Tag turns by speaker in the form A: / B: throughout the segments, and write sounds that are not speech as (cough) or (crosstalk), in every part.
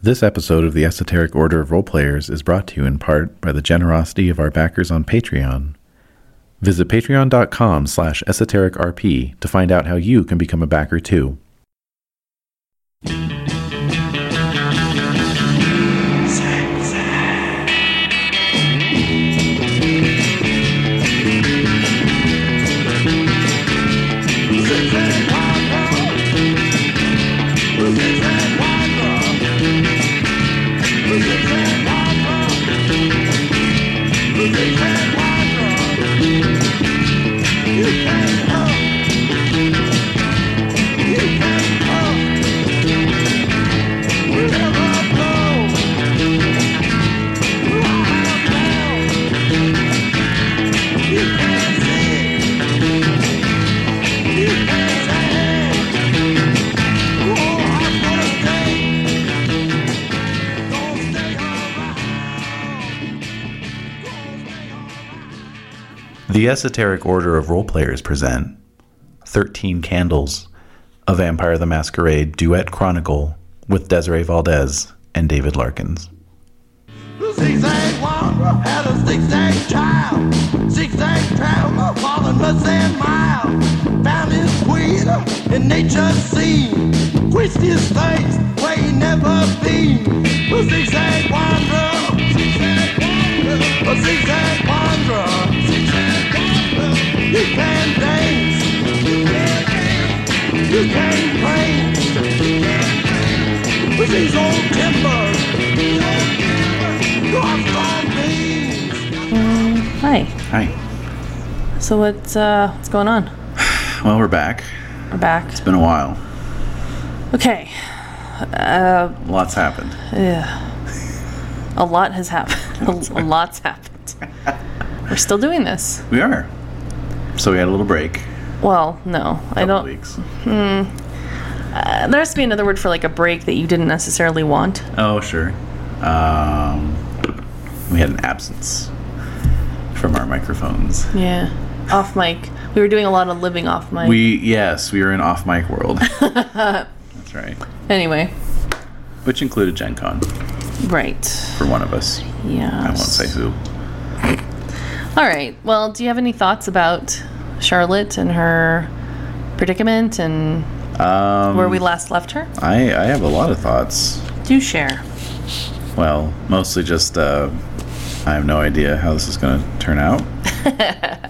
A: This episode of the Esoteric Order of Roleplayers is brought to you in part by the generosity of our backers on Patreon. Visit patreon.com slash esotericrp to find out how you can become a backer too. The Esoteric Order of Roleplayers present 13 Candles, a Vampire the Masquerade duet chronicle with Desiree Valdez and David Larkins.
B: The zigzag wanderer had a zigzag child. Zigzag traveler following the sand mile. Found his queen in nature's scene. Quenched his thirst where he never been. The zigzag wanderer. Zigzag wanderer. The zigzag wanderer. Zigzag wanderer. You can dance. You can dance. You can pray. You can dance. With these old timbers. These old timbers. Your fine beans.
C: Hi.
A: Hi.
C: So what's uh what's going on?
A: Well, we're back.
C: We're back.
A: It's been a while.
C: Okay.
A: Lots happened.
C: A lot has happened. (laughs) a, lot's happened. We're still doing this.
A: We are. So we had a little break.
C: Well, no,
A: couple
C: I don't.
A: Weeks.
C: uh, there has to be another word for like a break that you didn't necessarily want.
A: Oh, sure. Um, we had an absence from our microphones.
C: Yeah. Off mic. We were doing a lot of living off mic.
A: We yes, we were in off mic world. That's right.
C: anyway.
A: Which included Gen Con
C: Right.
A: for one of us.
C: Yeah.
A: I won't say who.
C: All right. Well, do you have any thoughts about Charlotte and her predicament and
A: Um,
C: where we last left her?
A: I I have a lot of thoughts.
C: Do share.
A: Well, mostly just uh, I have no idea how this is going to turn out.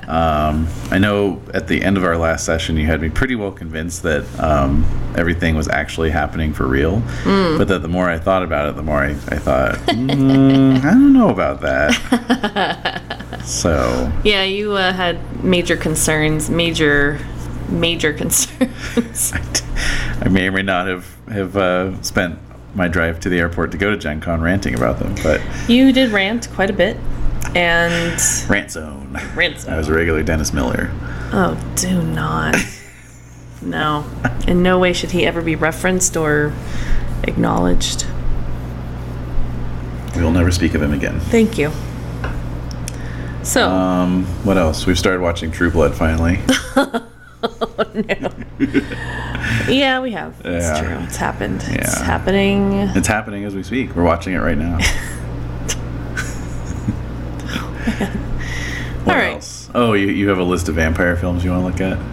A: um, I know at the end of our last session, you had me pretty well convinced that um, everything was actually happening for real. But that the more I thought about it, the more I, I thought, mm, I don't know about that. so
C: Yeah, you uh, had major concerns, major, major (laughs) concerns.
A: I may or may not have have uh, spent my drive to the airport to go to Gen Con ranting about them, but
C: you did rant quite a bit, and
A: rant zone.
C: rant.
A: I was a regular Dennis Miller.
C: Oh, do not. No, in no way should he ever be referenced or acknowledged.
A: We will never speak of him again.
C: Thank you. So, (laughs)
A: Um, what else? We've started watching True Blood finally.
C: yeah, we have. It's
A: yeah.
C: true. It's happened. It's
A: Yeah. (laughs)
C: happening.
A: it's happening as we speak. We're watching it right
C: (laughs)
A: now. what
C: All right.
A: else? Oh, you, you have a list of vampire films you want to look at?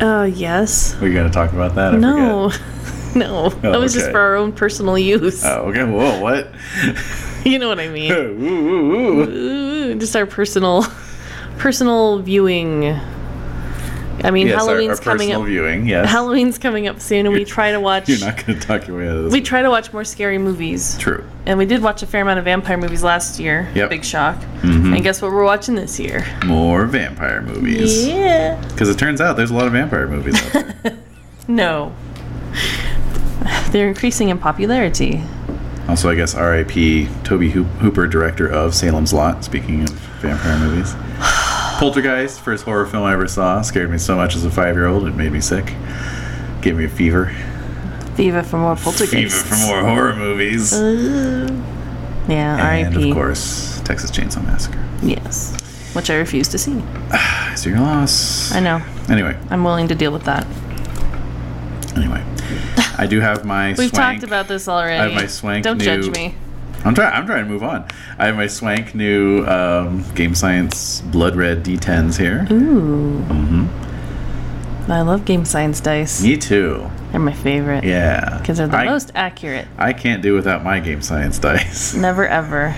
C: Oh, yes.
A: We're going to talk about that? I
C: No.
A: Forget.
C: (laughs)
A: Oh,
C: No, that was just
A: okay.
C: for our own personal use.
A: Oh, okay. Whoa, what?
C: (laughs)
A: (laughs)
C: You know what I mean?
A: Ooh, ooh, ooh.
C: Ooh, just our personal personal viewing i mean
A: Yes, our-
C: halloween's
A: our,
C: coming
A: personal
C: up
A: viewing. Yes.
C: halloween's coming up soon and we try to watch
A: You're not going to talk your way out of this.
C: we try to watch more scary movies
A: True.
C: and we did watch a fair amount of vampire movies last year
A: Yep. Mm-hmm.
C: big shock and guess what we're watching this year
A: More vampire movies.
C: yeah
A: Because it turns out there's a lot of vampire movies out there.
C: no (sighs) they're increasing in popularity
A: Also, I guess R.I.P. Toby Hoop- Hooper, director of Salem's Lot. Speaking of vampire movies, (sighs) Poltergeist, first horror film I ever saw, scared me so much as a five-year-old it made me sick, gave me a fever.
C: fever for more
A: Fever
C: poltergeists
A: for more horror movies.
C: Uh, yeah
A: and
C: rip
A: of course, Texas Chainsaw Massacre.
C: yes which i refuse to see
A: I see your loss.
C: i know
A: Anyway,
C: i'm willing to deal with that
A: anyway, I do have my.
C: (laughs) We've
A: swank-
C: talked about this already.
A: I have my swank
C: Don't
A: new-
C: judge me.
A: I'm trying. I'm trying to move on. I have my swank new um, Game Science Blood Red D10s here.
C: Ooh. I love game science dice.
A: Me too.
C: They're my favorite.
A: Yeah.
C: Because they're the
A: I,
C: most accurate.
A: I can't do without my Game Science (laughs) dice.
C: Never ever.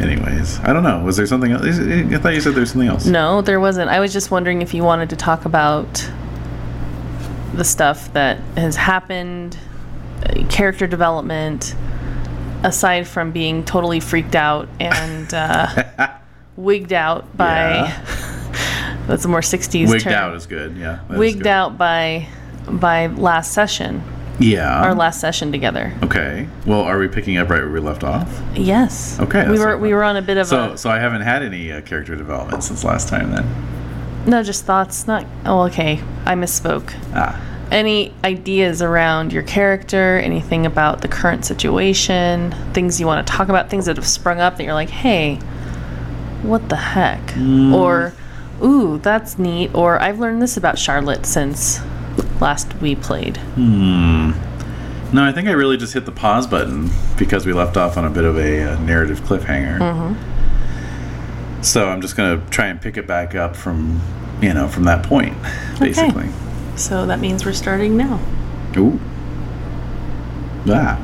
A: Anyways, I don't know. Was there something else? I thought you said there was something else.
C: No, there wasn't. I was just wondering if you wanted to talk about the stuff that has happened, uh, character development, aside from being totally freaked out and
A: (laughs)
C: uh, wigged out by.
A: Yeah.
C: (laughs) that's a more 60s
A: Wigged
C: term.
A: out is good. Yeah. that is
C: wigged
A: good.
C: out by by last session
A: Yeah.
C: our last session together
A: Okay. Well, are we picking up right where we left off?
C: yes
A: Okay,
C: we
A: that's
C: were
A: not
C: we
A: bad.
C: were on a bit of
A: So,
C: a
A: so I haven't had any uh, character development since last time. Then.
C: no just thoughts not oh okay i misspoke
A: Ah.
C: any ideas around your character anything about the current situation things you want to talk about things that have sprung up that you're like hey what the heck
A: Mm.
C: or ooh that's neat or i've learned this about charlotte since last we played
A: Hmm. No, I think I really just hit the pause button because we left off on a bit of a uh, narrative cliffhanger.
C: Mm-hmm.
A: So I'm just gonna try and pick it back up from, you know, from that point, basically.
C: so that means we're starting now
A: Ooh. Ah.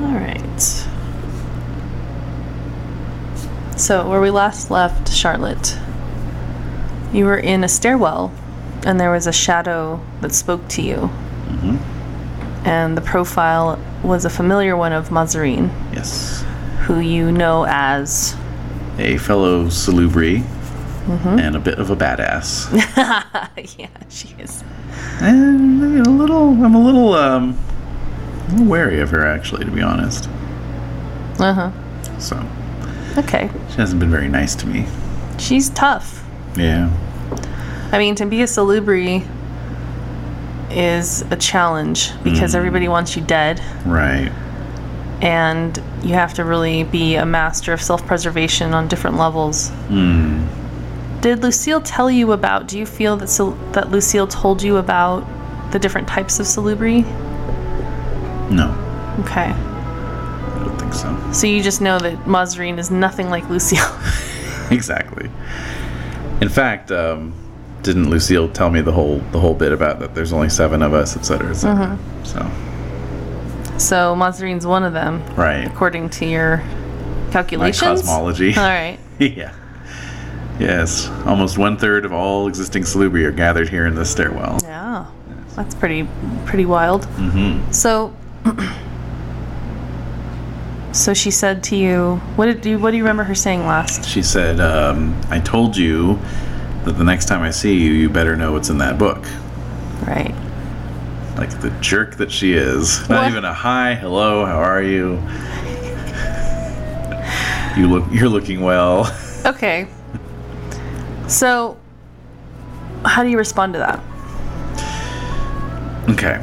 C: All right. So, where we last left Charlotte, you were in a stairwell and there was a shadow that spoke to you.
A: Mm-hmm.
C: And the profile was a familiar one of Mazarine,
A: Yes.
C: who you know as. (laughs)
A: A fellow salubri
C: Mm-hmm.
A: and a bit of a badass.
C: yeah, she is.
A: And a little, I'm a little, um, a little wary of her actually, to be honest.
C: Uh huh.
A: So
C: Okay.
A: she hasn't been very nice to me.
C: She's tough.
A: Yeah,
C: I mean, to be a salubri is a challenge because everybody wants you dead.
A: right.
C: and you have to really be a master of self preservation on different levels.
A: Hmm.
C: Did Lucille tell you about? Do you feel that Sil- that Lucille told you about the different types of salubri?
A: No,
C: Okay,
A: I don't think so. (laughs)
C: so you just know that Mazarine is nothing like Lucille. (laughs)
A: exactly. In fact, um, didn't Lucille tell me the whole the whole bit about that? There's only seven of us, et cetera, et cetera.
C: Mm-hmm.
A: So
C: so Mazarine's one of them,
A: right,
C: according to your
A: my
C: calculations.
A: cosmology.
C: (laughs) All right.
A: (laughs) yeah. Yes, almost one third of all existing salubri are gathered here in this stairwell.
C: Yeah, that's pretty pretty wild. Mm-hmm. So, (clears throat) so she said to you, "What did you What do you remember her saying last?"
A: She said, um, I told you that the next time I see you, you better know what's in that book.
C: Right.
A: Like the jerk that she is. Not
C: What?
A: even a hi, hello, how are you? (laughs) you look you're looking well.
C: Okay. So, how do you respond to that?
A: Okay.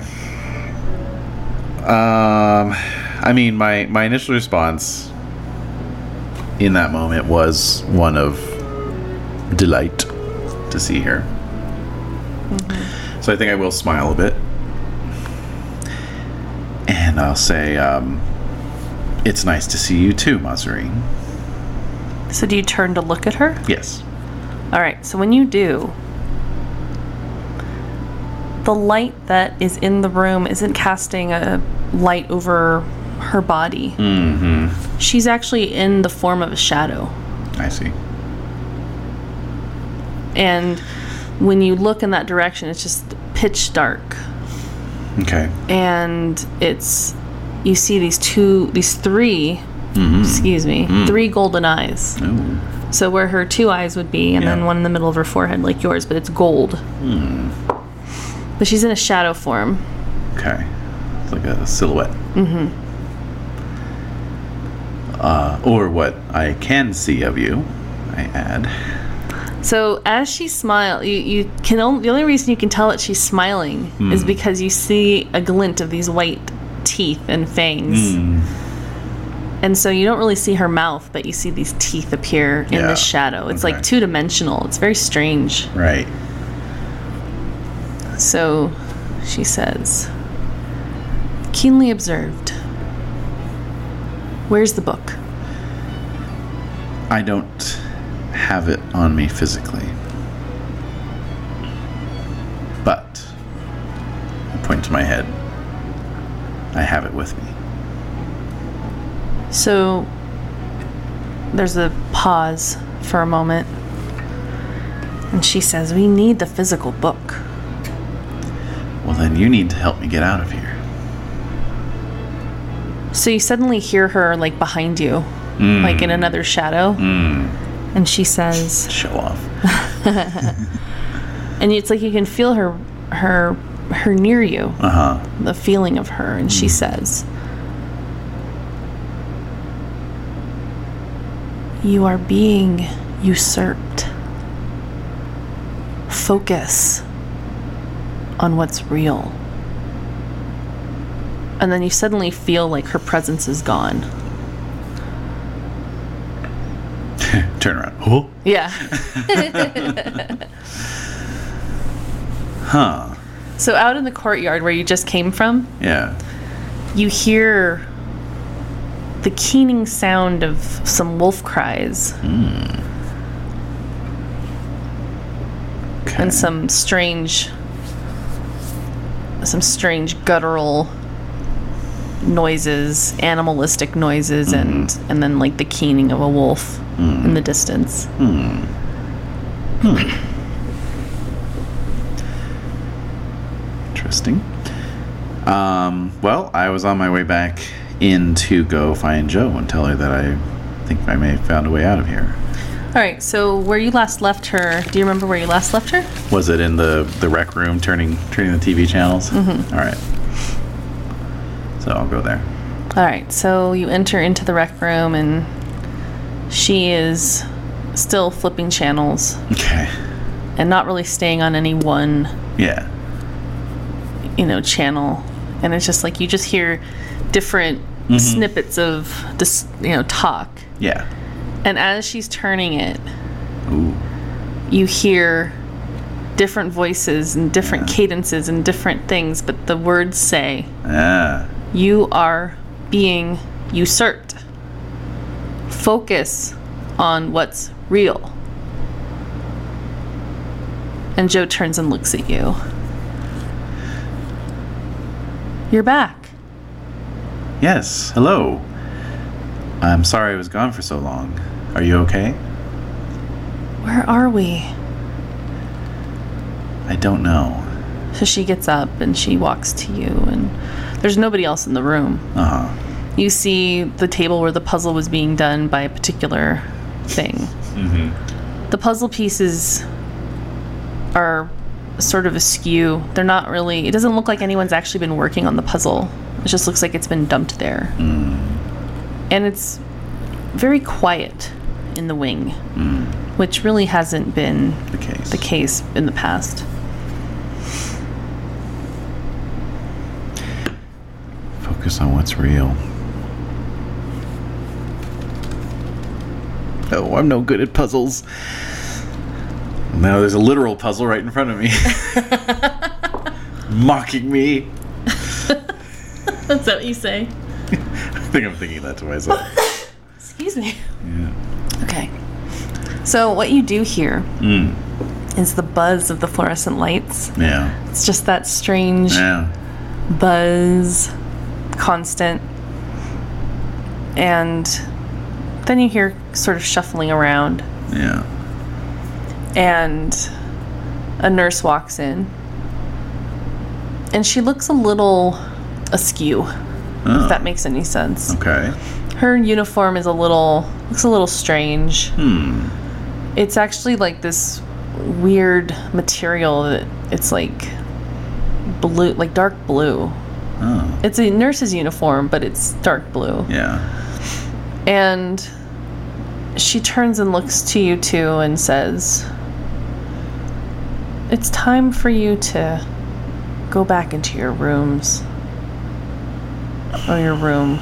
A: Um I mean my my initial response in that moment was one of delight to see her. So I think I will smile a bit. And I'll say, um, it's nice to see you too, Mazarine.
C: So, do you turn to look at her?
A: Yes.
C: All right. So, when you do, the light that is in the room isn't casting a light over her body. Mm-hmm. She's actually in the form of a shadow.
A: I see.
C: and when you look in that direction it's just pitch dark
A: Okay.
C: and it's you see these two these 3
A: Mm-hmm.
C: excuse me
A: Mm.
C: three golden eyes
A: Ooh.
C: so where her two eyes would be and then
A: Yeah. Hmm.
C: one in the middle of her forehead like yours but it's gold but she's in a shadow form
A: Okay. It's like a silhouette. Mm-hmm. Uh, or what I can see of you, I add.
C: so as she smiles you, you can only the only reason you can tell that she's smiling
A: Hmm.
C: is because you see a glint of these white teeth and
A: Hmm.
C: fangs And so you don't really see her mouth, but you see these teeth appear in
A: Yeah.
C: the shadow. It's
A: Okay.
C: like two dimensional. It's very strange.
A: Right.
C: So she says, keenly observed. Where's the book?
A: I don't have it on me physically. But, I point to my head, I have it with me.
C: So there's a pause for a moment. And she says, We need the physical book.
A: Well, then you need to help me get out of here.
C: So you suddenly hear her like behind you, like in another shadow. And she says,
A: Show off.
C: and it's like you can feel her her her near you
A: Uh huh.
C: the feeling of her and she says you are being usurped focus on what's real and then you suddenly feel like her presence is gone
A: (laughs) Turn around. Oh.
C: yeah
A: Huh.
C: (laughs) so out in the courtyard where you just came from
A: Yeah.
C: you hear the keening sound of some wolf cries
A: Okay.
C: and some strange some strange guttural noises animalistic noises and and then like the keening of a wolf in the distance
A: Interesting. Um, well, I was on my way back in to go find Joe and tell her that I think I may have found a way out of here.
C: all right so where you last left her do you remember where you last left her
A: Was it in the, the rec room turning turning the TV channels? Mm-hmm. right. So I'll go there.
C: all right so you enter into the rec room and she is still flipping channels
A: Okay.
C: and not really staying on any one
A: Yeah.
C: you know channel and it's just like you just hear different snippets of this you know talk
A: Yeah.
C: and as she's turning it
A: Ooh.
C: you hear different voices and different cadences and different things but the words say
A: Ah.
C: you are being usurped focus on what's real and joe turns and looks at you you're back
A: Yes. Hello. I'm sorry I was gone for so long. Are you okay?
C: Where are we?
A: I don't know.
C: So she gets up and she walks to you, and there's nobody else in the room.
A: Uh huh.
C: You see the table where the puzzle was being done by a particular thing. The puzzle pieces are sort of askew. They're not really, it doesn't look like anyone's actually been working on the puzzle. It just looks like it's been dumped there. And it's very quiet in the wing, which really hasn't been
A: The case.
C: the case in the past.
A: Focus on what's real. Oh, I'm no good at puzzles. Now there's a literal puzzle right in front (laughs) of me. Mocking me.
C: That's what you say.
A: I think I'm thinking that to (laughs) myself.
C: Excuse me.
A: Yeah.
C: Okay. So what you do here is
A: Mm.
C: the buzz of the fluorescent lights.
A: Yeah.
C: It's just that strange
A: Yeah.
C: buzz, constant. And then you hear sort of shuffling around,
A: Yeah.
C: and a nurse walks in. And she looks a little askew,
A: Oh,
C: if that makes any sense.
A: okay.
C: Her uniform is a little looks a little strange.
A: Hmm.
C: It's actually like this weird material that it's like blue, like dark blue.
A: Oh.
C: It's a nurse's uniform, but it's dark blue.
A: Yeah.
C: And she turns and looks to you two and says, It's time for you to go back into your rooms. Or your room.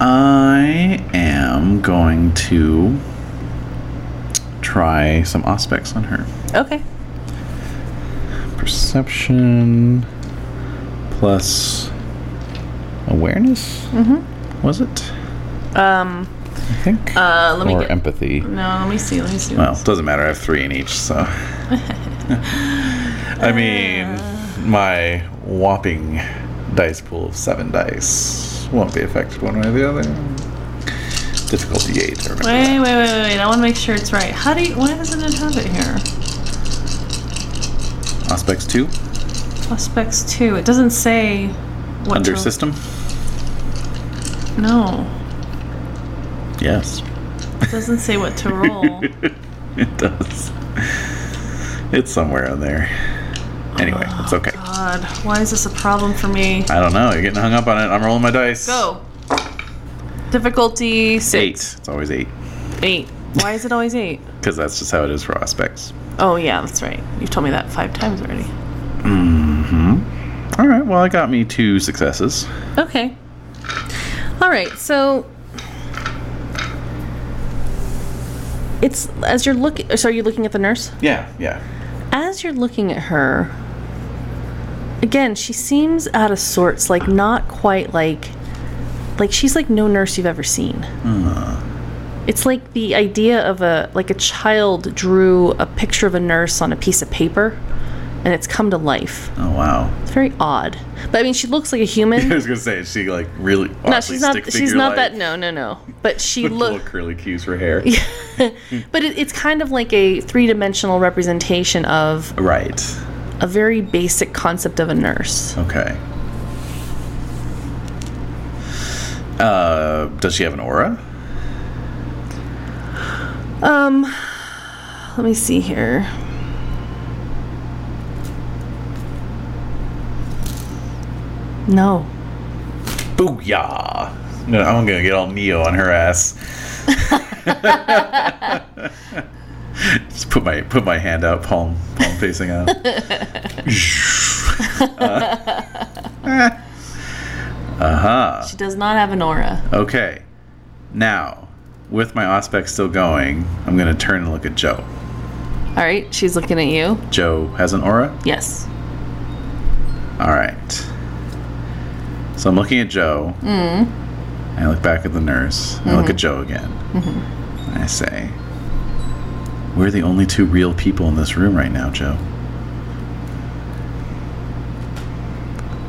A: I am going to try some aspects on her.
C: Okay.
A: Perception plus awareness? Mm-hmm. Was it?
C: Um.
A: I think.
C: Uh. Let me
A: or
C: get.
A: empathy.
C: no. Let me see. Let me see.
A: Well, doesn't matter. I have three in each,
C: (laughs)
A: so. I mean, my whopping dice pool of seven dice won't be affected one way or the other. Difficulty eight. I remember that.
C: Wait, wait, wait, wait, wait. I want to make sure it's right. How do you. Why doesn't it have it here?
A: Aspects two
C: Aspects 2. It doesn't say what.
A: under
C: to-
A: system.
C: No.
A: Yes,
C: It doesn't say
A: (laughs)
C: what to roll.
A: it does. It's somewhere in there. Anyway, it's okay.
C: God. Why is this a problem for me?
A: I don't know. You're getting hung up on it. I'm rolling my dice.
C: Go. Difficulty
A: Eight.
C: six.
A: It's always eight
C: Eight. Why is it always eight?
A: because that's just how it is for aspects.
C: Oh, yeah, that's right. You've told me that five times already.
A: All right. Well, I got me two successes.
C: Okay. All right. So it's as you're looking. So are you looking at the nurse?
A: Yeah. Yeah.
C: As you're looking at her, again, she seems out of sorts. Like not quite like, like she's like no nurse you've ever seen. It's like the idea of a like a child drew a picture of a nurse on a piece of paper, and it's come to life.
A: Oh wow. (laughs)
C: It's very odd. But I mean, she looks like a human.
A: I was gonna say, is she like really?
C: No, she's not. She's not that. No, no, no. But she
A: Little
C: look.
A: curly cues for hair.
C: (laughs) But it, it's kind of like a three-dimensional representation of
A: Right.
C: a very basic concept of a nurse.
A: Okay. Uh, does she have an aura?
C: Um, let me see here. No.
A: Booyah! No, I'm gonna get all Neo on her ass. Just put my put my hand out, palm palm facing out. Uh-huh. uh huh.
C: She does not have an aura.
A: Okay. Now, with my aspect still going, I'm going to turn and look at Joe.
C: All right, she's looking at you.
A: Joe has an aura?
C: Yes.
A: All right. So I'm looking at Joe. Mm. I look back at the nurse. I look at Joe again. I say, We're the only two real people in this room right now, Joe.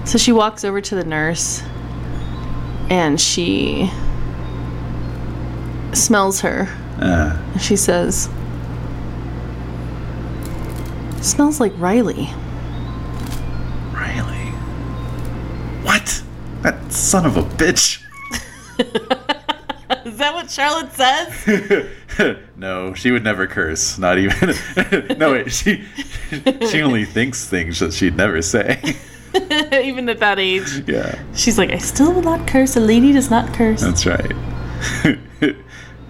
C: So she walks over to the nurse and she smells her.
A: Uh,
C: And She says, Smells like Riley.
A: Riley. What? That son of a bitch. (laughs)
C: Is that what Charlotte says? (laughs)
A: no, she would never curse. Not even. (laughs) no, wait. She she only thinks things that she'd never say. (laughs)
C: Even at that age.
A: yeah,
C: She's like, I still will not curse. A lady does not curse.
A: that's right. (laughs)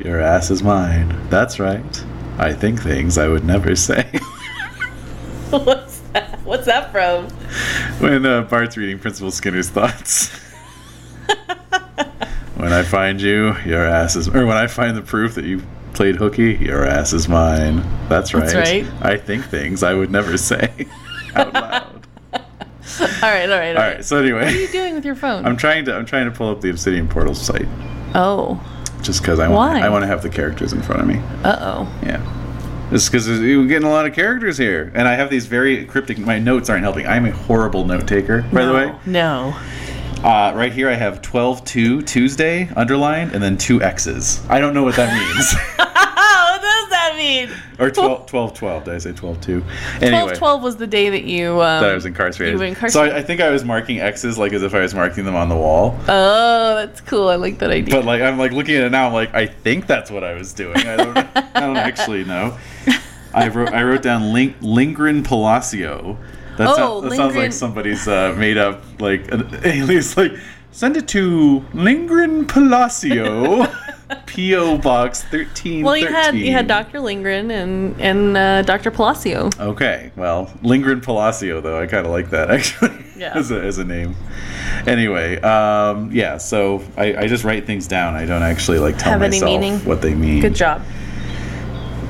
A: Your ass is mine. That's right. I think things I would never say.
C: (laughs)
A: (laughs)
C: What's that? What's that from?
A: when uh, Bart's reading Principal Skinner's thoughts. (laughs) when I find you, your ass is. Or when I find the proof that you played hooky, your ass is mine. That's right.
C: That's right.
A: I think things I would never say (laughs) out loud.
C: All right, all (laughs) right, all right.
A: All right. So anyway.
C: What are you doing with your phone?
A: I'm trying to I'm trying to pull up the Obsidian Portal site
C: oh,
A: just because I
C: Why?
A: want I want to have the characters in front of me.
C: uh oh.
A: Yeah, just because we're getting a lot of characters here, and I have these very cryptic. My notes aren't helping. I'm a horrible note taker, by the way.
C: No.
A: Uh, right here, I have 12 2 Tuesday underlined, and then two X's. I don't know what that means. (laughs)
C: Oh, what does that mean?
A: or 12, 12 12. Did I say 12 2?
C: 12
A: Anyway.
C: 12 was the day that you. Um,
A: That I was incarcerated.
C: You were
A: So
C: incarcerated.
A: I, I think I was marking X's like as if I was marking them on the wall.
C: oh, that's cool. I like that
A: (laughs)
C: idea.
A: But like I'm like looking at it now, I'm like, I think that's what I was doing. I don't, I don't actually know. I wrote I wrote down Link, Lingren Palacio. That,
C: Oh,
A: sound- that sounds
C: Lingren-
A: like somebody's uh, made up like an alias. Like send it to Lingren
C: (laughs)
A: Palacio, P.O. Box thirteen.
C: well, you had you had Dr. Lindgren and and uh, Dr. Palacio.
A: Okay, well, Lingren Palacio, though I kind of like that (laughs) actually
C: Yeah.
A: as, a, as a name. Anyway, um, yeah. So I, I just write things down. I don't actually like tell
C: Have any
A: myself
C: meaning?
A: what they mean.
C: Good job.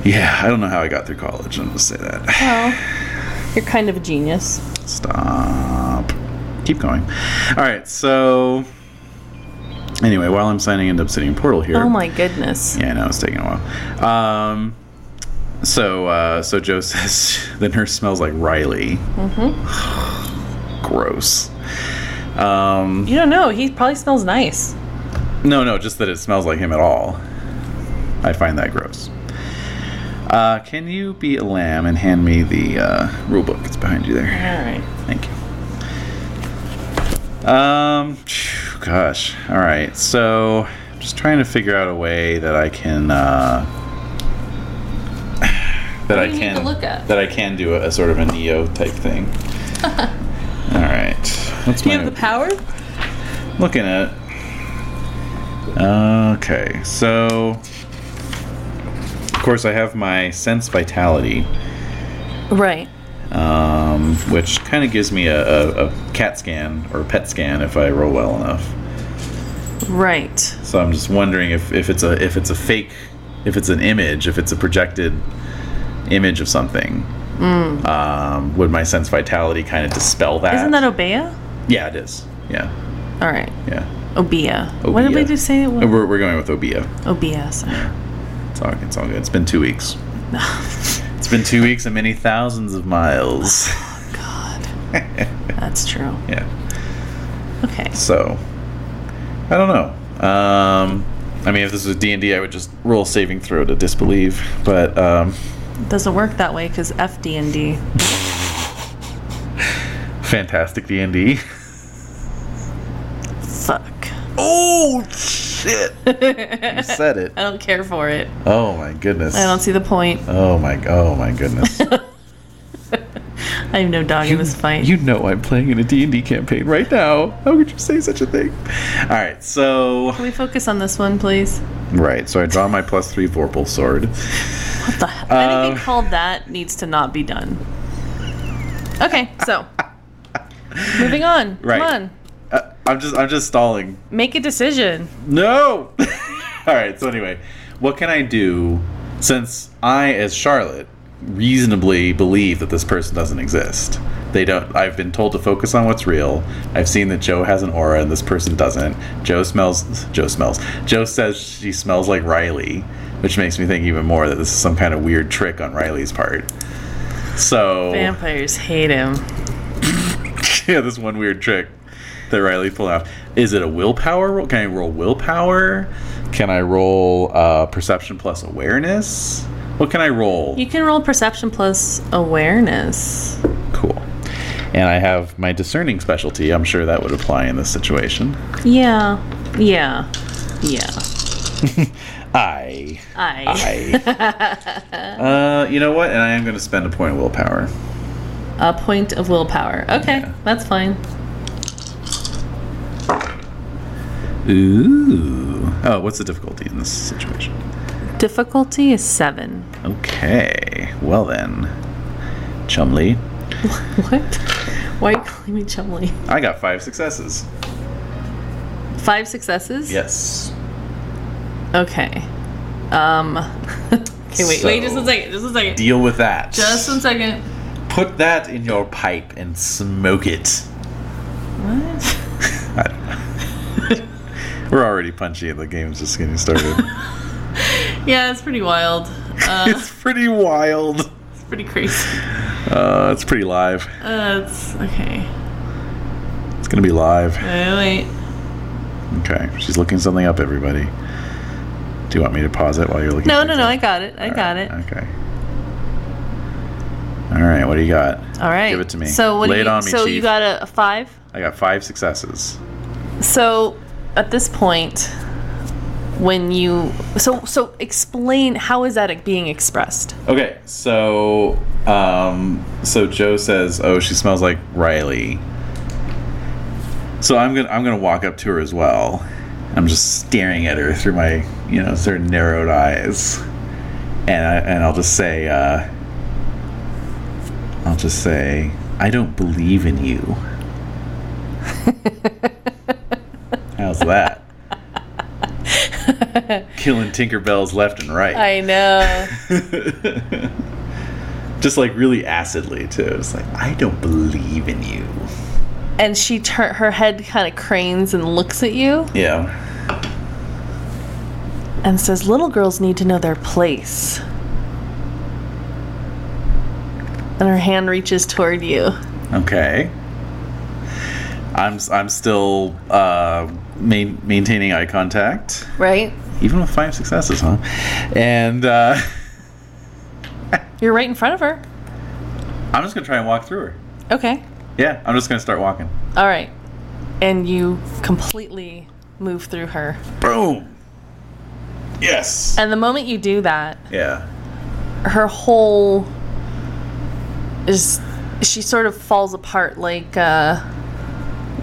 A: Yeah, I don't know how I got through college. I'm just say that. (sighs)
C: Well, you're kind of a genius.
A: Stop. Keep going. All right. So, anyway, while I'm signing into Obsidian Portal here.
C: Oh my goodness.
A: Yeah, I know it's taking a while. Um, so, uh, so Joe (laughs) says the nurse smells like Riley. Mm-hmm. (sighs) Gross. Um,
C: You don't know. He probably smells nice.
A: no, no, just that it smells like him at all. I find that gross. Uh, can you be a lamb and hand me the uh, rule book? It's behind you there.
C: All right.
A: Thank you. Um, phew, gosh. All right. So, just trying to figure out a way that I can uh, (sighs) that I
C: do you need
A: can
C: to look at?
A: that I can do a, a sort of a neo type
C: (laughs)
A: thing. All right. What's
C: Do you
A: my-
C: have the power?
A: looking at. Okay, so of course I have my sense vitality.
C: Right.
A: um, which kind of gives me a, a, a CAT scan or a PET scan if I roll well enough.
C: Right.
A: So I'm just wondering if, if it's a if it's a fake, if it's an image, if it's a projected image of something. Um, would my sense vitality kind of dispel that?
C: Mm. Isn't that Obeah?
A: yeah, it is. Yeah,
C: All right.
A: yeah.
C: Obeah. What did we
A: Obeah.
C: do say? it was?
A: We're, we're going with Obia.
C: Obeah. Sorry.
A: It's all, it's all good. It's been two
C: (laughs)
A: weeks. it's been two weeks and many thousands of miles.
C: (sighs) God. That's true.
A: Yeah.
C: Okay.
A: So, I don't know. Um, I mean, if this was D and D, I would just roll a saving throw to disbelieve. But um,
C: It doesn't work that way because F D and D.
A: fantastic D and D. (laughs)
C: Fuck.
A: Oh shit! you said it.
C: I don't care for it.
A: Oh my goodness.
C: I don't see the point.
A: Oh my. Oh my
C: (laughs)
A: goodness.
C: I have no dog in this fight.
A: You know I'm playing in a D and D campaign right now. How could you say such a thing? All right. So
C: Can we focus on this one, please?
A: right. So I draw my plus three Vorpal sword.
C: What the hell?
A: Um,
C: Anything called that needs to not be done. Okay,
A: (laughs)
C: so moving on.
A: Right.
C: Come on,
A: Uh, I'm just. I'm just stalling.
C: make a decision.
A: No. (laughs) All right. So anyway, what can I do since I, as Charlotte, reasonably believe that this person doesn't exist? They don't. I've been told to focus on what's real. I've seen that Joe has an aura and this person doesn't. Joe smells. Joe smells. Joe says she smells like Riley, which makes me think even more that this is some kind of weird trick on Riley's part. So
C: Vampires hate him.
A: (laughs) yeah, this one weird trick that Riley pulled off. Is it a willpower roll? Can I roll willpower? Can I roll uh, perception plus awareness? What can I roll?
C: You can roll perception plus awareness.
A: Cool. And I have my discerning specialty. I'm sure that would apply in this situation.
C: Yeah, yeah, yeah.
A: I.
C: I.
A: I. uh, you know what? And I am going to spend a point of willpower.
C: (laughs) A point of willpower. Okay,
A: Yeah.
C: that's fine.
A: Ooh. Oh, what's the difficulty in this situation?
C: Difficulty is seven.
A: Okay. Well then, Chumley,
C: What? Why are you calling me Chumley?
A: I got five successes.
C: Five successes?
A: Yes.
C: Okay. Um. (laughs) okay, wait, wait, just
A: So-
C: one second. Just one second.
A: Deal with that.
C: just one second.
A: Put that in your pipe and smoke it.
C: What?
A: We're already punchy and the game's just getting started.
C: Yeah, it's pretty wild. (laughs) Uh,
A: it's pretty wild.
C: it's pretty crazy.
A: (laughs) Uh, it's pretty live.
C: Uh, it's okay.
A: It's gonna be live.
C: Wait, wait.
A: Okay. She's looking something up, everybody. Do you want me to pause it while you're looking?
C: No,
A: things
C: no, no.
A: up?
C: I got it. I
A: All
C: got
A: right,
C: it.
A: Okay. All right. What do you got?
C: All right.
A: Give it to me.
C: So what? do
A: Lay it
C: you,
A: on me,
C: So you
A: Chief.
C: got a, a five.
A: I got five successes.
C: So at this point, when you so so explain how is that being expressed?
A: Okay, so um, so Joe says, "Oh, she smells like Riley." So I'm gonna I'm gonna walk up to her as well. I'm just staring at her through my you know sort of narrowed eyes, and I and I'll just say, uh, I'll just say, I don't believe in you. How's that? killing Tinkerbells left and right.
C: I know.
A: (laughs) Just like really acidly too. It's like I don't believe in you.
C: And she turn her head kind of cranes and looks at you
A: Yeah.
C: and says, "Little girls need to know their place." And her hand reaches toward you.
A: Okay. I'm s- I'm still uh, main, maintaining eye contact,
C: Right?
A: even with five successes, huh? And uh, (laughs)
C: You're right in front of her.
A: I'm just gonna try and walk through her.
C: Okay.
A: Yeah, I'm just gonna start walking.
C: All right. And you completely move through her.
A: Boom. Yes.
C: And the moment you do that,
A: yeah.
C: her whole is she sort of falls apart like uh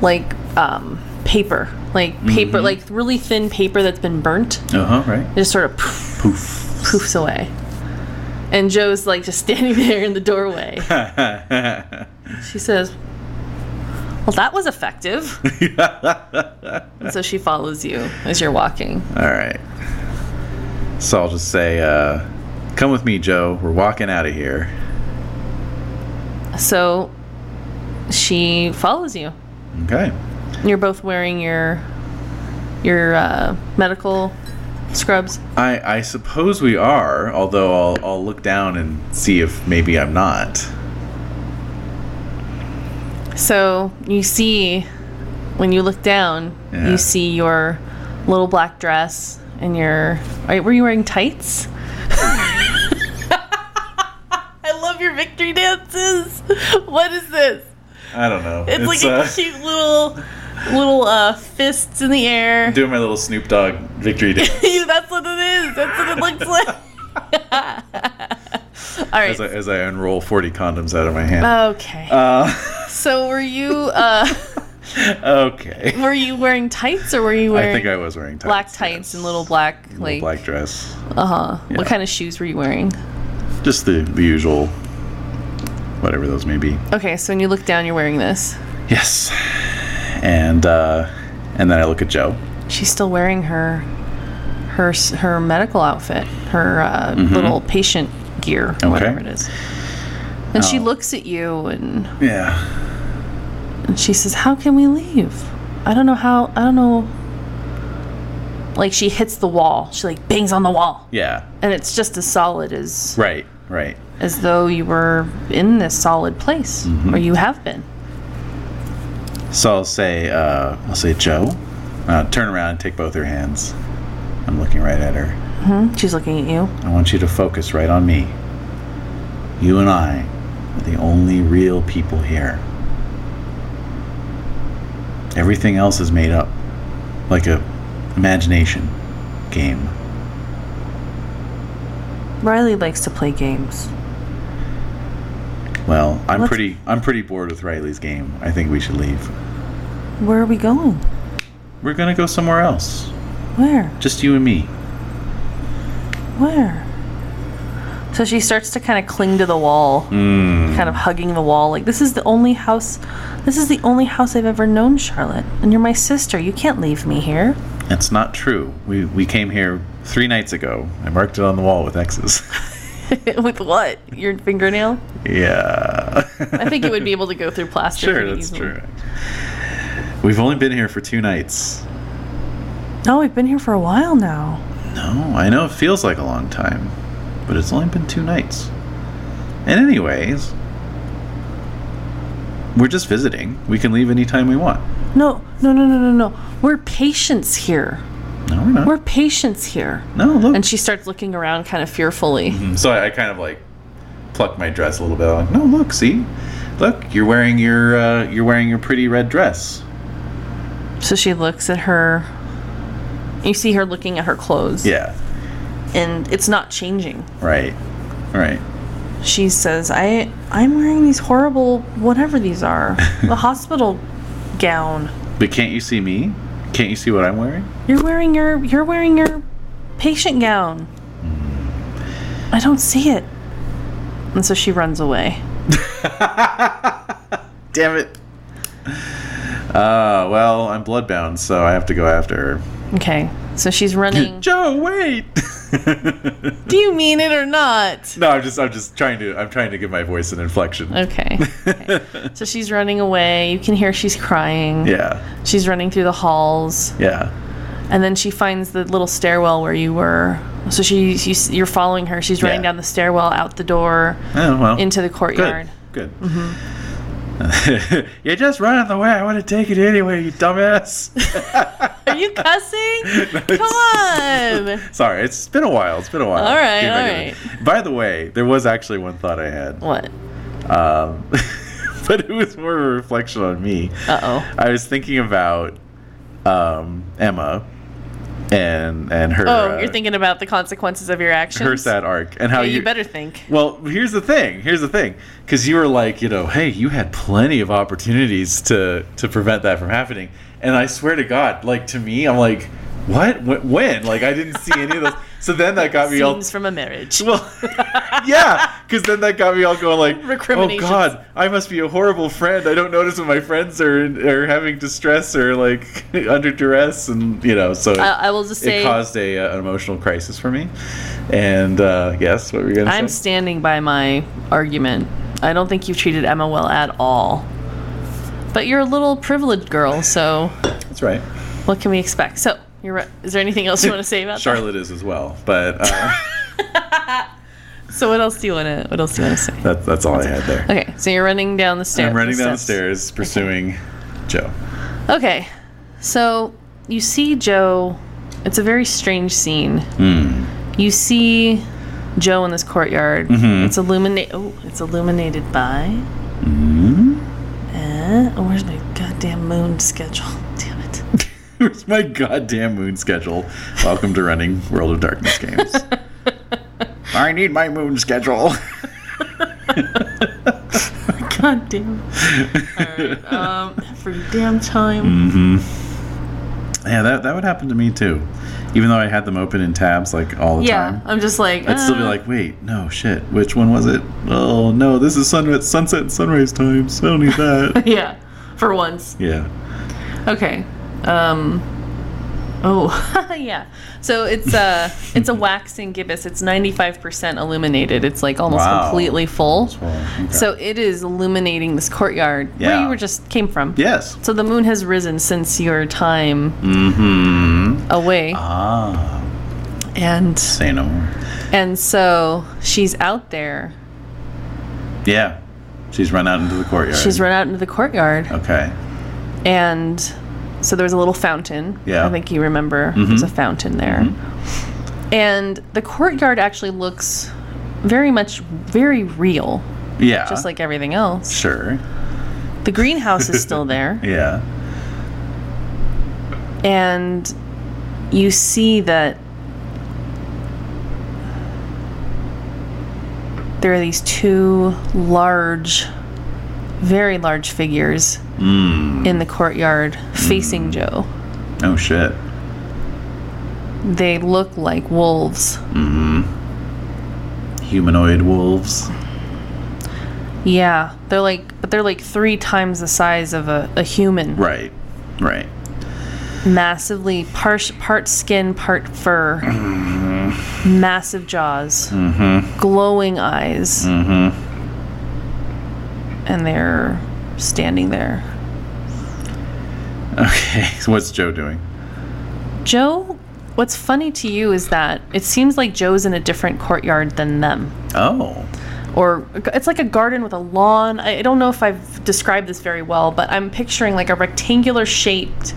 C: like um paper. Like paper like really thin paper that's been burnt.
A: Uh huh. Right.
C: It just sort of poof,
A: Poof. (laughs)
C: poofs away. And Joe's like just (laughs) standing there in the doorway. She says, "Well, that was effective." and so she follows you as you're walking.
A: All right. So I'll just say, uh, come with me, Joe. We're walking out of here.
C: So she follows you.
A: Okay.
C: You're both wearing your your uh, medical scrubs.
A: I, I suppose we are, although I'll, I'll look down and see if maybe I'm not.
C: So you see when you look down,
A: Yeah.
C: you see your little black dress and your. Are, were you wearing tights? (laughs) I love your victory dances. What is this?
A: I don't know.
C: It's, like a
A: uh,
C: cute little little uh, fists in the air. (laughs)
A: doing my little Snoop Dogg victory dance
C: That's what it is. That's what it looks like. (laughs) All right.
A: as I, as I unroll 40 condoms out of my hand.
C: okay.
A: Uh,
C: so were you
A: (laughs)
C: uh,
A: okay.
C: were you wearing tights or were you
A: I
C: wearing
A: think I was wearing tights.
C: black tights
A: yes.
C: and little black
A: Little
C: like
A: black dress.
C: uh huh?
A: yeah.
C: What kind of shoes were you wearing?
A: Just the, the usual, whatever those may be.
C: Okay, so when you look down, you're wearing this.
A: Yes. And uh, and then I look at Joe.
C: She's still wearing her her s- her medical outfit, her uh,
A: Mm-hmm.
C: little patient gear, whatever it is. And she
A: Oh.
C: looks at you and
A: Yeah.
C: And she says, "How can we leave? I don't know how. I don't know." Like she hits the wall. She like bangs on the wall,
A: Yeah.
C: and it's just as solid as
A: Right. Right.
C: as though you were in this solid place,
A: Mm-hmm.
C: or you have been.
A: So I'll say uh, I'll say Joe. Uh, turn around and take both her hands. I'm looking right at her.
C: She's looking at you.
A: I want you to focus right on me. You and I are the only real people here. Everything else is made up, like a imagination game.
C: Riley likes to play games.
A: Well, I'm
C: Let's-
A: pretty I'm pretty bored with Riley's game. I think we should leave.
C: Where are we going?
A: We're gonna go somewhere else.
C: Where?
A: Just you and me.
C: Where? So she starts to kind of cling to the wall,
A: Mm-hmm.
C: kind of hugging the wall. Like this is the only house. This is the only house I've ever known, Charlotte. And you're my sister. You can't leave me here. (laughs)
A: That's not true. We we came here three nights ago. I marked it on the wall with X's. (laughs)
C: With what? Your fingernail?
A: yeah.
C: I think
A: (laughs)
C: you would be able to go through plaster.
A: sure,
C: pretty
A: that's
C: easily.
A: true. We've only been here for two nights.
C: No, Oh, we've been here for a while now.
A: No, I know it feels like a long time, but it's only been two nights. And anyways, we're just visiting. We can leave anytime we want.
C: No, no, no, no, no, no. We're patients here.
A: No, we're not.
C: We're patients here.
A: no, look.
C: And she starts looking around kind of fearfully.
A: So I, I kind of like pluck my dress a little bit. I'm like, no, look, see, look, you're wearing your uh, you're wearing your pretty red dress.
C: So she looks at her. You see her looking at her clothes.
A: Yeah,
C: And it's not changing.
A: right, right.
C: She says, I, I'm wearing these horrible, whatever these are, the hospital gown.
A: But can't you see me? Can't you see what I'm wearing?
C: You're wearing your you're wearing your patient gown. I don't see it. And so she runs away.
A: Damn it. Uh, well, I'm bloodbound, so I have to go after her.
C: Okay. So
A: (laughs)
C: she's running.
A: Joe, wait.
C: Do you mean it or not?
A: no, I'm just I'm just trying to I'm trying to give my voice an inflection. (laughs)
C: Okay. okay. so she's running away. You can hear she's crying.
A: Yeah.
C: She's running through the halls,
A: Yeah.
C: and then she finds the little stairwell where you were. So she, you, you're following her. She's running
A: Yeah.
C: down the stairwell, out the door,
A: Oh well.
C: into the courtyard. Mm-hmm.
A: Good. Good. (laughs) You're just running the way I want to take it anyway, you dumbass.
C: Are you cussing? (laughs) Come on.
A: Sorry, it's been a while. It's been a while.
C: All right,
A: Get
C: all
A: back to it. By the way, there was actually one thought I had,
C: What? Oh.
A: um, (laughs) but it was more of a reflection on me.
C: Uh oh.
A: I was thinking about um, Emma and and her
C: Oh,
A: uh,
C: you're thinking about the consequences of your actions.
A: her sad arc and how
C: Yeah, you
A: you
C: better think.
A: Well, here's the thing. Here's the thing. Because you were like, you know, hey, you had plenty of opportunities to to prevent that from happening. And I swear to God, like to me, I'm like, what? Wh- When? Like I didn't see any of those. So then that got me all.
C: Scenes from a (laughs) marriage.
A: Well, yeah, because then that got me all going like, oh
C: Recriminations.
A: God, I must be a horrible friend. I don't notice when my friends are are having distress or like (laughs) under duress, and you know, so.
C: I, I will just
A: it
C: say
A: caused a uh, an emotional crisis for me, and uh, yes, what were you gonna
C: I'm
A: say?
C: standing by my argument. I don't think you've treated Emma well at all. But you're a little privileged girl, so
A: That's right.
C: what can we expect? So, you're right. is there anything else you want to say about
A: Charlotte is as well, but uh, (laughs)
C: that? So, what else do you want to what else do you want to say?
A: that, that's all I had there.
C: Okay, so you're running down the stairs.
A: I'm running down the
C: steps.
A: stairs pursuing Joe.
C: Okay. So you see Joe. It's a very strange scene.
A: Hmm.
C: You see Joe in this courtyard.
A: Mm-hmm.
C: It's illuminate. Oh, it's illuminated by.
A: Mm-hmm.
C: Eh, oh, where's my goddamn moon schedule? (laughs) Damn it.
A: Where's my goddamn moon schedule? Welcome to running World of Darkness games. (laughs) I need my moon schedule.
C: God damn.
A: (laughs)
C: Alright, um, every damn time.
A: Mm, yeah, that, that would happen to me too. Even though I had them open in tabs like all the
C: Yeah,
A: time.
C: I'm just like.
A: I'd still be
C: ah.
A: like, wait, no, shit. Which one was it? Oh, no, this is sun- sunset and sunrise times. I don't need
C: (laughs)
A: that.
C: Yeah, for once.
A: yeah.
C: Okay. Um Oh, (laughs) yeah. So it's a it's a waxing gibbous. It's 95% illuminated. It's like almost
A: Wow.
C: completely full.
A: Okay.
C: So it is illuminating this courtyard where
A: Yeah. Mm.
C: you were just came from.
A: yes.
C: So the moon has risen since your time
A: Mm-hmm.
C: away.
A: Ah,
C: And
A: say no more.
C: and so she's out there.
A: Yeah. She's run out into the courtyard.
C: She's run out into the courtyard
A: Okay.
C: and so there was a little fountain.
A: Yeah. Mm-hmm.
C: I think you remember there's a fountain there. And the courtyard actually looks very much very real,
A: Yeah.
C: just like everything else.
A: Sure.
C: The greenhouse is still there,
A: (laughs) Yeah.
C: and you see that there are these two large, very large figures
A: Mm.
C: in the courtyard facing Joe.
A: Oh shit.
C: They look like wolves.
A: Mm-hmm. Humanoid wolves.
C: Yeah, they're like, but they're like three times the size of a, a human.
A: Right. Right.
C: Massively par- part skin, part fur. Massive jaws. Glowing eyes. And they're standing there.
A: Okay. (laughs) So what's Joe doing?
C: Joe, what's funny to you is that it seems like Joe's in a different courtyard than them.
A: Oh.
C: or it's like a garden with a lawn. I, I don't know if I've described this very well, but I'm picturing like a rectangular shaped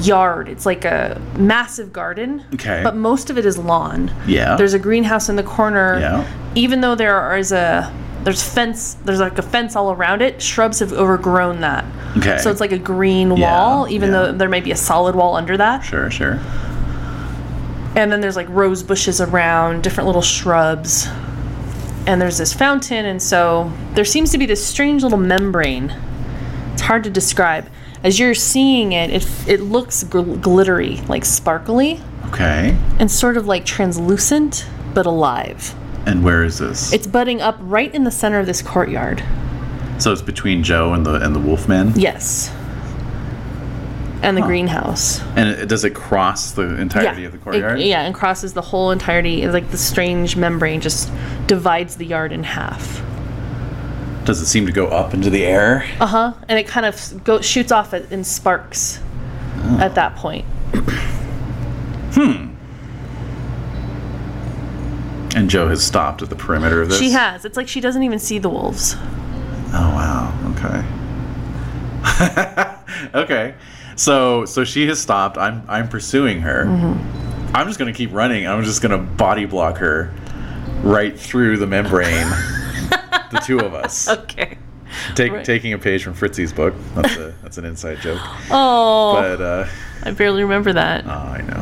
C: yard. It's like a massive garden,
A: Okay.
C: but most of it is lawn.
A: Yeah.
C: There's a greenhouse in the corner.
A: Yeah.
C: Even though there is a there's fence, there's like a fence all around it. Shrubs have overgrown that.
A: Okay.
C: So it's like a green
A: Yeah,
C: wall, even
A: yeah.
C: though there may be a solid wall under that.
A: Sure. Sure.
C: And then there's like rose bushes around, different little shrubs. And there's this fountain, and so there seems to be this strange little membrane. It's hard to describe. As you're seeing it, it, it looks gl- glittery, like sparkly,
A: Okay.
C: and sort of like translucent, but alive.
A: And where is this?
C: It's butting up right in the center of this courtyard.
A: so it's between Joe and the and the Wolfman.
C: Yes. and the greenhouse.
A: And it, does it cross the entirety of the
C: It-
A: courtyard?
C: yeah, and crosses the whole entirety. It's like the strange membrane just divides the yard in half.
A: Does it seem to go up into the air?
C: Uh huh. And it kind of go, shoots off at- in sparks
A: Oh.
C: at that point.
A: And Joe has stopped at the perimeter of this.
C: She has. It's like she doesn't even see
A: (laughs)
C: the wolves.
A: Oh wow. Okay. (laughs) okay. So so she has stopped. I'm I'm pursuing her.
C: Mm-hmm.
A: I'm just gonna keep running. I'm just gonna body block her right through the membrane. the two of us.
C: (laughs) Okay.
A: Take,
C: right.
A: Taking a page from Fritzi's book. That's a that's an inside
C: (laughs)
A: joke.
C: Oh,
A: But uh,
C: I barely remember that.
A: oh, I know.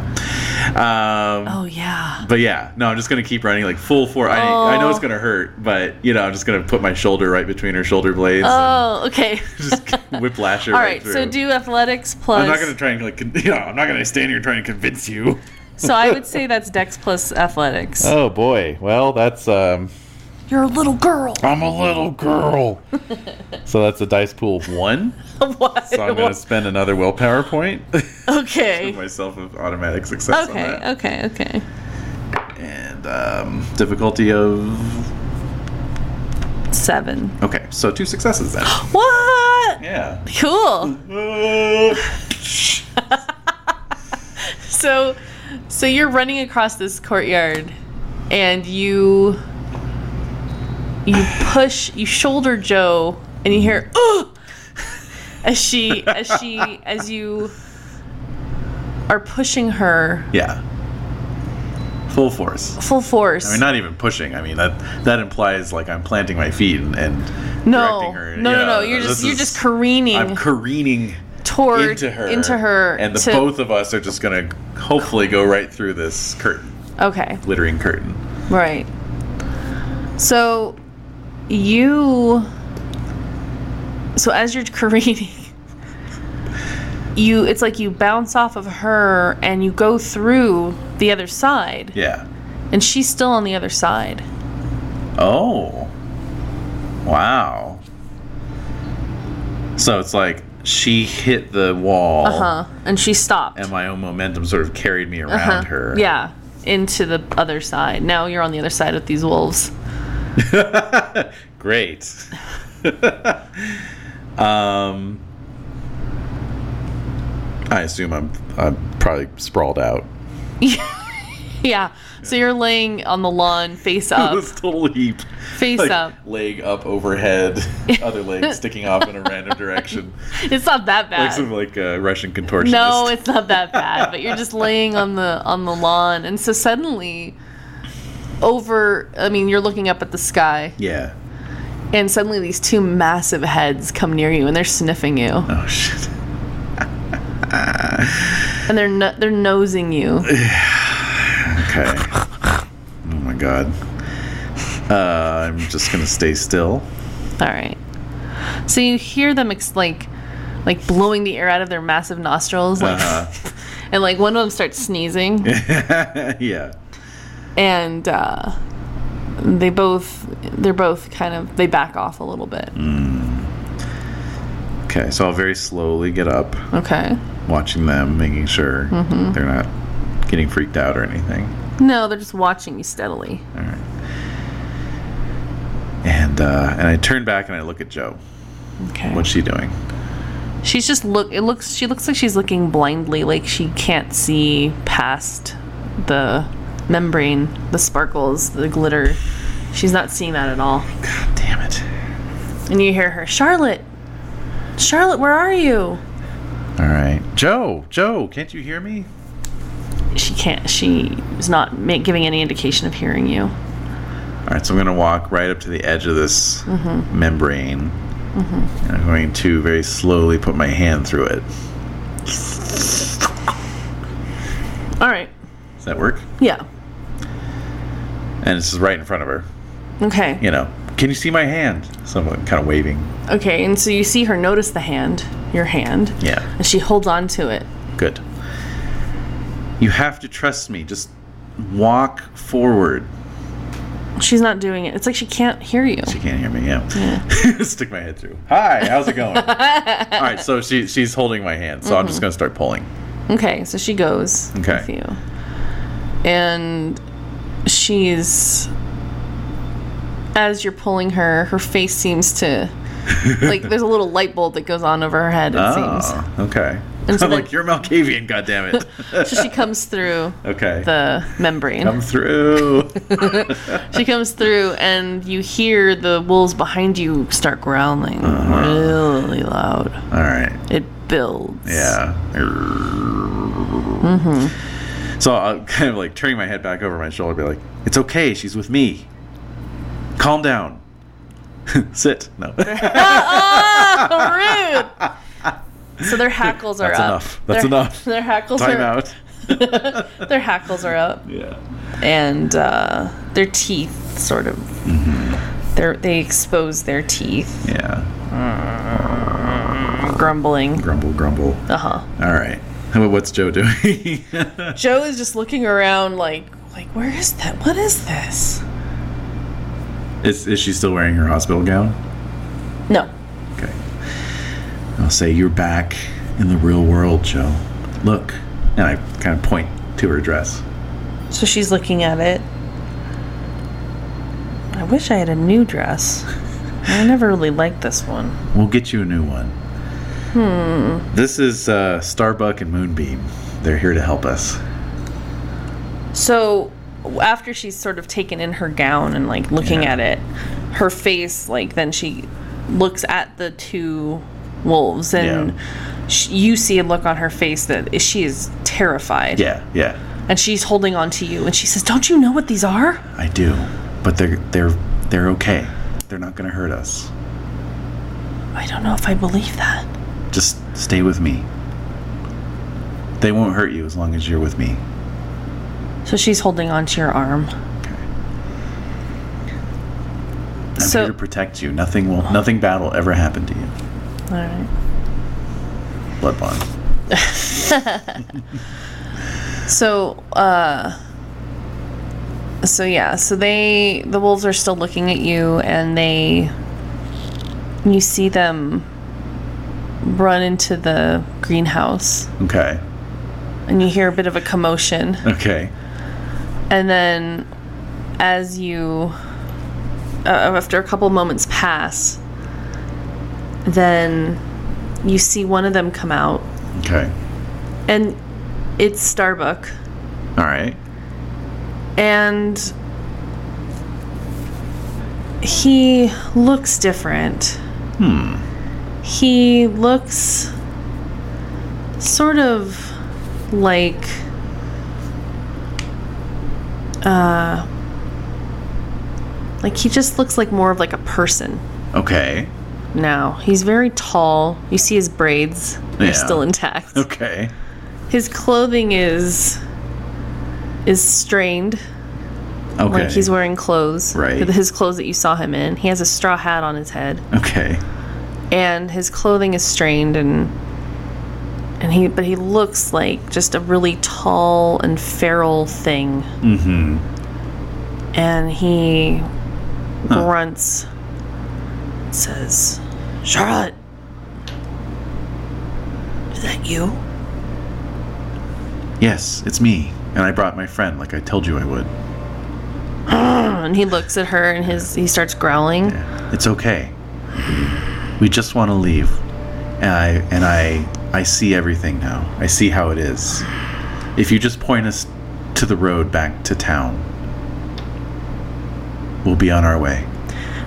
A: Um,
C: oh yeah.
A: But yeah, no, I'm just gonna keep running like full force. I, I know it's
C: Oh.
A: gonna hurt, but you know, I'm just gonna put my shoulder right between her shoulder blades.
C: Oh, okay.
A: and (laughs)
C: (laughs)
A: just whiplash her.
C: All
A: right
C: right. So
A: through.
C: do athletics plus.
A: I'm not gonna try and like, con- (laughs) you know, I'm not gonna stand here trying to convince you.
C: (laughs) so
A: (laughs)
C: I would say that's dex plus athletics.
A: Oh boy, well that's um,
C: You're a
A: (laughs)
C: little girl.
A: I'm a little girl. so that's a dice pool of one.
C: What?
A: So I'm gonna spend another willpower point. (laughs) Give
C: (laughs) okay.
A: myself an automatic success on
C: Okay.
A: that.
C: Okay. Okay.
A: And um, difficulty of
C: Seven.
A: okay, so two successes
C: (gasps)
A: then.
C: What?
A: yeah. Uh.
C: Cool. So, so you're running across this courtyard, and you you push, you shoulder Joe, and you hear "Ugh!" as she as she as you are pushing her
A: Yeah. Full force.
C: full force.
A: I mean, not even pushing. I mean, that that implies like I'm planting my feet and, and
C: no,
A: directing her.
C: no, no,
A: Yeah,
C: no. You're
A: this
C: just you're
A: is-
C: just careening
A: I'm careening
C: toward
A: into her,
C: into her
A: and the
C: to-
A: both of us are just gonna hopefully go right through this curtain,
C: Okay.
A: glittering curtain.
C: Right. So you so as you're (laughs) careening you it's like you bounce off of her and you go through the other side
A: Yeah.
C: and she's still on the other side.
A: Oh. Wow. So it's like she hit the wall,
C: Uh-huh. And she stopped.
A: and my own momentum sort of carried me around
C: Huh.
A: her.
C: Yeah. Into the other side. Now you're on the other side with these wolves.
A: (laughs)
C: (laughs)
A: Great. (laughs) um, I assume I'm I'm probably sprawled out. (laughs)
C: Yeah. So you're laying on the
A: (laughs)
C: lawn face up.
A: this total heap.
C: face
A: Like,
C: up.
A: Leg up
C: (laughs)
A: overhead, other leg sticking off in a random direction.
C: It's not that bad.
A: Like some like uh, Russian contortionist.
C: No, it's not that bad, but you're just laying on the on the lawn and so suddenly over I mean you're looking up at the sky
A: yeah.
C: and suddenly these two massive heads come near you and they're sniffing you
A: Oh shit.
C: and they're no, they're nosing you.
A: Okay. oh my god. Uh, I'm just gonna stay still. (laughs)
C: All right. So you hear them ex- like like blowing the air out of their massive nostrils like
A: Uh-huh.
C: (laughs) and like one of them starts sneezing
A: yeah.
C: and uh they both they're both kind of they back off a little bit.
A: Okay, so I'll very slowly get up.
C: Okay.
A: watching them, making sure
C: Mm-hmm.
A: they're not getting freaked out or anything.
C: No, they're just watching you steadily.
A: All right. And uh, and I turn back and I look at Joe.
C: Okay.
A: What's she doing?
C: She's just look. It looks. She looks like she's looking blindly, like she can't see past the membrane, the sparkles, the glitter. She's not seeing that at all.
A: God damn it!
C: And you hear her, Charlotte. Charlotte, where are you?
A: All right, Joe, Joe, can't you hear me?
C: She can't. She is not ma- giving any indication of hearing you.
A: All right, so I'm gonna walk right up to the edge of this membrane. And I'm going to very slowly put my hand through it.
C: All right.
A: Does that work?
C: Yeah.
A: And this is right in front of her.
C: Okay.
A: You know, can you see my hand? Someone kind of waving.
C: Okay. And so you see her notice the hand, your hand,
A: Yeah.
C: and she holds on to it.
A: Good. You have to trust me. Just walk forward.
C: She's not doing it. It's like she can't hear you.
A: She can't hear me. Yeah. (laughs) Stick my head through. Hi, how's it going? All right, so she she's holding my hand, so I'm just gonna start pulling.
C: Okay, so she goes
A: Okay.
C: with you. And she's as you're pulling her, her face seems
A: (laughs)
C: to like there's a little light bulb that goes on over her head, it
A: oh, okay.
C: And
A: (laughs)
C: so
A: I'm
C: then-
A: like, you're Malkavian, goddammit. (laughs)
C: seems. (laughs) So she comes through
A: okay.
C: the membrane.
A: Come
C: (laughs)
A: through.
C: She comes through and you hear the wolves behind you start growling
A: Uh-huh.
C: really loud.
A: All right.
C: It builds.
A: Yeah.
C: Mm-hmm.
A: So I'm (laughs) kind of like turning my head back over my shoulder, be like, "It's okay. She's with me. Calm down. (laughs) Sit.
C: (laughs)
A: No,
C: Oh, rude. So their hackles are
A: That's
C: up.
A: enough. That's
C: their,
A: enough.
C: (laughs) Their hackles
A: time
C: are
A: out.
C: Their hackles are up
A: Yeah.
C: and uh, their teeth sort of they're they expose their teeth,
A: Yeah.
C: grumbling.
A: Grumble, grumble.
C: Uh-huh.
A: All right. How- What's Joe doing? (laughs)
C: Joe is just looking around like like where is that? What is this?
A: is is she still wearing her hospital gown?
C: No.
A: Okay. I'll say you're back in the real world, Joe. Look, and I kind of point to her dress.
C: So she's looking at it. I wish I had a new dress. I never really liked this one.
A: We'll get you a new one. This is uh, Starbuck and Moonbeam. They're here to help us.
C: So after she's sort of taken in her gown and like looking
A: Yeah.
C: at it, her face like then she looks at the two wolves and sh you see a look on her face that she is terrified.
A: Yeah, yeah,
C: And she's holding on to you and she says, "Don't you know what these are?"
A: I do. But they're they're they're okay. They're not gonna hurt us.
C: I don't know if I believe that.
A: Just stay with me. They won't hurt you as long as you're with me.
C: So she's holding on to your arm.
A: I'm
C: So-
A: here to protect you. Nothing will nothing bad will ever happen to you.
C: All right.
A: Blood bond.
C: So, uh, so yeah, so they, the wolves are still looking at you and they, you see them run into the greenhouse
A: Okay.
C: and you hear a bit of a commotion.
A: Okay.
C: And then as you, uh, after a couple moments pass, then you see one of them come out
A: Okay.
C: and it's Starbuck.
A: Alright.
C: and he looks different. Hmm. He looks sort of like uh like he just looks like more of like a person
A: Okay.
C: now. He's very tall. You see his braids are
A: Yeah.
C: still
A: (laughs)
C: intact.
A: Okay.
C: His clothing is is strained.
A: Okay.
C: Like he's wearing clothes.
A: Right.
C: His clothes that you saw him in. He has a straw hat on his head.
A: okay.
C: And his clothing is strained and and he but he looks like just a really tall and feral thing. Mm-hmm. And he grunts says, Charlotte Is that you? (clears throat)
A: Yes, it's me. And I brought my friend like I told you I would.
C: And he looks at her and his he starts growling.
A: It's okay. We just want to leave. And I and I I see everything now. I see how it is. If you just point us to the road back to town, we'll be on our way.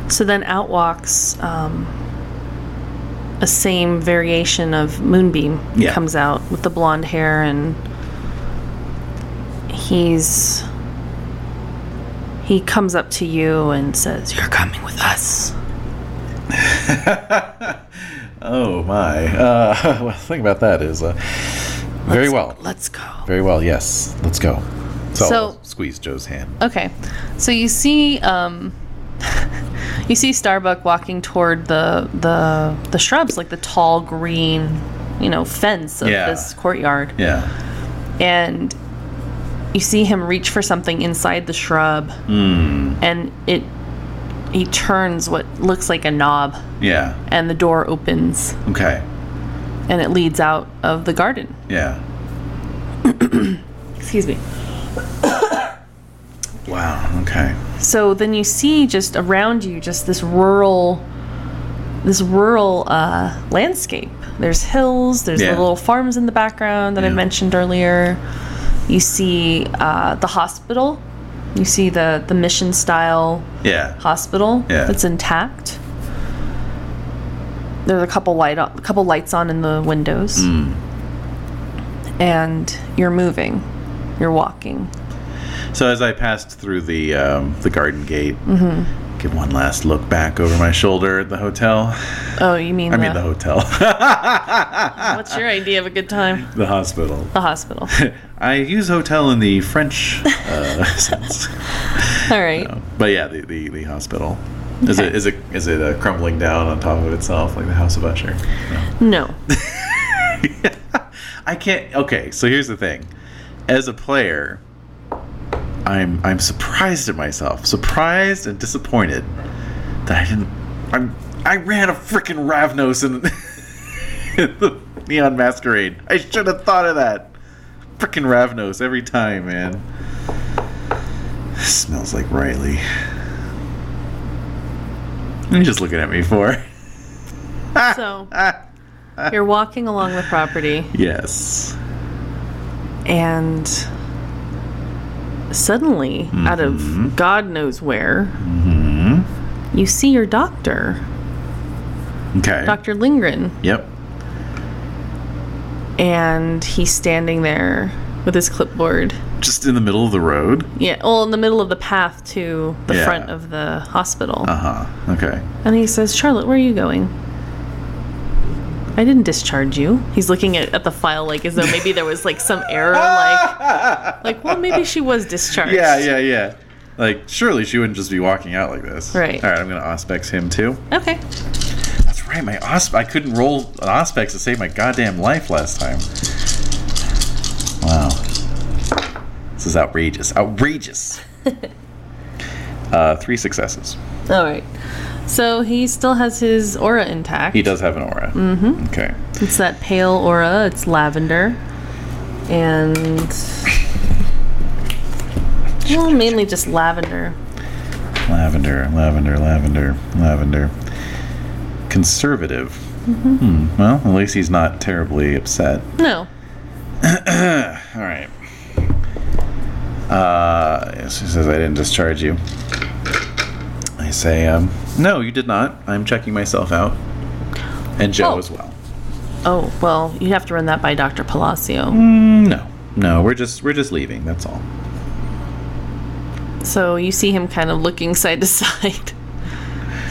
C: So then out walks um, a same variation of Moonbeam
A: Yeah.
C: comes out with the blonde hair and he's he comes up to you and says, "You're coming with us."
A: (laughs) Oh my. Uh, (laughs) well, the thing about that is uh, very
C: Let's-
A: well.
C: Let's go.
A: Very well. Yes. Let's go. So,
C: So-
A: I'll squeeze Joe's hand.
C: Okay, so you see, um, (laughs) you see Starbuck walking toward the the the shrubs, like the tall green, you know, fence of
A: Yeah.
C: this courtyard.
A: Yeah.
C: and you see him reach for something inside the shrub,
A: Mm. Hmm.
C: and it he turns what looks like a knob,
A: Yeah.
C: and the door opens,
A: Okay.
C: and it leads out of the garden.
A: Yeah.
C: Excuse me.
A: Wow. Okay.
C: So then you see just around you just this rural this rural uh, landscape. There's hills, there's
A: Yeah.
C: the little farms in the background that I
A: Yeah.
C: mentioned earlier. You see uh, the hospital. You see the, the mission style
A: Yeah.
C: hospital
A: Yeah.
C: that's intact. There's a couple light a couple lights on in the windows.
A: Hmm.
C: And you're moving. You're walking.
A: So as I passed through the um, the garden gate,
C: Mm-hmm.
A: give one last look back over my shoulder at the hotel.
C: Oh, you mean
A: I mean the hotel, (laughs)
C: What's your idea of a good time?
A: the hospital.
C: (laughs)
A: (laughs)
C: The hospital.
A: I use hotel in the French uh, (laughs) sense,
C: All right.
A: but yeah, the the, the hospital. Is it is it is it uh, crumbling down on top of itself like the House of Usher? No.
C: No.
A: I can't. Okay, so here's the thing. As a player, I'm I'm surprised at myself, surprised and disappointed that I didn't. I'm I ran a freaking Ravnos in, (laughs) in the Neon Masquerade. I should have thought of that. Freaking Ravnos every time, man. Smells like Riley. What are you just looking at me for? (laughs)
C: So you're walking along the property
A: Yes.
C: and suddenly out
A: Mm-hmm.
C: of God knows where you see your doctor,
A: Okay.
C: Dr. Lindgren,
A: Yep.
C: and he's standing there with his clipboard.
A: Just in the middle of the road.
C: Yeah, well, in the middle of the path to the
A: Yeah.
C: front of the hospital.
A: Uh huh. Okay.
C: And he says, Charlotte, where are you going? I didn't discharge you. He's looking at, at the file like as though maybe there was like some
A: (laughs)
C: error, like (laughs) like well maybe she was discharged.
A: Ah! Yeah, yeah, yeah. Like, surely she wouldn't just be walking out like this.
C: Right.
A: All right, I'm going to Auspex him too.
C: Okay.
A: That's right, my Auspex. I couldn't roll an Auspex to save my goddamn life last time. Wow. This is outrageous.
C: (laughs)
A: Outrageous. uh, three successes.
C: All right. So he still has his aura intact.
A: He does have an aura. Mm-hmm. Okay.
C: It's that pale aura. It's lavender, and well, mainly just lavender.
A: Lavender, lavender, lavender, lavender. Conservative. Hmm. Well, at least he's not terribly upset.
C: No.
A: All right. Uh, yes, he says I didn't discharge you. I say, um, no, you did not. I'm checking myself out, and Joe
C: Oh.
A: as well.
C: Oh well, you'd have to run that by Doctor Palacio.
A: Mm, No, no, we're just we're just leaving. That's all.
C: So you see him kind of looking (laughs) side to side.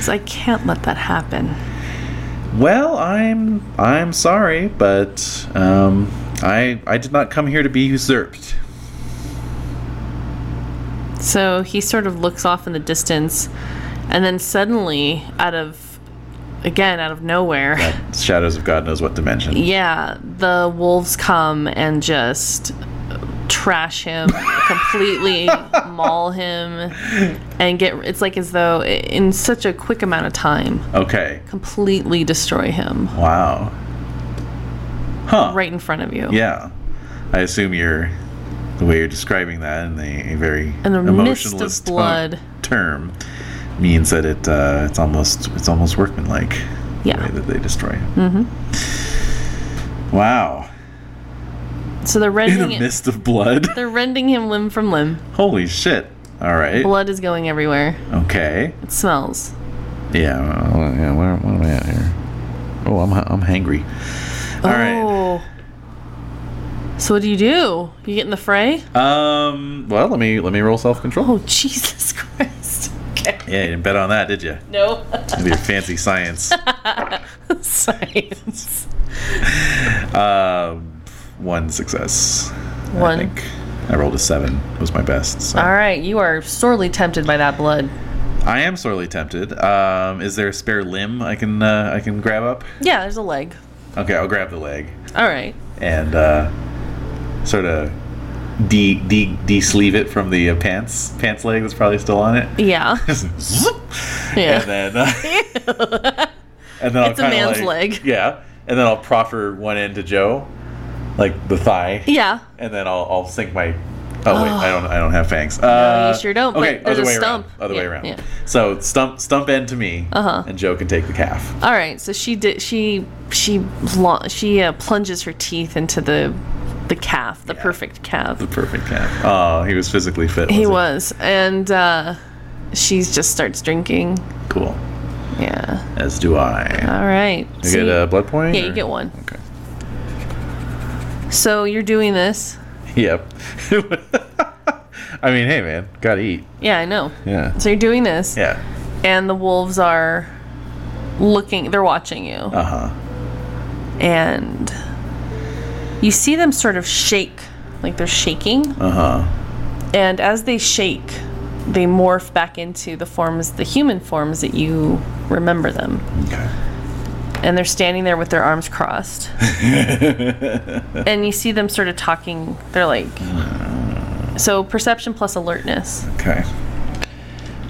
C: So I can't let that happen.
A: Well, I'm I'm sorry, but um, I I did not come here to be usurped.
C: So he sort of looks off in the distance, and then suddenly, out of again, out of nowhere,
A: Shadows of God knows what dimension.
C: yeah, the wolves come and just trash him,
A: (laughs)
C: completely maul him, and get it's like as though i- in such a quick amount of time,
A: Okay.
C: completely destroy him
A: Wow. Huh.
C: right in front of you.
A: Yeah. I assume you're the way you're describing that in a, a very
C: In a mist of
A: emotionless to-
C: blood.
A: term means that it uh, it's almost it's almost workmanlike the way
C: Yeah.
A: that they destroy him. Mm-hmm. Wow.
C: So they're
A: In a
C: rending it,
A: mist of
C: (laughs)
A: blood.
C: they're rending him limb from limb.
A: Holy shit. All right.
C: Blood is going everywhere.
A: Okay.
C: It smells.
A: Yeah. well, yeah where, where am I at here? Oh, I'm I'm hangry. All right.
C: Oh. So what do you do? You get in the fray?
A: Um. Well, let me let me roll self control.
C: Oh Jesus (laughs) Christ. Okay.
A: Yeah, you didn't bet on that, did you?
C: No. (laughs)
A: With your fancy science.
C: Science.
A: Uh, one success. I
C: One.
A: think I rolled a seven. Was my best. So.
C: All right, you are sorely tempted by that blood.
A: I am sorely tempted. Um, is there a spare limb I can uh, I can grab up?
C: Yeah, there's a leg.
A: Okay, I'll grab the leg
C: All right.
A: and uh, sort of de de de sleeve it from the uh, pants pants leg that's probably still on it.
C: Yeah. (laughs)
A: Just zoop.
C: Yeah.
A: And then uh,
C: (laughs)
A: and then
C: It's a
A: I'll kinda
C: man's
A: like-
C: leg.
A: Yeah. And then I'll proffer one end to Joe, like the thigh.
C: yeah.
A: And then I'll I'll sink my. Oh wait, I don't I don't have fangs. Uh,
C: you sure don't, but
A: Okay,
C: there's
A: other
C: a
A: way
C: stump.
A: around. Other way
C: Yeah,
A: around.
C: yeah.
A: So stump stump end to me,
C: Uh-huh.
A: and Joe can take the calf.
C: All right. So she did. She she la- she uh, plunges her teeth into the the calf, the perfect calf.
A: The perfect calf. Oh, he was physically fit.
C: He
A: wasn't
C: was, and uh, she just starts drinking.
A: he? cool.
C: Yeah.
A: As do I.
C: All right.
A: You
C: So
A: get
C: you-
A: a blood point.
C: yeah,
A: or-
C: you get one.
A: Okay.
C: So you're doing this.
A: Yep. (laughs) I mean, hey man, gotta eat.
C: Yeah, I know.
A: Yeah.
C: So you're doing this,
A: Yeah.
C: and the wolves are looking. They're watching you,
A: Uh huh.
C: and you see them sort of shake, like they're shaking.
A: Uh huh.
C: And as they shake, they morph back into the forms, the human forms that you remember them.
A: Okay.
C: And they're standing there with their arms crossed. and you see them sort of talking. They're like. So perception plus alertness.
A: Okay.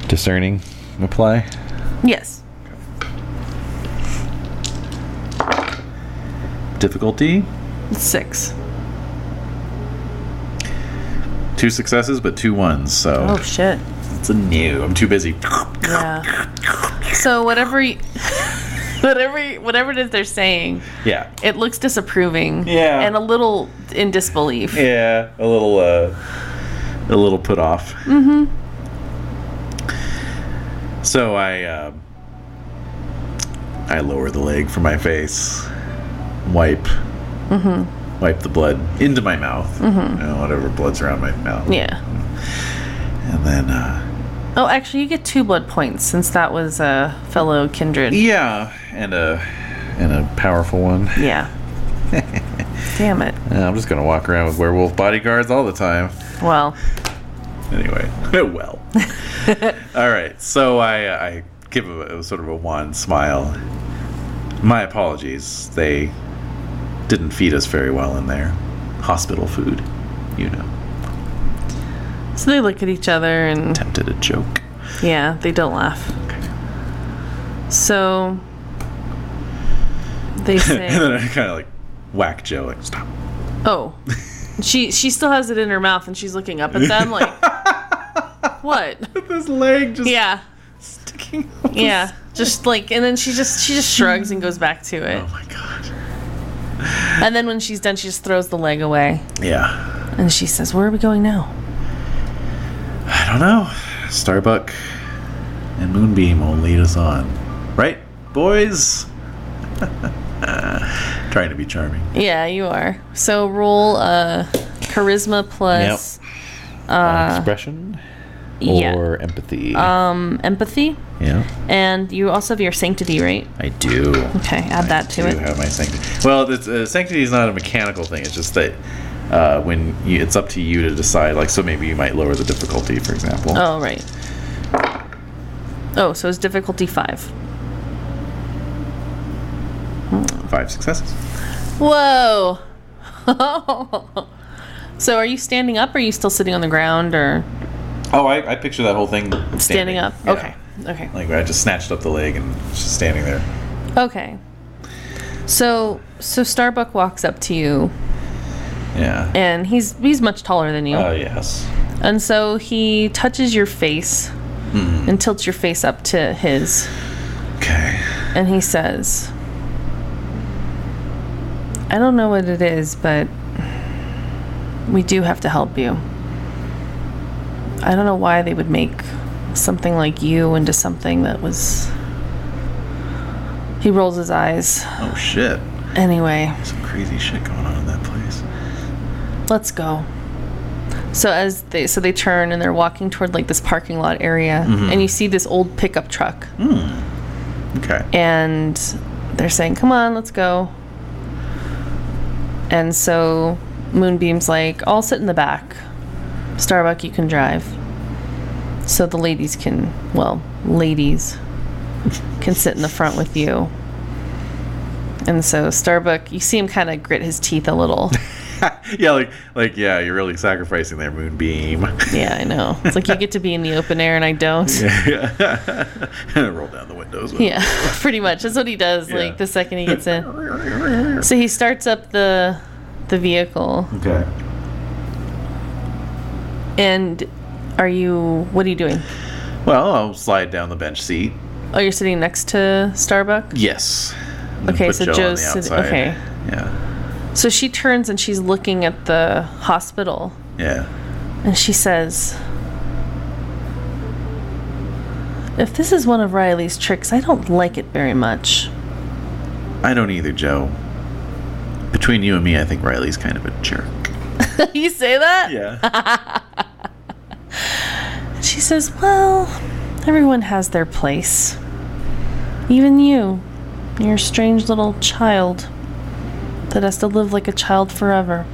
A: Discerning apply.
C: Yes.
A: Difficulty
C: It's six.
A: two successes, but two ones. So
C: Oh, shit.
A: it's a new. I'm too busy.
C: Yeah. So whatever. You, (laughs) whatever, you- whatever it is they're saying,
A: Yeah.
C: it looks disapproving.
A: Yeah.
C: And a little in disbelief.
A: Yeah. A little. uh A little put off. Mm hmm. So I. Uh, I lower the leg from my face. Wipe. Mm-hmm. Wipe the blood into my mouth. Mm-hmm. You know, whatever blood's around my mouth.
C: yeah.
A: And then. uh
C: Oh, actually, you get two blood points since that was a fellow kindred.
A: Yeah, and a and a powerful one. (laughs)
C: Yeah. Damn it.
A: Yeah, I'm just gonna walk around with werewolf bodyguards all the time.
C: Well,
A: Anyway, (laughs)
C: (laughs)
A: well. all right, so I I give a, a sort of a wan smile. My apologies. They didn't feed us very well in there. Hospital food, you know.
C: so they look at each other and
A: Tempted a joke. (laughs)
C: yeah, they don't laugh. So
A: (laughs)
C: they
A: and
C: say,
A: then I kind of like whack Joe like stop.
C: "Oh, she she still has it in her mouth and she's looking up at them like,
A: (laughs)
C: what?
A: This leg just
C: Yeah,
A: sticking. Out
C: yeah." Just like, and then she just she just shrugs and goes back to it.
A: Oh my god.
C: And then when she's done, she just throws the leg away
A: Yeah.
C: and she says, "Where are we going now?"
A: I don't know. Starbuck and Moonbeam will lead us on. Right, boys? (laughs) Trying to be charming.
C: Yeah, you are. So roll uh charisma plus
A: Expression
C: Uh, yeah,
A: empathy?
C: um empathy
A: yeah,
C: and you also have your sanctity, right?
A: I do.
C: Okay, add that to
A: I do
C: it.
A: have my sanctity. Well, it's, uh, sanctity is not a mechanical thing. It's just that uh, when you, it's up to you to decide. Like, so maybe you might lower the difficulty, for example.
C: Oh, right. Oh, so it's difficulty 5.
A: Five successes.
C: Whoa. (laughs) so are you standing up or are you still sitting on the ground or
A: Oh, I, I picture that whole thing standing,
C: standing, up?
A: Yeah.
C: Okay. Okay.
A: Like I just snatched up the leg and just standing there.
C: Okay. So so Starbuck walks up to you
A: Yeah.
C: and he's he's much taller than you.
A: Oh yes.
C: And so he touches your face and tilts your face up to his,
A: Okay.
C: and he says, I don't know what it is, but we do have to help you. I don't know why they would make something like you into something that was. He rolls his eyes.
A: Oh shit.
C: Anyway.
A: Some crazy shit going on in that place.
C: let's go so as they so they turn and they're walking toward like this parking lot area and you see this old pickup truck
A: Okay. (laughs)
C: and they're saying come on let's go and so moonbeam's like i'll sit in the back starbuck you can drive so the ladies can well ladies can sit in the front with you and so starbuck you see him kind of grit his teeth a little
A: yeah, like like yeah, you're really sacrificing their moonbeam. (laughs)
C: Yeah, I know. It's like you get to be in the open air and I don't. (laughs) Yeah,
A: Roll down the windows. with
C: pretty much. That's what he does.
A: Yeah.
C: Like the second
A: (laughs)
C: he gets in,
A: it.
C: so he starts up the the vehicle.
A: okay.
C: And are you? What are you doing?
A: Well, I'll slide down the bench seat.
C: Oh, you're sitting next to Starbuck.
A: Yes. And
C: Okay,
A: put
C: so
A: Joe on
C: Joe's
A: the
C: sitting-
A: outside.
C: okay.
A: Yeah.
C: So she turns and she's looking at the hospital
A: Yeah.
C: and she says, If this is one of Riley's tricks, I don't like it very much. (laughs)
A: I don't either, Joe. Between you and me, I think Riley's kind of a jerk.
C: you say that? (laughs)
A: Yeah.
C: She says, Well, everyone has their place. Even you. You're a strange little child that has to live like a child forever.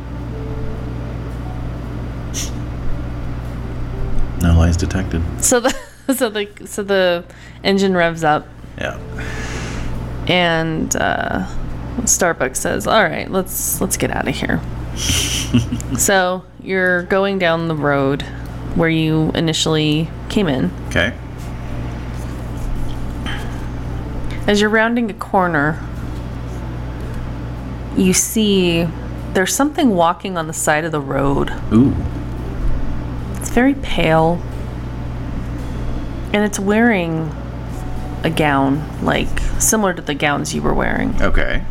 A: no lies detected.
C: So the (laughs) so the so the engine revs up
A: Yeah.
C: and uh, Starbucks says, "All right, let's let's get out of here." so you're going down the road where you initially came in.
A: Okay.
C: As you're rounding a corner, you see there's something walking on the side of the road.
A: Ooh.
C: It's very pale, and it's wearing a gown like similar to the gowns you were wearing.
A: Okay.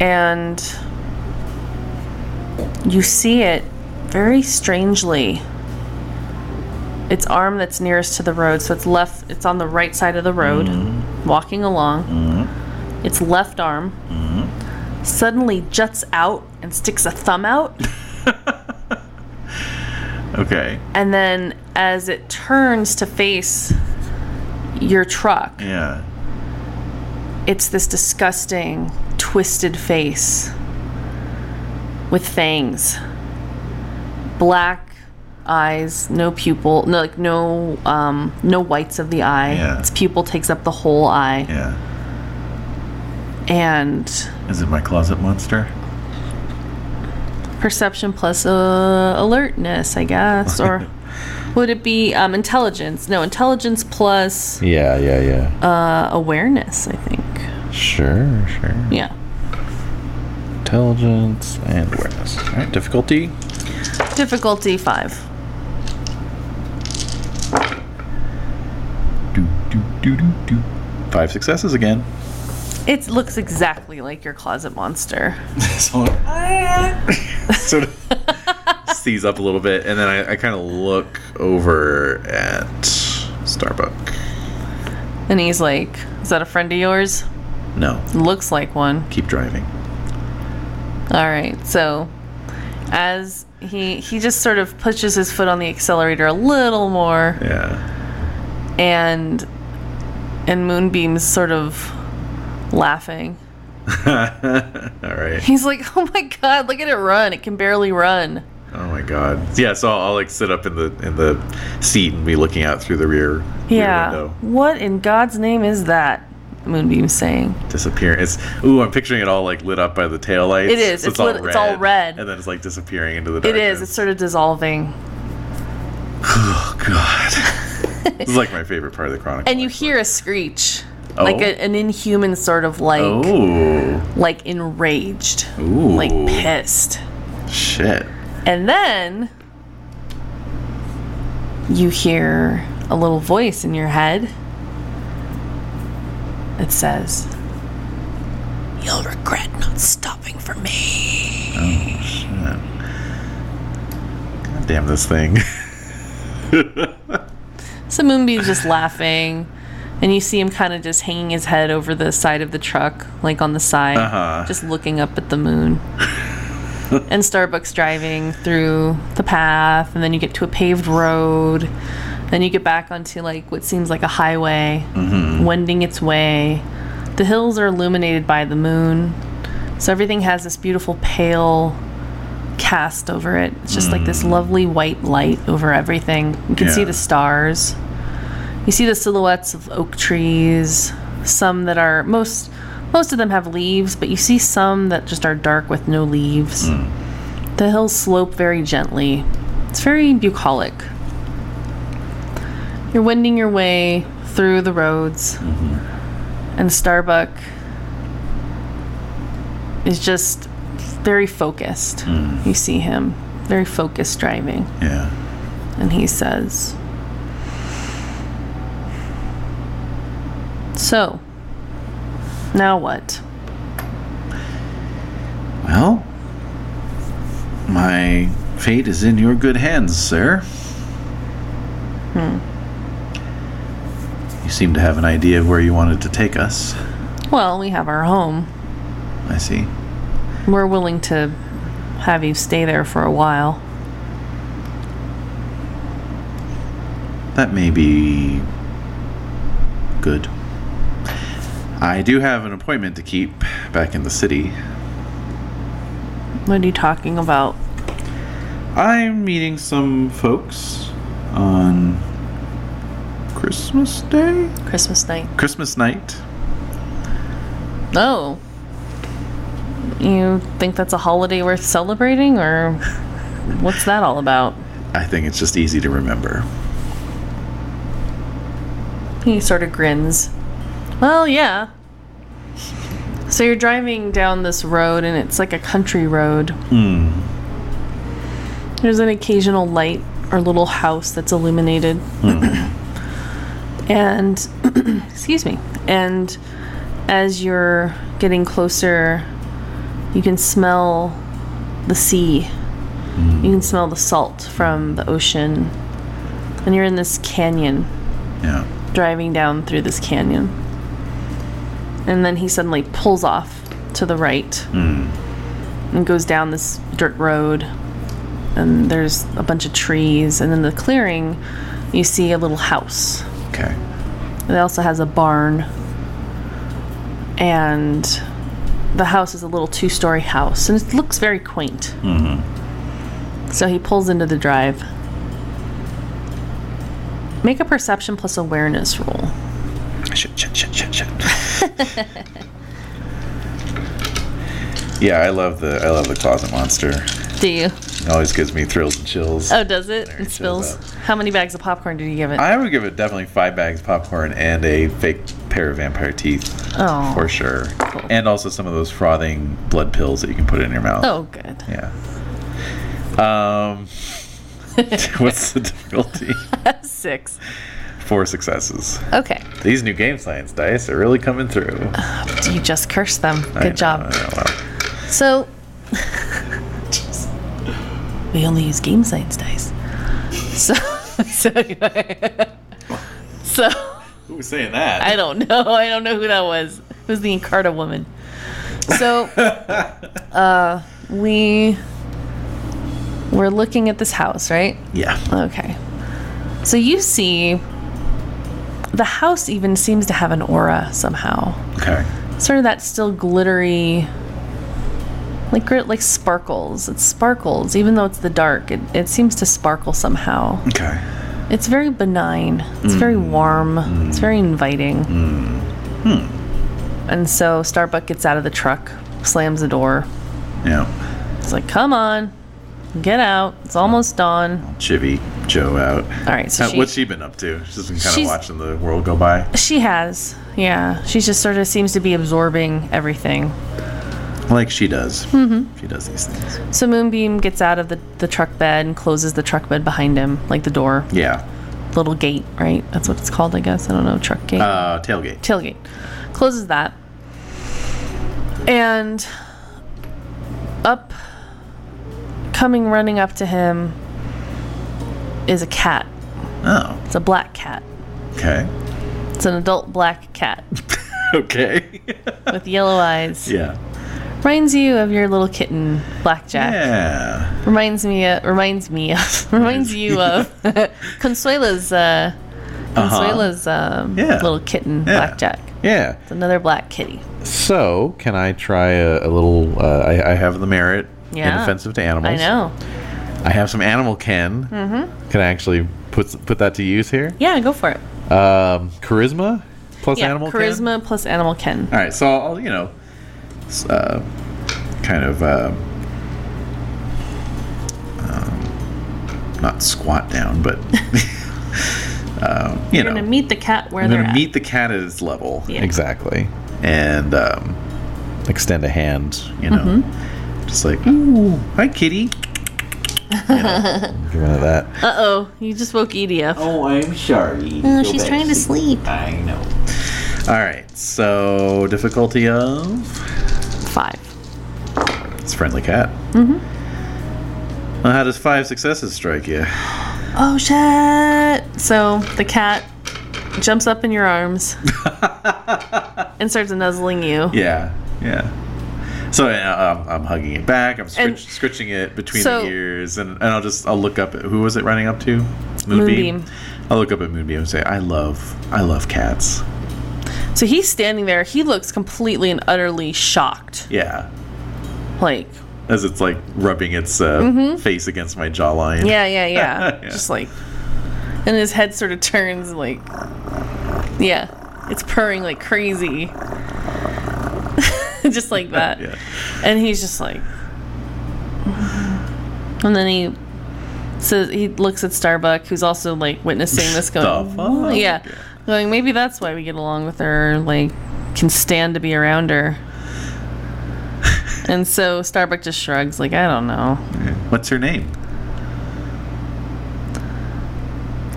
C: and you see it very strangely. Its arm that's nearest to the road, so it's left, it's on the right side of the road, walking along. Its left arm suddenly juts out and sticks a thumb out,
A: Okay.
C: and then as it turns to face your truck,
A: Yeah.
C: it's this disgusting, twisted face with fangs, black eyes, no pupil, no like no um, no whites of the eye.
A: Yeah.
C: Its pupil takes up the whole eye,
A: Yeah.
C: and
A: Is it my closet monster?
C: perception plus uh, alertness, I
A: (laughs)
C: guess, or would it be um, intelligence? No, intelligence plus
A: Yeah, yeah, yeah.
C: uh, awareness. I think.
A: Sure, sure.
C: Yeah.
A: Intelligence and awareness. All right, difficulty.
C: Difficulty five.
A: Do, do, do, do, do. Five successes again. (laughs)
C: It looks exactly like your closet monster.
A: so sort
C: (laughs)
A: of seize up a little bit, and then I, I kind of look over at Starbuck.
C: And he's like, Is that a friend of yours?
A: No,
C: Looks like one.
A: keep driving.
C: All right. So, as he he just sort of pushes his foot on the accelerator a little more
A: Yeah. (laughs)
C: and and Moonbeam's sort of laughing.
A: All right.
C: He's like, "Oh my god, look at it run. It can barely run."
A: Oh my God. Yeah. So I'll, I'll like sit up in the in the seat and be looking out through the rear, rear
C: Yeah.
A: window.
C: What in God's name is that? Moonbeam's saying.
A: disappearing. It's ooh, I'm picturing it all like lit up by the taillights.
C: It is.
A: So
C: It's lit- it's all red.
A: And then it's like disappearing into the
C: It
A: darkness.
C: is. It's sort of dissolving.
A: Oh god.
C: (laughs)
A: this is like my favorite part of the chronicle.
C: And you hear a screech.
A: Oh.
C: Like a, an inhuman sort of like
A: Oh.
C: like enraged.
A: Ooh.
C: like pissed.
A: Shit.
C: And then you hear a little voice in your head that says, You'll regret not stopping for me.
A: Oh, Shit. God damn this thing. (laughs)
C: So
A: (sighs)
C: Moonbeam's just laughing, and you see him kind of just hanging his head over the side of the truck, like on the side,
A: Uh-huh.
C: just looking up at the moon. and Starbucks driving through the path, and then you get to a paved road. Then you get back onto like what seems like a highway, wending its way. The hills are illuminated by the moon, so everything has this beautiful pale cast over it. It's just like this lovely white light over everything. You can see
A: Yeah.
C: the stars. You see the silhouettes of oak trees, some that are most Most of them have leaves, but you see some that just are dark with no leaves. The hills slope very gently. It's very bucolic. You're wending your way through the roads, and Starbuck is just very focused. You see him very focused driving,
A: Yeah.
C: and he says, So, now what?
A: Well, my fate is in your good hands, sir. Hmm. You seem to have an idea of where you wanted to take us.
C: Well, we have our home.
A: I see.
C: We're willing to have you stay there for a while.
A: That may be good. I do have an appointment to keep back in the city.
C: What are you talking about?
A: I'm meeting some folks on Christmas Day?
C: Christmas night.
A: Christmas night.
C: Oh. You think that's a holiday worth celebrating, or what's that all about?
A: I think it's just easy to remember.
C: He sort of grins. Well, yeah. So you're driving down this road, and it's like a country road. There's an occasional light or little house that's illuminated. (clears throat) and, (clears throat) excuse me. And as you're getting closer, you can smell the sea. You can smell the salt from the ocean. And you're in this canyon
A: Yeah.
C: driving down through this canyon. And then he suddenly pulls off to the right and goes down this dirt road. And there's a bunch of trees. And in the clearing, you see a little house.
A: Okay.
C: It also has a barn. And the house is a little two story house. And it looks very quaint. So he pulls into the drive. Make a perception plus awareness roll.
A: Shit, shit, shit, shit,
C: (laughs)
A: shit. yeah, I love the I love the closet monster.
C: Do you?
A: It always gives me thrills and chills.
C: Oh, does it?
A: it
C: It spills.
A: shows
C: How many bags of popcorn did you give it?
A: I would give it definitely five bags of popcorn and a fake pair of vampire teeth
C: oh.
A: for sure, and also some of those frothing blood pills that you can put in your mouth.
C: Oh, good. (laughs)
A: Yeah. Um, (laughs) what's the
C: (laughs)
A: difficulty?
C: Six.
A: Four successes.
C: Okay.
A: These new game science dice are really coming through.
C: You just cursed them.
A: I know,
C: Good job.
A: I know, well.
C: So, (laughs) Jeez. we only use game science dice. (laughs) So, so (laughs) anyway. so
A: Who was saying that?
C: I don't know. I don't know who that was. It was the Encarta woman.
A: (laughs)
C: So, uh, we we're looking at this house, right?
A: yeah.
C: Okay. So you see, the house even seems to have an aura somehow.
A: Okay.
C: Sort of that still glittery, like grit, like sparkles. It sparkles, even though it's the dark. It, it seems to sparkle somehow.
A: Okay.
C: It's very benign. It's very warm. It's very inviting. And so Starbuck gets out of the truck, slams the door.
A: Yeah.
C: It's like, come on, get out. It's almost dawn.
A: Chivy Joe out.
C: All right. So
A: Uh,
C: she,
A: what's she been up to? She's been kind
C: She's-
A: of watching the world go by.
C: She has, yeah. She just sort of seems to be absorbing everything.
A: Like she does. Mm-hmm. She does these things.
C: So Moonbeam gets out of the, the truck bed and closes the truck bed behind him, like the door,
A: Yeah.
C: little gate, right? That's what it's called, I guess. I don't know, truck gate,
A: Uh, tailgate.
C: tailgate. Closes that. And up, coming running up to him is a cat.
A: Oh.
C: It's a black cat.
A: Okay. (laughs)
C: It's an adult black cat
A: Okay. (laughs)
C: with yellow eyes.
A: yeah.
C: Reminds you of your little kitten, Blackjack.
A: Yeah.
C: reminds me uh, reminds me (laughs) of reminds
A: (laughs)
C: you of (laughs) Consuela's uh, Consuela's um,
A: Uh-huh. Yeah.
C: little kitten
A: Yeah.
C: Blackjack.
A: Uh-huh. Yeah.
C: It's another black kitty.
A: So, can I try a, a little? Uh, I, I have the merit.
C: Yeah.
A: Inoffensive to animals.
C: I know.
A: I have some animal ken. Mm-hmm. Can I actually put put that to use here?
C: Yeah, go for it.
A: Um, charisma. plus
C: yeah,
A: animal kin?
C: charisma plus animal kin.
A: All right, so I'll you know, s- uh, kind of uh, um, um, not squat down, but (laughs) um, you
C: You're
A: know,
C: gonna meet the cat where
A: I'm
C: they're
A: gonna
C: at.
A: meet the cat at its level
C: Yeah.
A: exactly, and um, extend a hand, you know,
C: Mm-hmm.
A: just like ooh, hi
C: (laughs)
A: kitty, you know, giving it that.
C: uh oh, you just woke Edie up.
A: Oh, I'm sorry.
C: Oh, she's trying to sleep.
A: I know. All right, so difficulty of.
C: Five.
A: It's a friendly cat. Mm-hmm. Well, how does five successes strike you?
C: Oh shit! So the cat jumps up in
A: (laughs)
C: your arms and starts nuzzling you.
A: Yeah, yeah. So uh, I'm, I'm hugging it back. I'm scritch,
C: And-
A: scritching it between
C: So-
A: the ears, and, and I'll just I'll look up. At, who was it running up to?
C: Moonbeam.
A: I'll look up at Moonbeam and say, "I love, I love cats."
C: So he's standing there. He looks completely and utterly shocked.
A: Yeah,
C: Like,
A: as it's like rubbing its uh, face against my jawline.
C: Mm-hmm. yeah, yeah, yeah.
A: Yeah.
C: Just like, and his head sort of turns like, yeah, it's purring like crazy, (laughs) just like that.
A: yeah.
C: And he's just like, and then he says he looks at Starbuck, who's also like witnessing this
A: The
C: going,
A: fuck?
C: yeah, going maybe that's why we get along with her, like can stand to be around her. and so Starbuck just shrugs, like I don't know.
A: What's her name?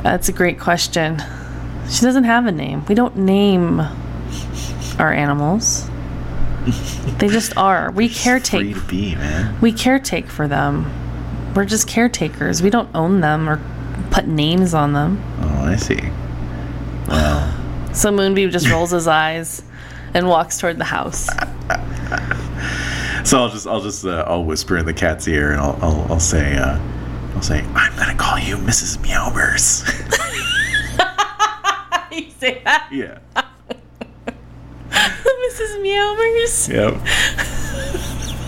C: That's a great question. She doesn't have a name. We don't name our animals. They just are. We
A: Free
C: caretake
A: to be, man.
C: we caretake for them. We're just caretakers. We don't own them or put names on them.
A: Oh, I see. Well.
C: So Moonbeam just
A: (laughs)
C: rolls his eyes and walks toward the house. (laughs)
A: So I'll just I'll just uh, I'll whisper in the cat's ear and I'll I'll, I'll say uh, I'll say I'm gonna call you Mrs. Meowbers.
C: you say that?
A: (laughs)
C: (laughs)
A: yeah.
C: Mrs. Meowmers.
A: (laughs) Yep.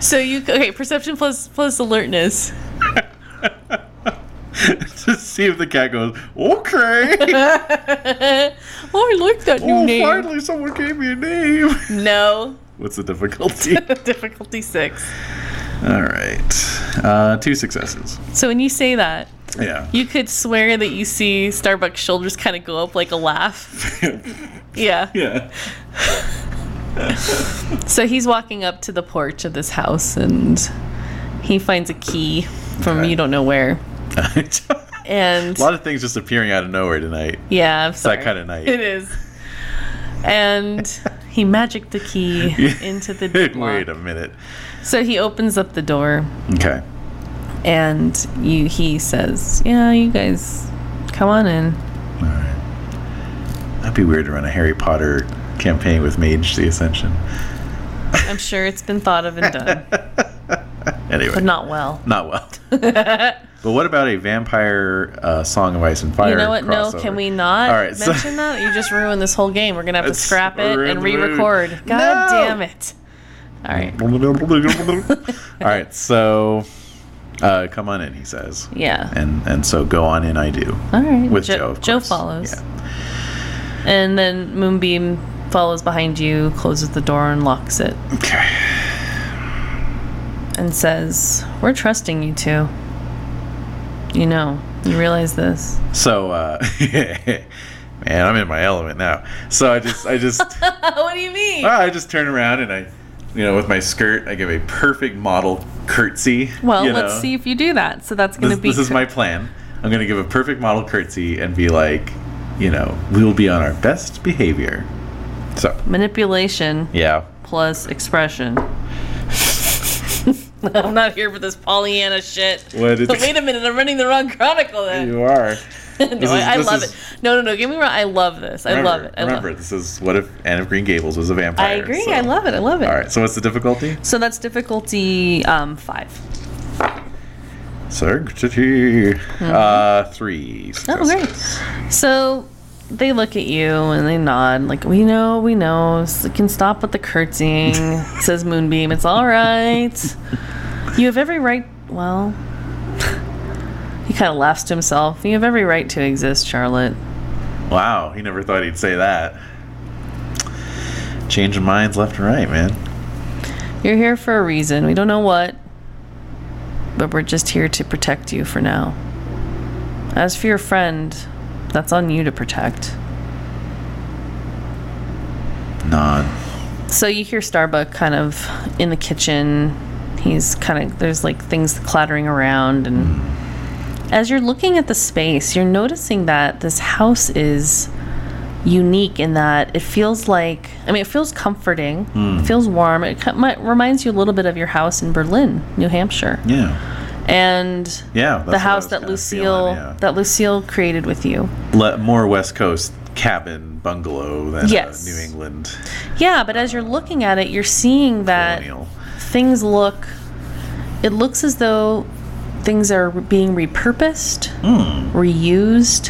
C: So you okay, perception plus plus alertness.
A: just see if the cat goes okay.
C: Oh, I like that (laughs) new
A: oh,
C: name.
A: finally someone gave me a name. (laughs)
C: No. (laughs)
A: What's the difficulty?
C: Difficulty 6.
A: All right, uh, two successes.
C: So when you say that,
A: Yeah.
C: you could swear that you see Starbuck's shoulders kind of go up like a laugh. Yeah.
A: (laughs) yeah. (laughs)
C: So he's walking up to the porch of this house and he finds a key from
A: Okay.
C: you don't know where.
A: a
C: And
A: lot of things just appearing out of nowhere tonight. (laughs)
C: yeah, I'm sorry.
A: that kind of night.
C: It is. And he magicked the key
A: (laughs)
C: into the
A: Wait a
C: door.
A: minute.
C: So he opens up the door
A: Okay.
C: and you he says, "Yeah, you guys come
A: (laughs)
C: on in."
A: All right. That'd be weird to run a Harry Potter campaign with Mage the Ascension.
C: I'm sure it's been thought of and done,
A: Anyway.
C: but not well.
A: Not
C: (laughs)
A: well. but what about a vampire uh, song of ice and fire?
C: You know what? No,
A: crossover?
C: can we not
A: All right, so-
C: mention that? You just ruined this whole game. We're gonna have
A: (laughs)
C: to
A: It's-
C: scrap it
A: we're
C: and
A: in the
C: re-record.
A: mood.
C: God
A: No!
C: damn it! All right.
A: (laughs) All right, so uh, come on in, he says,
C: Yeah.
A: and and so go on in. I do
C: All right.
A: with
C: Jo-
A: Joe. of
C: Joe
A: course.
C: follows,
A: Yeah.
C: and then Moonbeam follows behind you, closes the door, and locks it,
A: Okay.
C: and says, "We're trusting you two. You know, you realize this." (laughs)
A: So, uh, (laughs) man, I'm in my element now. So I just I
C: (laughs)
A: just ah,
C: what do you mean?
A: I just turn around and I, you know, with my skirt, I give a perfect model curtsy.
C: Well,
A: you
C: let's
A: know.
C: see if you do that. So that's gonna
A: this,
C: be.
A: this is my plan. I'm gonna give a perfect model curtsy and be like, you know, we will be on our best behavior. So
C: Manipulation
A: yeah,
C: plus expression. (laughs) I'm not here for this Pollyanna shit. (laughs)
A: What is-
C: Wait a minute, I'm running the wrong chronicle then.
A: you are.
C: (laughs) no,
A: this
C: I,
A: is-
C: I
A: this
C: love
A: is-
C: it. No, no, no, get me wrong. I love this. I
A: remember,
C: love it. I
A: remember,
C: love it.
A: this is what if Anne of Green Gables was a vampire.
C: I agree.
A: so-
C: I love it. I love it.
A: All right. So what's the difficulty?
C: So that's difficulty um, five.
A: Sanctity. Uh, three.
C: Mm-hmm. Oh, great.
A: successes.
C: So they look at you and they nod, like, we know, we know. S- can stop with the curtsying, says Moonbeam. It's all right. You have every right. Well, (laughs) he kind of laughs to himself. You have every right to exist, Charlotte.
A: Wow, he never thought he'd say that. Changing minds left and right, man.
C: You're here for a reason. We don't know what, but we're just here to protect you for now. As for your friend, that's on you to protect.
A: Nod.
C: So you hear Starbuck kind of in the kitchen. He's kind of there's like things clattering around
A: Mm.
C: and as you're looking at the space, you're noticing that this house is unique in that it feels like I mean it feels comforting,
A: Mm.
C: it feels warm. It ki- might, reminds you a little bit of your house in Berlin, New Hampshire.
A: Yeah.
C: And
A: Yeah. that's what
C: the
A: I
C: house
A: was
C: that
A: kinda
C: Lucille
A: feeling, yeah.
C: that Lucille created with you.
A: Le- more West Coast cabin bungalow than uh,
C: Yes.
A: New England
C: Yeah, but as you're looking at it, you're seeing that
A: colonial.
C: things look it looks as though things are being repurposed reused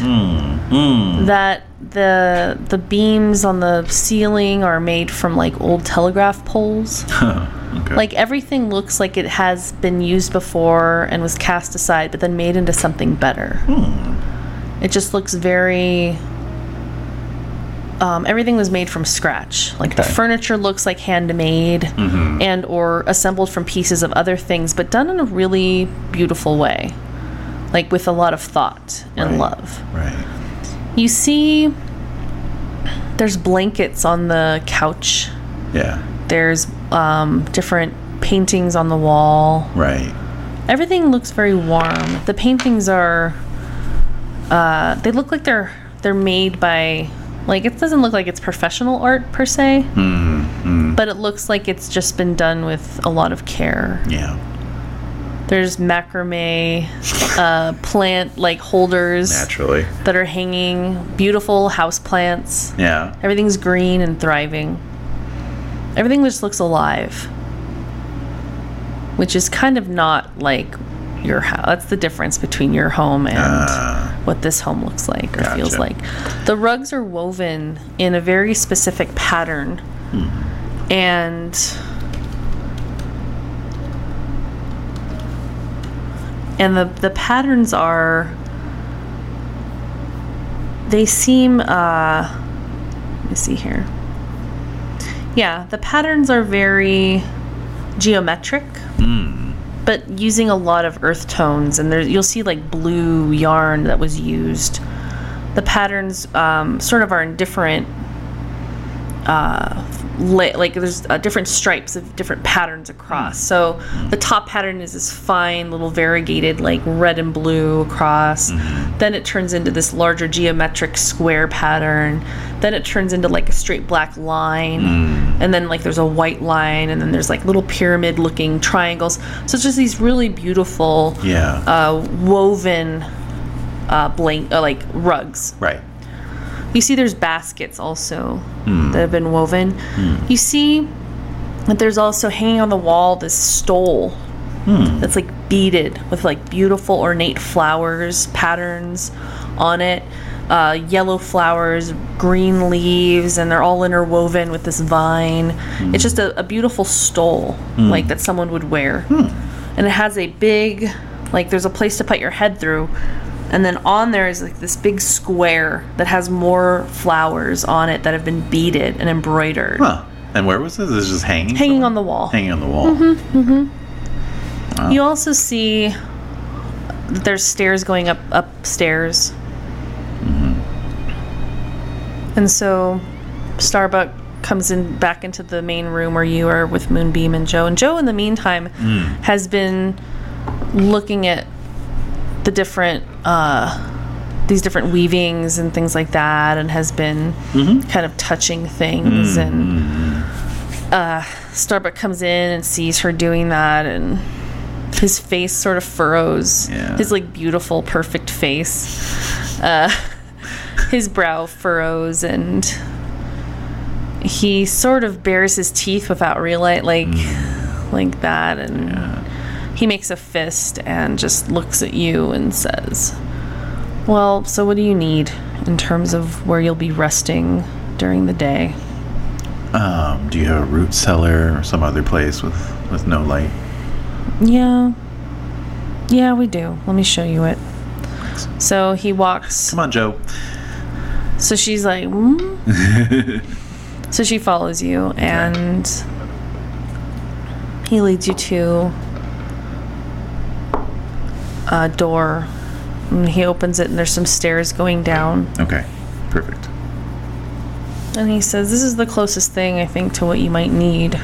C: that the the beams on the ceiling are made from like old telegraph poles
A: Okay.
C: like everything looks like it has been used before and was cast aside but then made into something better it just looks very um, everything was made from scratch like the
A: Okay.
C: furniture looks like handmade
A: Mm-hmm.
C: and or assembled from pieces of other things but done in a really beautiful way like with a lot of thought and
A: Right.
C: love
A: right.
C: you see there's blankets on the couch
A: Yeah.
C: there's um, different paintings on the wall.
A: Right.
C: Everything looks very warm. The paintings are uh, they look like they're they're made by like it doesn't look like it's professional art per se,
A: Hmm. Mm-hmm.
C: but it looks like it's just been done with a lot of care.
A: Yeah.
C: There's macrame uh, plant like holders
A: Naturally.
C: that are hanging, beautiful house plants.
A: Yeah.
C: Everything's green and thriving. Everything just looks alive. Which is kind of not like your house. That's the difference between your home and
A: Uh,
C: what this home looks like or feels
A: Gotcha.
C: like. The rugs are woven in a very specific pattern. And and the the patterns are they seem uh let me see here. Yeah, the patterns are very geometric but using a lot of earth tones and there you'll see like blue yarn that was used the patterns um, sort of are in different uh, la- like there's uh, different stripes of different patterns across so the top pattern is this fine little variegated like red and blue across then it turns into this larger geometric square pattern then it turns into like a straight black line and then like there's a white line and then there's like little pyramid looking triangles so it's just these really beautiful
A: yeah.
C: uh, woven uh, blank uh, like rugs
A: right.
C: you see there's baskets also that have been woven you see that there's also hanging on the wall this stole that's like beaded with like beautiful ornate flowers patterns on it uh, yellow flowers green leaves and they're all interwoven with this vine it's just a, a beautiful stole like that someone would wear and it has a big like there's a place to put your head through and then on there is like this big square that has more flowers on it that have been beaded and embroidered
A: Huh. And where was this? This is just hanging.
C: hanging
A: somewhere?
C: on the wall Mm-hmm.
A: Hanging on the wall.
C: you also see that there's stairs going up upstairs and so starbuck comes in back into the main room where you are with moonbeam and joe and joe in the meantime has been looking at the different uh these different weavings and things like that and has been kind of touching things and uh starbuck comes in and sees her doing that and his face sort of furrows
A: Yeah.
C: his like beautiful perfect face uh (laughs) his brow furrows and he sort of bares his teeth without realize like like that and he makes a fist and just looks at you and says well so what do you need in terms of where you'll be resting during the day
A: Um, do you have a root cellar or some other place with with no light?
C: yeah yeah we do let me show you it so he walks
A: Come on, Joe.
C: So she's like, mm. so she follows you, and he leads you to a door. And he opens it, and there's some stairs going down.
A: Okay. Perfect.
C: And he says, This is the closest thing, I think, to what you might need.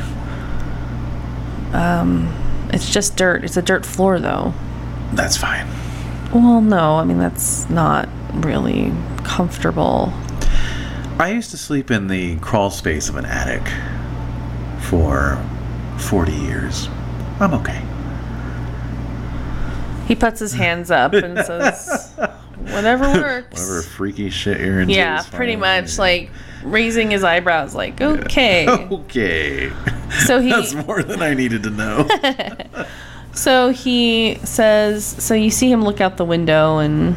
C: Um, it's just dirt. It's a dirt floor, though.
A: That's fine.
C: Well, no, I mean, that's not really comfortable.
A: I used to sleep in the crawl space of an attic for 40 years. I'm okay.
C: He puts his hands up and says, Whatever works.
A: Whatever freaky shit you're into.
C: yeah,
A: is fine
C: pretty
A: with
C: much
A: me.
C: like raising his eyebrows, like, okay.
A: (laughs) Okay.
C: So he
A: That's more than I needed to
C: (laughs)
A: know.
C: So he says, so you see him look out the window and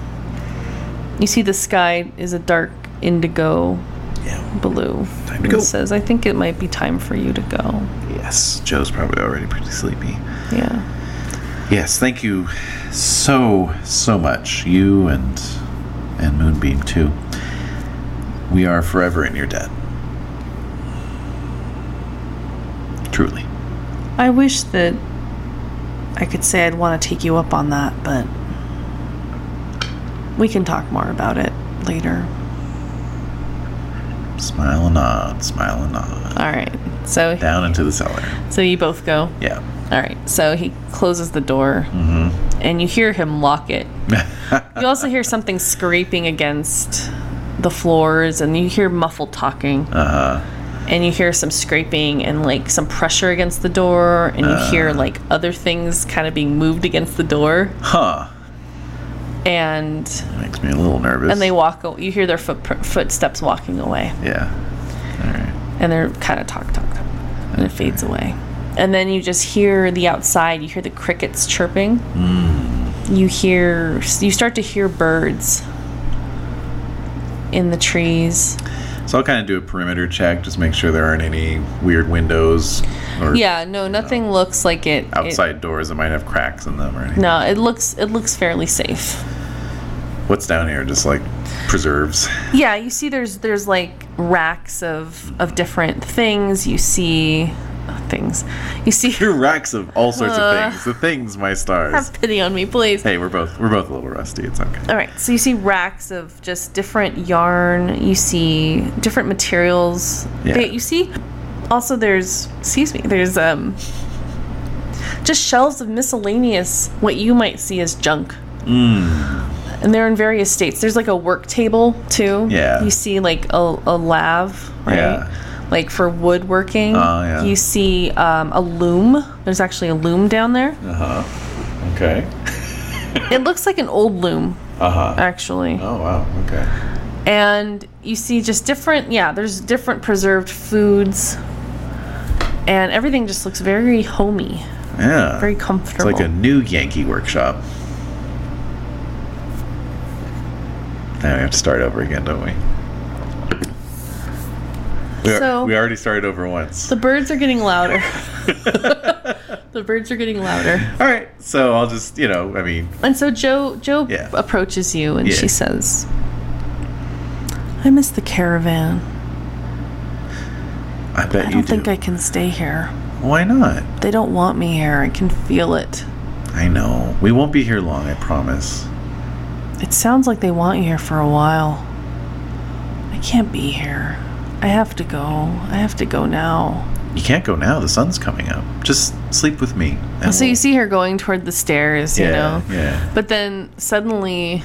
C: you see the sky is a dark indigo
A: yeah.
C: blue.
A: Time to
C: And
A: go.
C: says, I think it might be time for you to go.
A: Yes. Joe's probably already pretty sleepy.
C: Yeah.
A: Yes, thank you so so much. You and and Moonbeam too. We are forever in your debt. Truly.
C: I wish that I could say I'd want to take you up on that, but we can talk more about it later.
A: Smile and nod, smile and nod.
C: All right. So
A: Down into the cellar.
C: so you both go.
A: Yeah. (laughs) Mm-hmm.
C: All right. So he closes the door and you hear him lock it. You also hear something scraping against the floors, and you hear muffled talking. And you hear some scraping and like some pressure against the door, and you hear like other things kind of being moved against the door.
A: Huh.
C: And
A: Makes me a little nervous.
C: and they walk. o- You hear their foot footsteps walking away,
A: Yeah. Alright.
C: and they're kind of talk talk talk, and it fades away. And then you just hear the outside. You hear the crickets chirping. You hear you start to hear birds in the trees.
A: So I'll kind of do a perimeter check, just make sure there aren't any weird windows or
C: Yeah, no, nothing looks like it. it-
A: outside doors that might have cracks in them or anything.
C: no, it looks it looks fairly safe.
A: What's down here? Just like preserves. (laughs)
C: Yeah, you see, there's there's like racks of of different things. You see uh, things. You see, (laughs)
A: Your racks of all sorts of things. The things, my stars.
C: Uh. have pity on me, please.
A: Hey, we're both we're both a little rusty. It's okay.
C: All right, so you see racks of just different yarn. You see different materials.
A: Yeah.
C: They- you see, also there's excuse me, there's um, just shelves of miscellaneous what you might see as junk.
A: Hmm.
C: And they're in various states. There's like a work table too.
A: Yeah.
C: You see like a, a lav, right?
A: Yeah.
C: Like for woodworking.
A: Oh, yeah.
C: You see um, a loom. There's actually a loom down there.
A: Uh huh. Okay.
C: It looks like an old loom,
A: Uh huh.
C: actually.
A: Oh wow. Okay.
C: and you see just different yeah there's different preserved foods and everything just looks very homey
A: Yeah.
C: very
A: it's
C: comfortable
A: like a new Yankee workshop. Now we have to start over again, don't we? We, are-
C: So-
A: we already started over once.
C: the birds are getting louder the birds are getting louder
A: (laughs) All right. So I'll just you know I mean
C: and so joe joe
A: Yeah.
C: approaches you and
A: Yeah.
C: she says i miss the caravan
A: I bet
C: i
A: you
C: don't think
A: do.
C: i can stay here
A: Why not?
C: they don't want me here i can feel it
A: I know. We won't be here long. I promise.
C: It sounds like they want you here for a while. I can't be here. I have to go. I have to go now.
A: You can't go now. The sun's coming up. Just sleep with me. and
C: Oh, So you
A: we'll-
C: see her going toward the stairs, you
A: yeah,
C: know?
A: Yeah.
C: But then suddenly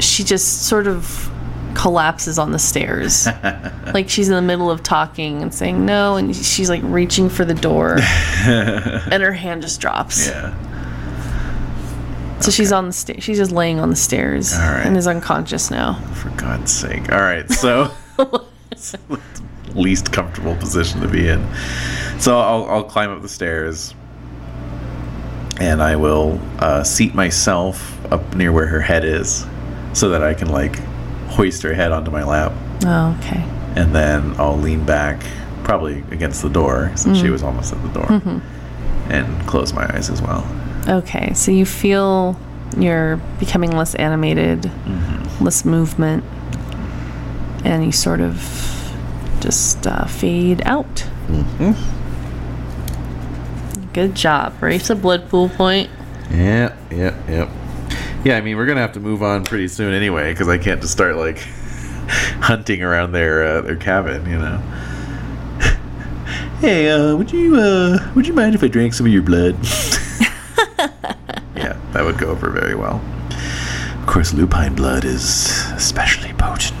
C: she just sort of collapses on the stairs.
A: (laughs)
C: like she's in the middle of talking and saying no, and she's like reaching for the
A: (laughs)
C: door, and her hand just drops.
A: Yeah.
C: So she's on the sta- she's just laying on the stairs
A: All right.
C: and is unconscious now. (laughs)
A: For God's sake. All right. So, (laughs) It's the least comfortable position to be in. So I'll, I'll climb up the stairs and I will uh, seat myself up near where her head is so that I can like hoist her head onto my lap.
C: Oh, okay.
A: And then I'll lean back, probably against the door, since she was almost at the door, and close my eyes as well.
C: Okay, so you feel you're becoming less animated, less movement. and you sort of just uh, fade out. Good job. Raise the blood pool point.
A: Yeah, yeah, yeah. Yeah, I mean, we're gonna have to move on pretty soon anyway, because I can't just start like (laughs) hunting around their uh, their cabin, you know. (laughs) hey, uh, would you uh, would you mind if I drank some of your blood? (laughs) yeah, that would go over very well. Of course, lupine blood is especially potent.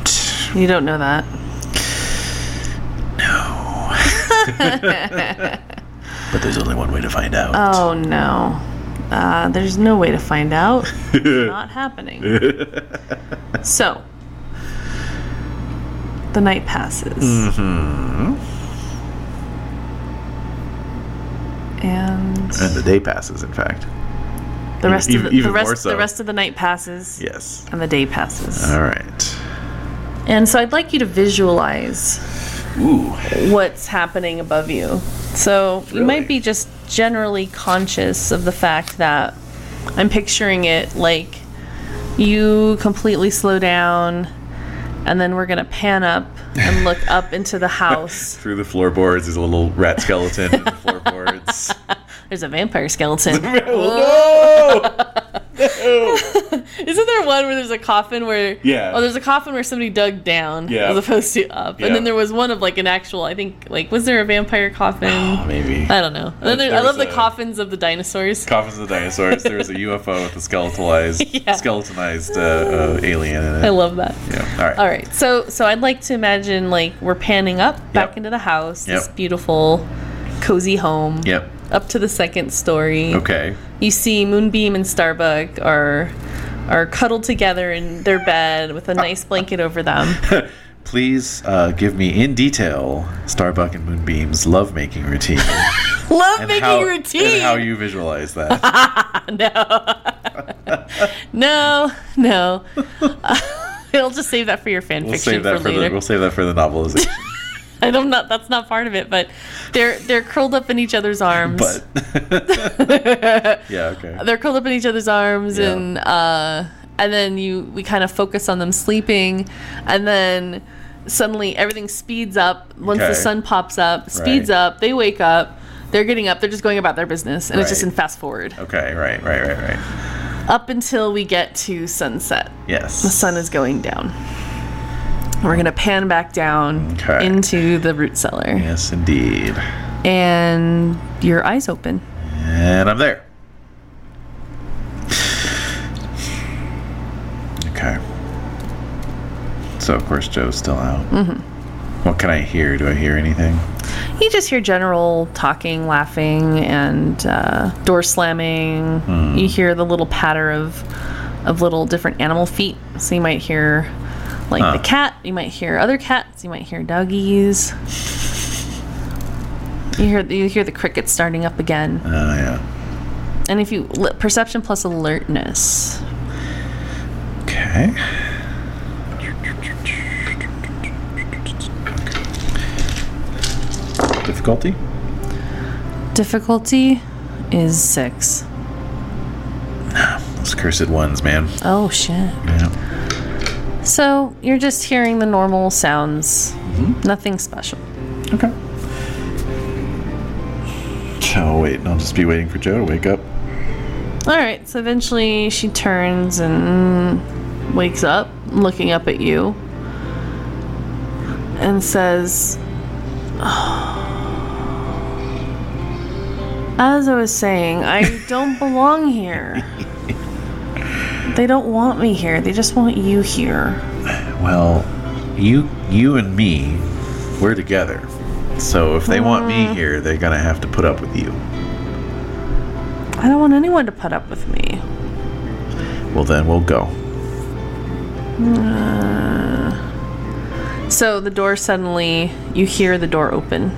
C: You don't know that.
A: No, (laughs) but there's only one way to find out.
C: Oh no. Uh, there's no way to find out.
A: (laughs)
C: It's not happening. So, the night passes.
A: Mm-hmm.
C: And
A: And the day passes, in fact.
C: the rest
A: even-
C: of the,
A: even
C: the
A: more
C: rest
A: so. Uh-huh.
C: the rest of the night passes
A: Yes.
C: and the day passes.
A: All right.
C: And so I'd like you to visualize
A: Ooh.
C: what's happening above you. So you
A: Really?
C: might be just generally conscious of the fact that I'm picturing it like you completely slow down, and then we're gonna pan up
A: (laughs)
C: and look up into the house.
A: Through the floorboards is a little rat skeleton
C: (laughs)
A: in the floorboards. (laughs)
C: There's a vampire skeleton.
A: no!
C: (laughs) Isn't there one where there's a coffin where
A: Yeah.
C: Oh, there's a coffin where somebody dug down
A: Yeah.
C: as opposed to up,
A: Yeah.
C: and then there was one of like an actual. I think like was there a vampire coffin?
A: Maybe.
C: I don't know. And then there-
A: Oh, there
C: I love
A: was
C: the
A: a-
C: coffins of the dinosaurs.
A: Coffins of the dinosaurs. There was a UFO with a skeletonized,
C: (laughs) Yeah.
A: skeletonized uh, uh, alien in it.
C: I love that.
A: yeah. All right.
C: All right. So so I'd like to imagine like we're panning up back
A: Yep.
C: into the house, this
A: Yep.
C: beautiful cozy home.
A: Yep.
C: Up to the second story.
A: Okay.
C: You see Moonbeam and Starbuck are are cuddled together in their bed with a nice
A: (laughs)
C: blanket over them.
A: Please uh, give me in detail Starbuck and Moonbeam's lovemaking
C: (laughs)
A: routine. and
C: Love making
A: how,
C: routine.
A: And how you visualize
C: (laughs)
A: that.
C: no, no. (laughs) I'll just save that for your fan
A: We'll
C: fiction
A: save that
C: for
A: for
C: later.
A: the we'll save that for the
C: (laughs)
A: novelization.
C: And I'm not. That's not part of it. But they're they're curled up in each other's arms. (laughs)
A: but (laughs) yeah, okay.
C: they're curled up in each other's arms
A: Yeah.
C: and uh and then you we kind of focus on them sleeping and then suddenly everything speeds up once
A: Okay.
C: the sun pops up speeds
A: Right.
C: up they wake up they're getting up they're just going about their business and it's just
A: Right.
C: in fast forward
A: Okay, right, right, right, right.
C: up until we get to sunset
A: Yes.
C: the sun is going down we're gonna pan back down
A: Okay.
C: into the root cellar
A: Yes, indeed.
C: and your eyes open
A: And I'm there. Okay. So, of course, Joe's still out. Mm-hmm. What can I hear? Do I hear anything?
C: You just hear general talking, laughing, and uh, door slamming. You hear the little patter of of little different animal feet. So you might hear like
A: Huh.
C: the cat. You might hear other cats. You might hear doggies. You hear you hear the crickets starting up again.
A: Oh, yeah.
C: And if you li- perception plus alertness,
A: Okay. Difficulty?
C: difficulty is six.
A: Those cursed ones, man.
C: Oh shit.
A: Yeah.
C: So you're just hearing the normal sounds. Nothing special.
A: Mm-hmm. Okay. Oh, wait. I'll just be waiting for Joe to wake up.
C: All right, so eventually she turns and wakes up, looking up at you, and says, "Oh." As I was saying, I don't belong here. They don't want me here, they just want you here.
A: Well, you you and me, we're together. So if they want me here, they're gonna have to put up with you.
C: I don't want anyone to put up with me.
A: Well, then we'll go.
C: So the door suddenly, you hear the door open.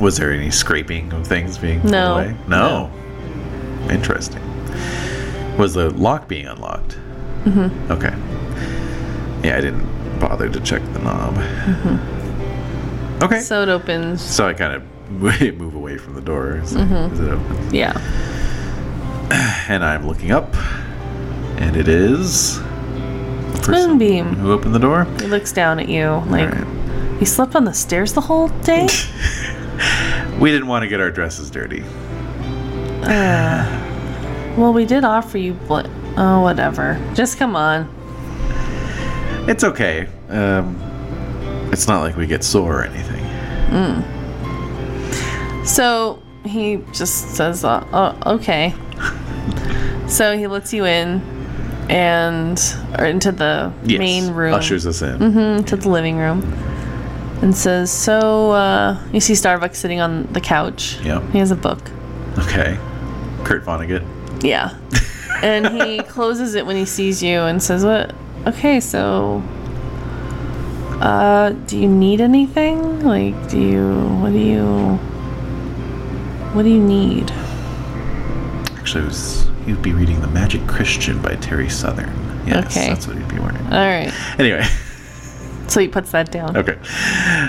A: Was there any scraping of things being pulled
C: No.
A: away? No. Interesting. Was the lock being unlocked? Mm-hmm. Okay. Yeah, I didn't bother to check the knob. Okay. Mm-hmm. So,
C: So it opens.
A: I kind of (laughs) move away from the door as, as it opens.
C: Yeah.
A: And I'm looking up, and it is person
C: Moonbeam.
A: who opened the door.
C: He looks down at you like
A: All
C: you slept on the stairs the
A: (laughs)
C: whole day.
A: We didn't want to get our dresses dirty.
C: well, we did offer you, but oh, whatever. Just come on.
A: It's okay. Um, it's not like we get sore or anything.
C: So he just says, uh, "Oh, okay." so he lets you in, and or into the
A: Yes.
C: main room,
A: ushers us in.
C: Mhm, to the living room, and says, "So uh, you see Starbuck sitting on the couch.
A: Yeah.
C: he has a book.
A: Okay, Kurt Vonnegut.
C: Yeah, and
A: (laughs)
C: he closes it when he sees you and says, "What? Okay, so." Uh, do you need anything? Like, do you, what do you, what do you need?
A: Actually, it was, he'd be reading *The Magic Christian* by Terry Southern. Yes,
C: Okay. Uh,
A: that's what he'd be wearing.
C: All right.
A: Anyway, (laughs)
C: So he puts that down.
A: okay.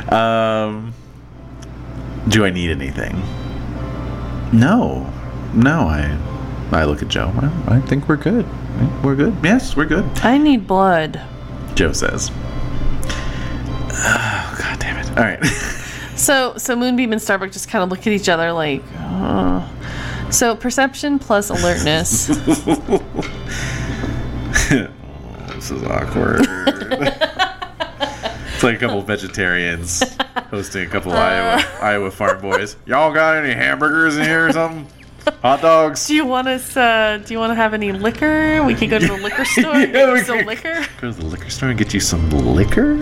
A: Um, do I need anything? No, no. I I look at Joe. I, I think we're good. I think We're good. Yes, we're good.
C: I need blood.
A: Joe says. Oh, God damn it! All right. (laughs)
C: So so Moonbeam and Starbuck just kind of look at each other like. "Uh." So perception plus alertness.
A: (laughs) This is awkward. it's like a couple vegetarians hosting a couple Iowa Iowa farm boys. Y'all got any hamburgers in here or something? Hot dogs?
C: do you want us? Uh, do you want to have any liquor? We could go to the
A: (laughs)
C: liquor store. and
A: Yeah,
C: get
A: we
C: you some
A: could-
C: liquor.
A: Go to the liquor store and get you some
C: (laughs)
A: liquor.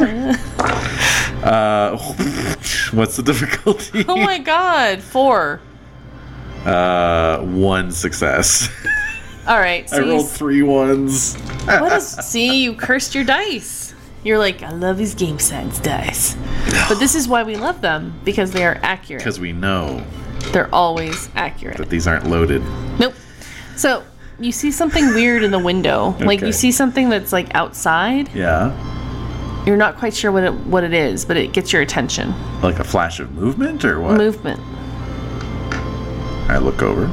A: Uh, (laughs) what's the difficulty?
C: Oh my God! Four.
A: (laughs) Uh, one
C: (laughs)
A: success.
C: All right. So
A: I
C: you
A: rolled
C: s-
A: three ones.
C: what is? See, you cursed your dice. You're like, I love these game sense dice. But this is why we love them because they are accurate.
A: Because we know
C: They're always accurate.
A: that these aren't loaded.
C: Nope. So you see something weird in the window. Like
A: Okay.
C: you see something that's like outside.
A: Yeah,
C: You're not quite sure what it what it is, but it gets your attention.
A: like a flash of movement or what?
C: Movement.
A: I look over.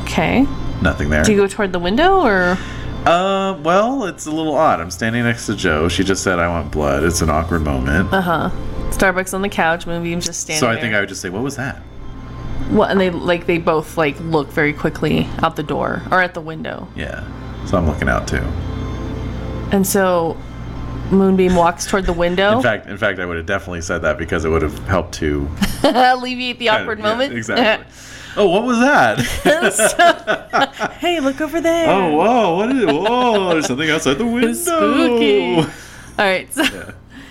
C: Okay.
A: Nothing there.
C: Do you go toward the window or
A: Uh, well, it's a little odd. I'm standing next to Joe. She just said, "I want blood." It's an awkward moment.
C: uh-huh. Starbucks on the couch, Moonbeam's just Uh, standing.
A: so I think I would just say, "What was that?"
C: I well, and they like they both like look very quickly out the door or at the window.
A: Yeah. So I'm looking out too.
C: And so Moonbeam walks toward the
A: In
C: window.
A: fact, in fact, I would have definitely said that because it would have helped to
C: (laughs) Alleviate the awkward
A: Yeah,
C: moment.
A: exactly. oh, what was that?
C: (laughs) hey, look over there.
A: oh, whoa! What is? Whoa! There's something outside
C: (laughs)
A: the window.
C: Spooky. All right. So,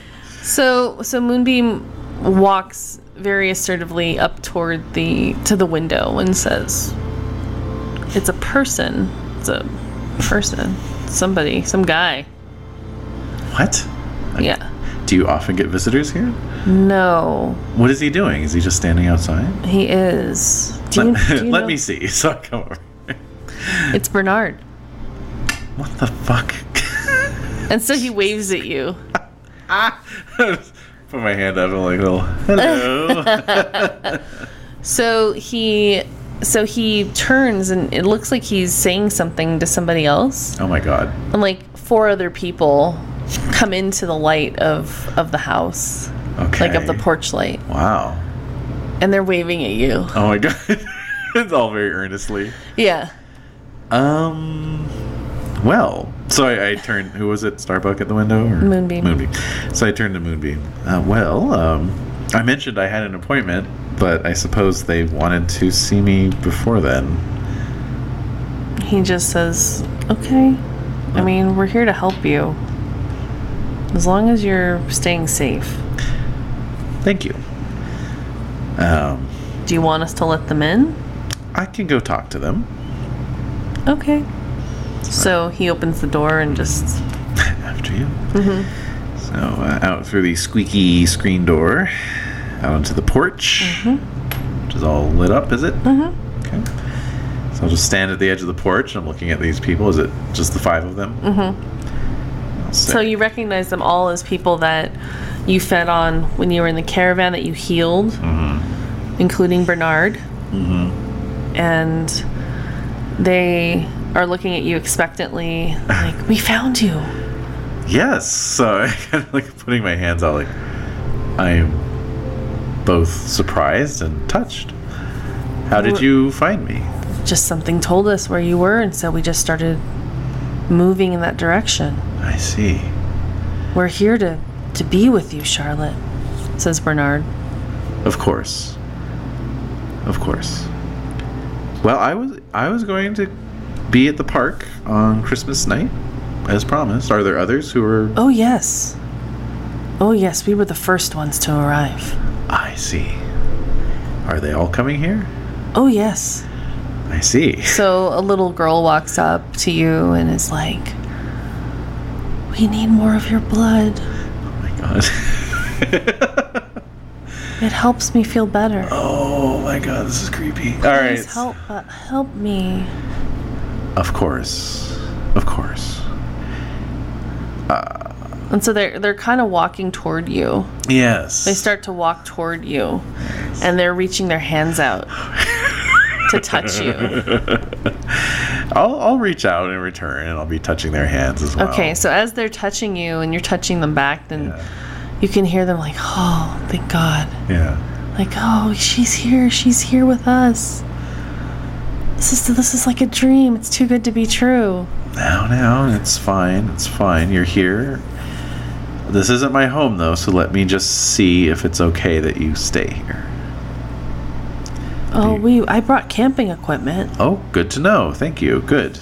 C: (laughs) so so Moonbeam walks very assertively up toward the to the window and says, "It's a person. It's a person. Somebody. Some guy.
A: What?
C: Yeah.
A: Do you often get visitors here?
C: No,
A: What is he doing? Is he just standing outside?
C: he is. Do
A: (laughs)
C: you,
A: let
C: do you
A: let
C: know-
A: me see. So I come over.
C: It's Bernard.
A: What the fuck? (laughs)
C: And so he waves at you.
A: Put my hand up and like, little hello.
C: (laughs) So he." So he turns and it looks like he's saying something to somebody else.
A: Oh my god.
C: and like four other people come into the light of of the house
A: Okay.
C: like of the porch light
A: Wow.
C: and they're waving at you
A: Oh my god. (laughs) it's all very earnestly.
C: yeah
A: Um. Well, so I, I turned. Who was it? Starbuck at the window? Or?
C: Moonbeam.
A: Moonbeam. So I turned to Moonbeam. Uh, well, um, I mentioned I had an appointment, but I suppose they wanted to see me before then.
C: he just says okay i mean we're here to help you as long as you're staying safe
A: Thank you. Um,
C: do you want us to let them in
A: I can go talk to them.
C: okay so he opens the door and just
A: (laughs) after you. So uh, out through the squeaky screen door, out onto the porch, which is all lit up, is it? Mm-hmm. Okay. So I'll just stand at the edge of the porch. I'm looking at these people. Is it just the five of them? Mm-hmm.
C: so you recognize them all as people that you fed on when you were in the caravan that you healed including Bernard. And they are looking at you expectantly, like, we found you.
A: yes. So (laughs) I kind of like putting my hands out, like I'm both surprised and touched. How did you find me?
C: Just something told us where you were, and so we just started moving in that direction.
A: I see.
C: We're here to, to be with you, Charlotte, says Bernard.
A: Of course. Of course. Well, I was I was going to be at the park on Christmas night, as promised. Are there others who are?
C: Oh, yes. Oh, yes, we were the first ones to arrive.
A: I see. Are they all coming here?
C: Oh, yes.
A: I see. (laughs)
C: So a little girl walks up to you and is like, We need more of your blood.
A: Oh my god. (laughs)
C: It helps me feel better.
A: oh my god, this is creepy. All right.
C: Please help, uh, help me.
A: Of course. Of course.
C: And so they're, they're kind of walking toward you.
A: Yes. (laughs)
C: They start to walk toward you, and they're reaching their hands out to
A: (laughs)
C: touch you.
A: I'll I'll reach out in return and I'll be touching their hands as well.
C: Okay, so as they're touching you and you're touching them back, then
A: Yeah.
C: you can hear them like, oh, thank God.
A: Yeah.
C: Like, oh, she's here. She's here with us. This is, this is like a dream. It's too good to be true.
A: Now now, it's fine. It's fine. You're here. This isn't my home though, so let me just see if it's okay that you stay here.
C: Oh,
A: Do
C: we I brought camping equipment.
A: Oh, good to know. Thank you. Good.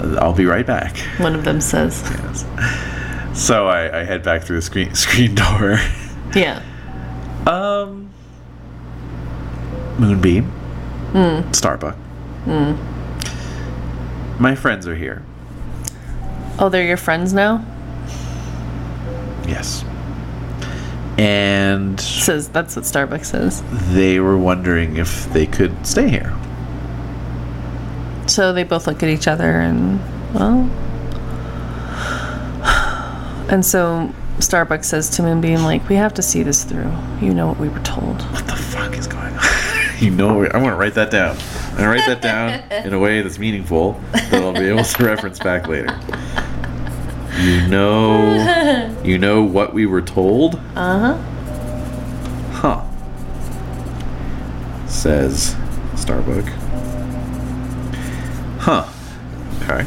A: I'll be right back.
C: One of them says,
A: So I, I head back through the screen (laughs) screen door.
C: "Yeah,
A: Um, Moonbeam, Starbuck. My friends are here.
C: oh, they're your friends now."
A: Yes, and
C: Says that's what Starbucks says.
A: they were wondering if they could stay here.
C: So they both look at each other and well, (sighs) and so Starbucks says to Moonbeam, "Like we have to see this through. You know what we were told."
A: What the fuck is going on? (laughs) you know, I'm gonna write that down. I'm gonna write that down in a way that's meaningful that I'll be able to (laughs) reference back later. You know, you know what we were told.
C: Uh huh.
A: Huh. Says Starbuck. Huh. Okay.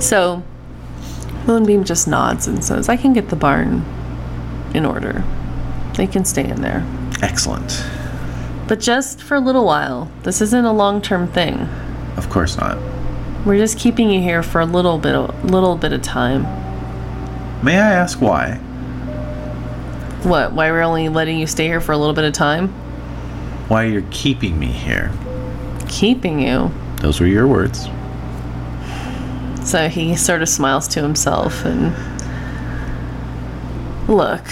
C: So Moonbeam just nods and says, "I can get the barn in order. They can stay in there."
A: Excellent.
C: But just for a little while. This isn't a long term thing.
A: Of course not.
C: We're just keeping you here for a little bit of little bit of time.
A: May I ask why?
C: What, why we're only letting you stay here for a little bit of time?
A: Why you're keeping me here?
C: Keeping you.
A: Those were your words.
C: So he sort of smiles to himself and look.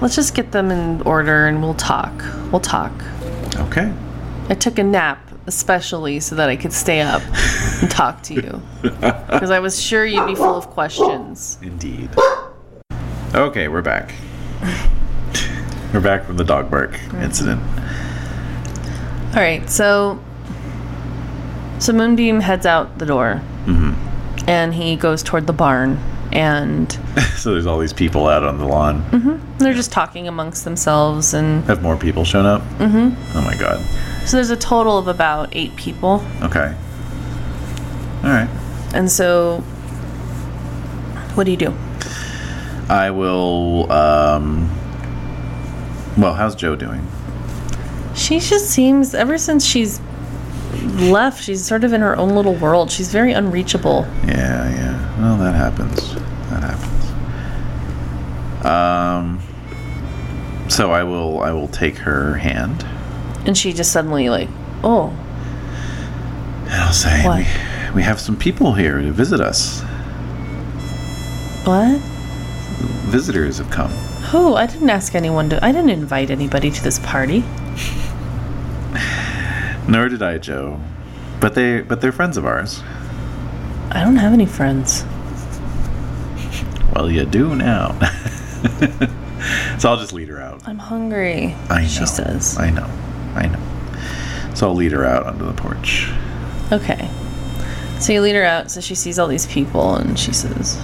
C: Let's just get them in order and we'll talk. We'll talk.
A: Okay.
C: I took a nap especially so that I could stay up and talk to you. Because I was sure you'd be full of questions.
A: Indeed. Okay, we're back. we're back from the dog bark incident. (laughs)
C: All right, so so Moonbeam heads out the door, and he goes toward the barn, and
A: so there's all these people out on the lawn.
C: they're just talking amongst themselves, and
A: Have more people shown up? Mm-hmm. Oh my god.
C: so there's a total of about eight people,
A: Okay. All right.
C: and so what do you do?
A: I will. Um, well, how's Joe doing?
C: She just seems ever since she's left, she's sort of in her own little world. She's very unreachable.
A: Yeah, yeah. Well, that happens. That happens. Um, so I will. I will take her hand,
C: And she just suddenly like, oh,
A: and I'll say,
C: What?
A: we, "We have some people here to visit us.
C: what?
A: Visitors have come.
C: Who? I didn't ask anyone to. I didn't invite anybody to this party.
A: Nor did I, Joe, but they. But they're friends of ours.
C: I don't have any friends."
A: Well, you do now. (laughs) so I'll just lead her out.
C: I'm hungry.
A: I know.
C: She says.
A: I know. I know. So I'll lead her out onto the porch.
C: Okay. So you lead her out, so she sees all these people, and she says,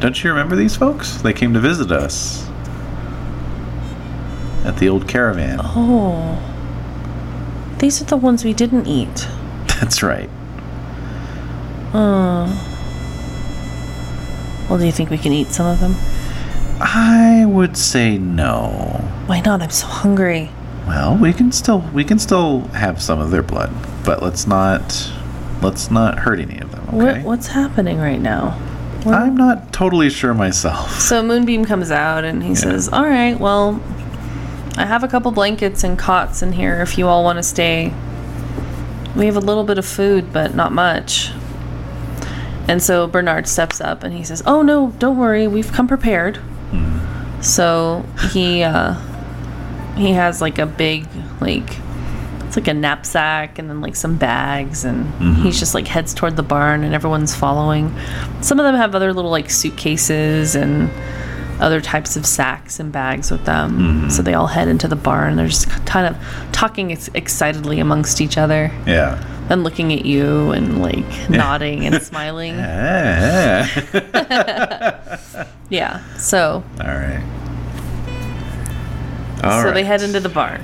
A: Don't you remember these folks? They came to visit us at the old caravan.
C: Oh. These are the ones we didn't eat.
A: (laughs) That's right.
C: Oh. Well, do you think we can eat some of them?
A: I would say no.
C: Why not? I'm so hungry.
A: Well, we can still we can still have some of their blood, but let's not let's not hurt any of them. Okay.
C: What what's happening right now? Where-
A: I'm not totally sure myself. (laughs)
C: So Moonbeam comes out and he says, "All right, well, I have a couple blankets and cots in here if you all want to stay. We have a little bit of food, but not much." And so Bernard steps up and he says, "Oh no, don't worry. We've come prepared." So he uh, he has like a big like it's like a knapsack and then like some bags and
A: Mm-hmm.
C: he's just like heads toward the barn and everyone's following. Some of them have other little like suitcases and other types of sacks and bags with them.
A: Mm-hmm.
C: So they all head into the barn. They're just kind of talking ex- excitedly amongst each other
A: Yeah.
C: and looking at you and
A: (laughs)
C: like nodding and smiling.
A: Eh.
C: Yeah. So
A: All right. All right.
C: so they head into the barn.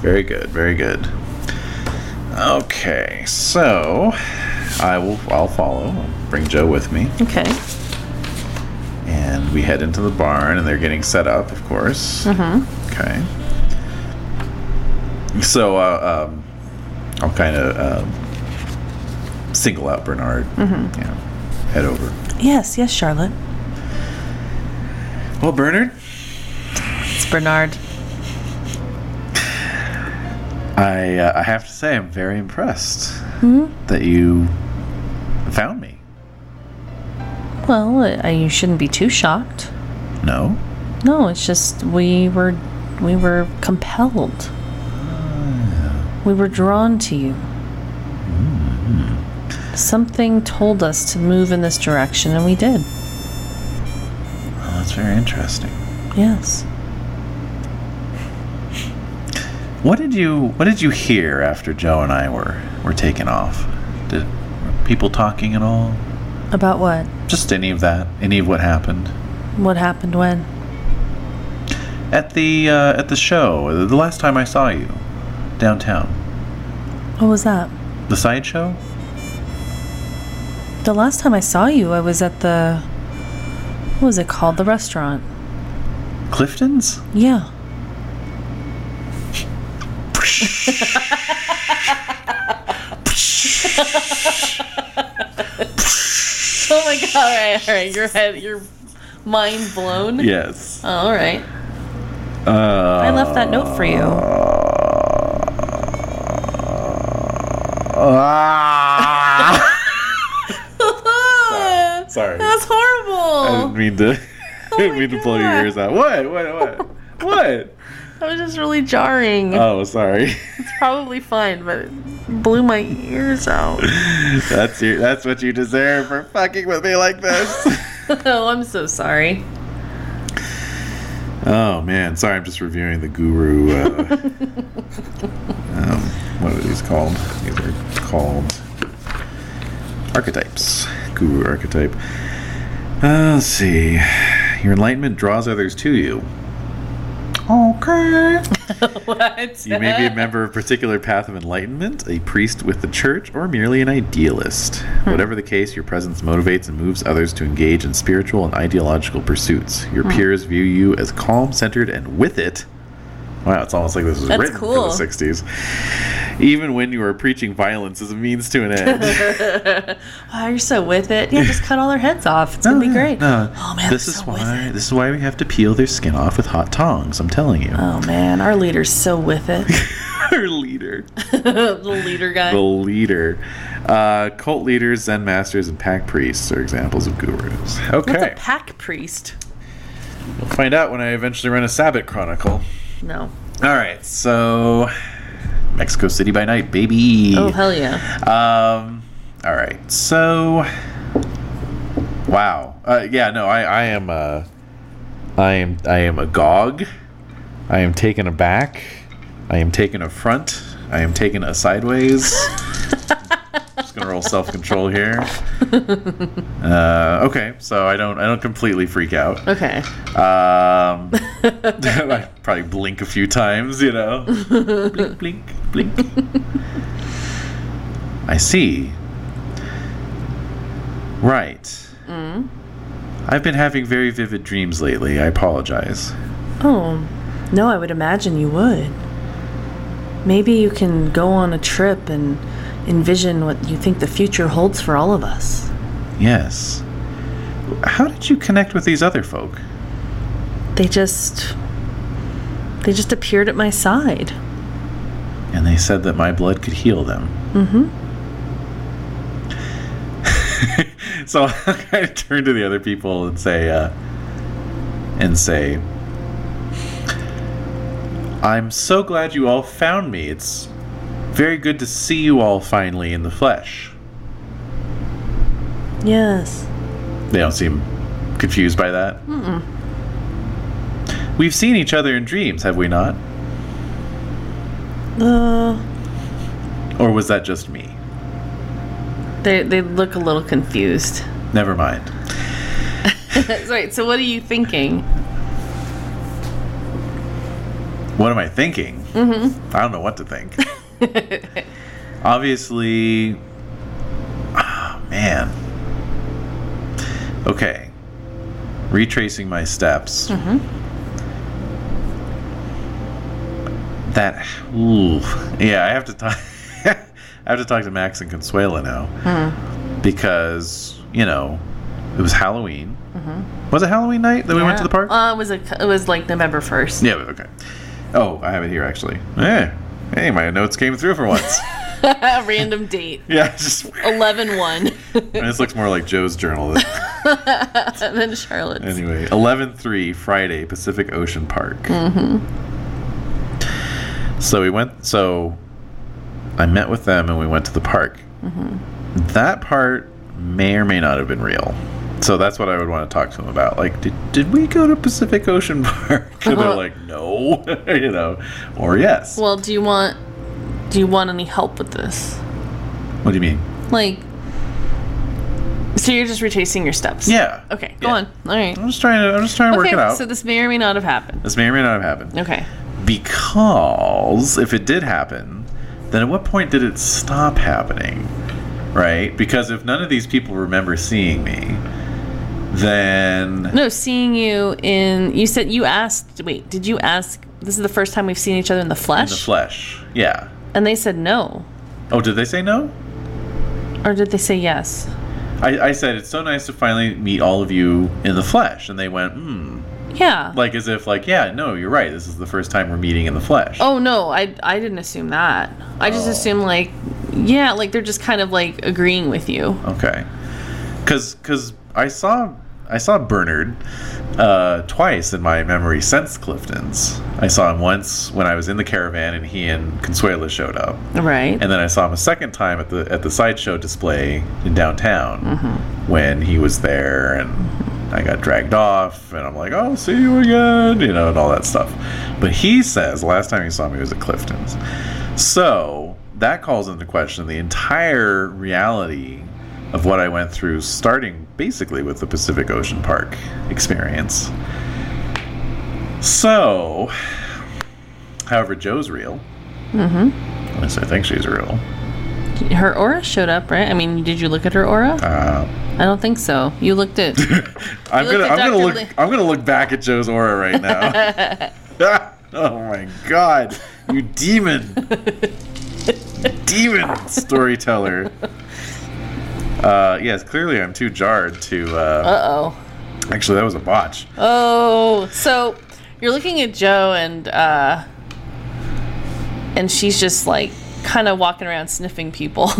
A: Very good. Very good. Okay, so I will. I'll follow. I'll bring Joe with me,
C: Okay.
A: and we head into the barn, and they're getting set up, of course. Mm-hmm. Okay. So uh, um, I'll kind of uh, single out Bernard. Mm-hmm. Yeah. Head over.
C: Yes, yes, Charlotte.
A: Well, Bernard,
C: It's Bernard.
A: I uh, I have to say I'm very impressed that you found me.
C: Well, I, you shouldn't be too shocked.
A: No.
C: No, it's just we were we were compelled. We were drawn to you. Something told us to move in this direction and we did.
A: Well, that's very interesting.
C: Yes.
A: What did you What did you hear after Joe and I were were taken off? Did were people talking at all?
C: About what?
A: Just any of that? Any of what happened
C: What happened when?
A: at the uh, at the show? The last time I saw you downtown,
C: What was that?
A: the sideshow.
C: The last time I saw you, I was at the what was it called? The restaurant.
A: Clifton's?
C: Yeah. oh my god! All right, all right. Your head, your mind blown.
A: Yes.
C: Oh, all right.
A: Uh,
C: I left that note for you.
A: ah!
C: (laughs)
A: Sorry.
C: That's
A: I didn't
C: horrible.
A: mean to. (laughs) I didn't mean to blow your
C: Oh God.
A: ears out. What? What?
C: (laughs)
A: What? what?
C: That was just really jarring.
A: Oh,
C: (laughs)
A: sorry.
C: it's probably fine, but it blew my
A: (laughs)
C: ears out.
A: That's your. That's what you deserve for fucking with me like this.
C: (laughs) oh, I'm so sorry.
A: oh man, sorry. I'm just reviewing the Guru. Uh, um, what are these called? These are called archetypes. Guru archetype. Uh, let's see. Your enlightenment draws others to you. Okay.
C: What?
A: You may
C: (laughs)
A: be a member of a particular path of enlightenment, a priest with the church, or merely an idealist.
C: Hmm.
A: Whatever the case, your presence motivates and moves others to engage in spiritual and ideological pursuits.
C: Hmm.
A: Your peers view you as calm, centered, and with it. Wow, it's almost like this was
C: That's
A: written
C: cool.
A: for the 60s. Even when you are preaching violence as a means to an
C: (laughs)
A: end.
C: Wow, Oh, you're so with it. Yeah, just cut all their heads off.
A: (laughs)
C: It's gonna be great.
A: No,
C: oh man,
A: this
C: they're
A: is
C: so with
A: why this is why we have to peel their skin off with hot tongs. I'm telling you,
C: Oh man, our leader's so with it.
A: (laughs)
C: (laughs)
A: our leader.
C: the leader guy.
A: the leader. Uh, cult leaders, Zen masters, and pack priests are examples of gurus.
C: What's
A: Okay.
C: a pack priest?
A: we'll find out when I eventually run a Sabbath Chronicle.
C: No.
A: All right, so Mexico City by night, baby.
C: Oh hell yeah.
A: Um, all right, so wow, uh, yeah, no, I, I am, uh, I am, I am agog. I am taken aback. I am taken affront. I am taken a sideways. Just gonna moral self control here. Uh, okay, so I don't I don't completely freak out.
C: Okay.
A: Um, (laughs) I probably blink a few times, you know. blink, blink, blink. I see. Right. I've been having very vivid dreams lately. I apologize.
C: Oh, no, I would imagine you would. Maybe you can go on a trip and envision what you think the future holds for all of us.
A: Yes. How did you connect with these other folk?
C: They just. They just appeared at my side.
A: And they said that my blood could heal them. Mm-hmm. (laughs) so (laughs) I turn to the other people and say, uh, and say, I'm so glad you all found me. It's very good to see you all finally in the flesh.
C: Yes.
A: They don't seem confused by that. Mm-mm. We've seen each other in dreams, have we not?
C: Uh,
A: Or was that just me?
C: they, they look a little confused. (laughs)
A: Never mind.
C: Right, so what are you thinking?
A: What am I thinking? Mm-hmm. I don't know what to think. (laughs) Obviously, ah, man. Okay, retracing my steps. That, ooh, yeah. I have to talk. (laughs) I have to talk to Max and Consuela now because you know it was Halloween. Was it Halloween night that we went to the park?
C: Uh, it was a, it was like November first. (laughs)
A: Yeah, okay. Oh, I have it here actually. Yeah. Hey, my notes came through for (laughs) once.
C: Random date.
A: yeah, it's just
C: 11 (laughs) 1.
A: this looks more like Joe's journal. (laughs) than-
C: and then Charlotte's.
A: Anyway, 11-3 Friday, Pacific Ocean Park. Mm-hmm. So we went. So I met with them, and we went to the park. Mm-hmm. That part may or may not have been real. So that's what I would want to talk to them about. Like, did, did we go to Pacific Ocean (laughs) Park? And they're like, no, (laughs) you know, or yes.
C: Well, do you want do you want any help with this?
A: what do you mean?
C: Like so you're just retracing your steps.
A: Yeah.
C: Okay, go
A: Yeah.
C: on. All right.
A: I'm just trying to. I'm just trying to work
C: okay,
A: it out.
C: so this may or may not have happened.
A: this may or may not have happened.
C: Okay.
A: Because if it did happen, then at what point did it stop happening? Right? Because if none of these people remember seeing me, then
C: No, seeing you in you said you asked wait, did you ask this is the first time we've seen each other in the
A: in
C: flesh?
A: the flesh. Yeah.
C: And they said no.
A: Oh, did they say no?
C: Or did they say yes?
A: I, I said it's so nice to finally meet all of you in the flesh, and they went, hmm.
C: Yeah.
A: Like as if like, yeah, no, you're right. This is the first time we're meeting in the flesh.
C: Oh no, I I didn't assume that. I just
A: Oh.
C: assumed like yeah, like they're just kind of like agreeing with you.
A: Okay. Cause, cause I saw I saw Bernard uh, twice in my memory since Clifton's. I saw him once when I was in the caravan and he and Consuela showed up,
C: Right.
A: and then I saw him a second time at the at the sideshow display in downtown when he was there and I got dragged off and I'm like, oh, see you again, you know, and all that stuff. But he says last time he saw me was at Clifton's, so that calls into question the entire reality of what I went through, starting basically with the Pacific Ocean Park experience. So, however, Joe's real. Mm-hmm. At least I think she's real.
C: her aura showed up, right? I mean, did you look at her aura?
A: Uh,
C: I don't think so. You
A: (laughs)
C: looked at
A: I'm
C: You
A: gonna, I'm
C: look at
A: gonna
C: Dr.
A: look,
C: Lee.
A: I'm gonna look back at Joe's aura right now.
C: (laughs)
A: (laughs) oh my god, you demon, demon storyteller. Uh, yes, clearly I'm too jarred to. Uh,
C: Uh-oh.
A: actually, that was a botch. (laughs)
C: Oh, so you're looking at Joe and uh and she's just like kind of walking around
A: (laughs)
C: sniffing people.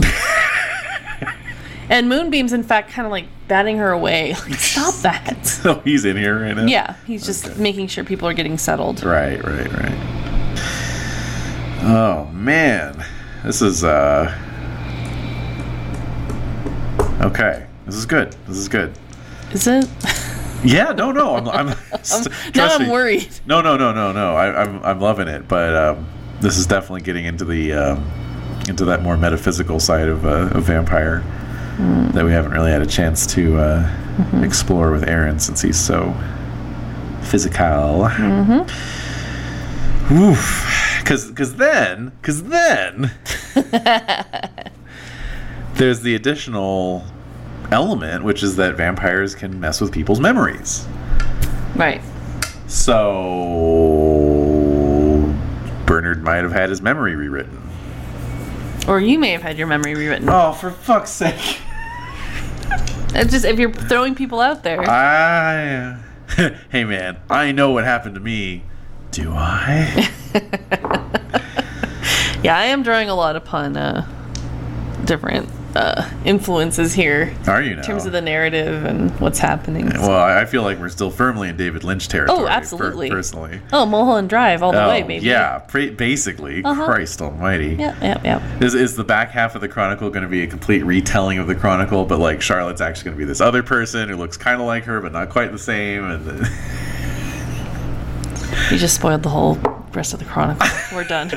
C: and Moonbeam's in fact kind of like batting her away. (laughs) Like, stop that.
A: So Oh, he's in here right now.
C: Yeah, he's just making sure people are getting settled.
A: Right, right, right. Oh man, this is uh. Okay, this is good. This is good.
C: Is it?
A: Yeah, no, no, I'm,
C: (laughs)
A: I'm (laughs)
C: now
A: trust
C: I'm
A: me.
C: worried.
A: No, no, no, no, no. I, I'm, I'm loving it, but um, this is definitely getting into the um, into that more metaphysical side of, uh, of vampire
C: Hmm.
A: that we haven't really had a chance to uh,
C: Mm-hmm.
A: explore with Aaron since he's so physical.
C: Mm-hmm.
A: Oof. Because then, because
C: (laughs)
A: then, there's the additional element, which is that vampires can mess with people's memories.
C: Right.
A: So Bernard might have had his memory rewritten.
C: Or you may have had your memory rewritten.
A: Oh, for fuck's sake!
C: It's just if you're throwing people out there.
A: I, (laughs) hey man, I know what happened to me. Do
C: (laughs)
A: I?
C: yeah, I am drawing a lot upon uh, different uh, influences here
A: Are you now?
C: in terms of the narrative and what's happening.
A: Well, I I feel like we're still firmly in David Lynch territory. per-
C: Oh, absolutely.
A: personally.
C: oh, Mulholland Drive all the
A: Oh,
C: way, baby.
A: yeah, pra- basically.
C: Uh-huh.
A: Christ almighty.
C: Yep, yep, yep.
A: Is, is the back half of the Chronicle going to be a complete retelling of the Chronicle, but like Charlotte's actually going to be this other person who looks kind of like her but not quite the same? And
C: You just spoiled the whole rest of the chronicle. We're done.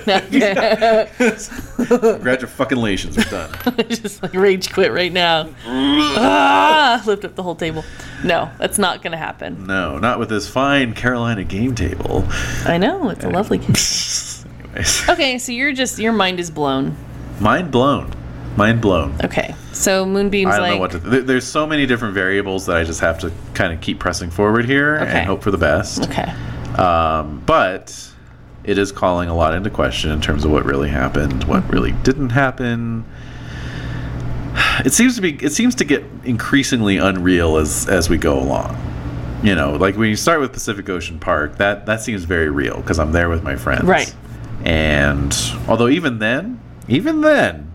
A: (laughs)
C: (laughs)
A: congratulations, we're done.
C: (laughs) just like rage quit right now. ah, lift up the whole table. No, that's not gonna happen.
A: No, not with this fine Carolina game table.
C: I know it's a lovely game.
A: Anyways,
C: Okay, so you're just your mind is blown.
A: mind blown, mind blown.
C: Okay, so Moonbeam's
A: I don't
C: like,
A: know what to. There, there's so many different variables that I just have to kind of keep pressing forward here
C: Okay.
A: and hope for the best.
C: okay,
A: Um, but it is calling a lot into question in terms of what really happened, what really didn't happen. It seems to be it seems to get increasingly unreal as as we go along. You know, like when you start with Pacific Ocean Park, that that seems very real because I'm there with my friends.
C: Right.
A: And although even then, even then,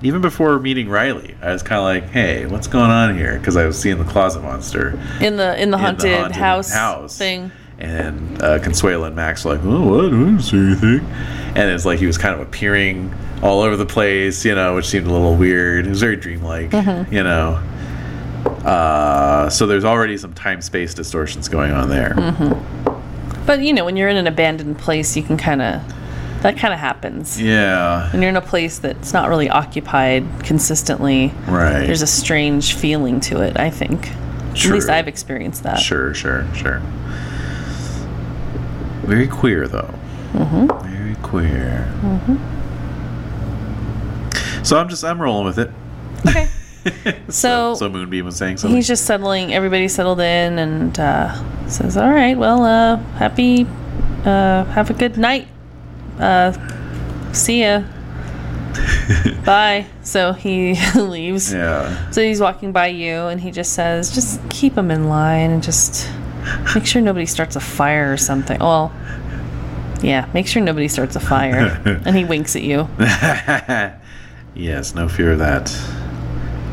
A: even before meeting Riley, I was kind of like, "Hey, what's going on here?" because I was seeing the closet monster
C: in the in the haunted,
A: in the haunted
C: house, thing.
A: And uh, Consuelo and Max were like, oh, what? I didn't see anything. And it's like he was kind of appearing all over the place, you know, which seemed a little weird. It was very dreamlike,
C: Mm-hmm.
A: you know. Uh, so there's already some time space distortions going on there.
C: Mm-hmm. But you know, when you're in an abandoned place, you can kind of that kind of happens.
A: Yeah,
C: When you're in a place that's not really occupied consistently,
A: right.
C: there's a strange feeling to it. I think. At least
A: True.
C: I've experienced that.
A: Sure, sure, sure. Very queer, though. Mm-hmm. Very queer. Mm-hmm. So I'm just I'm rolling with it. (laughs)
C: Okay.
A: So,
C: So,
A: Moonbeam was saying something.
C: he's just settling. Everybody settled in and uh, says, "All right, well, uh, happy, uh, have a good night. Uh, see ya. Bye." So he (laughs) leaves.
A: yeah.
C: So he's walking by you, and he just says, "Just keep him in line, and just make sure nobody starts a fire or something." Well, yeah, make sure nobody starts a fire. and he winks at you.
A: (laughs) yes, no fear of that.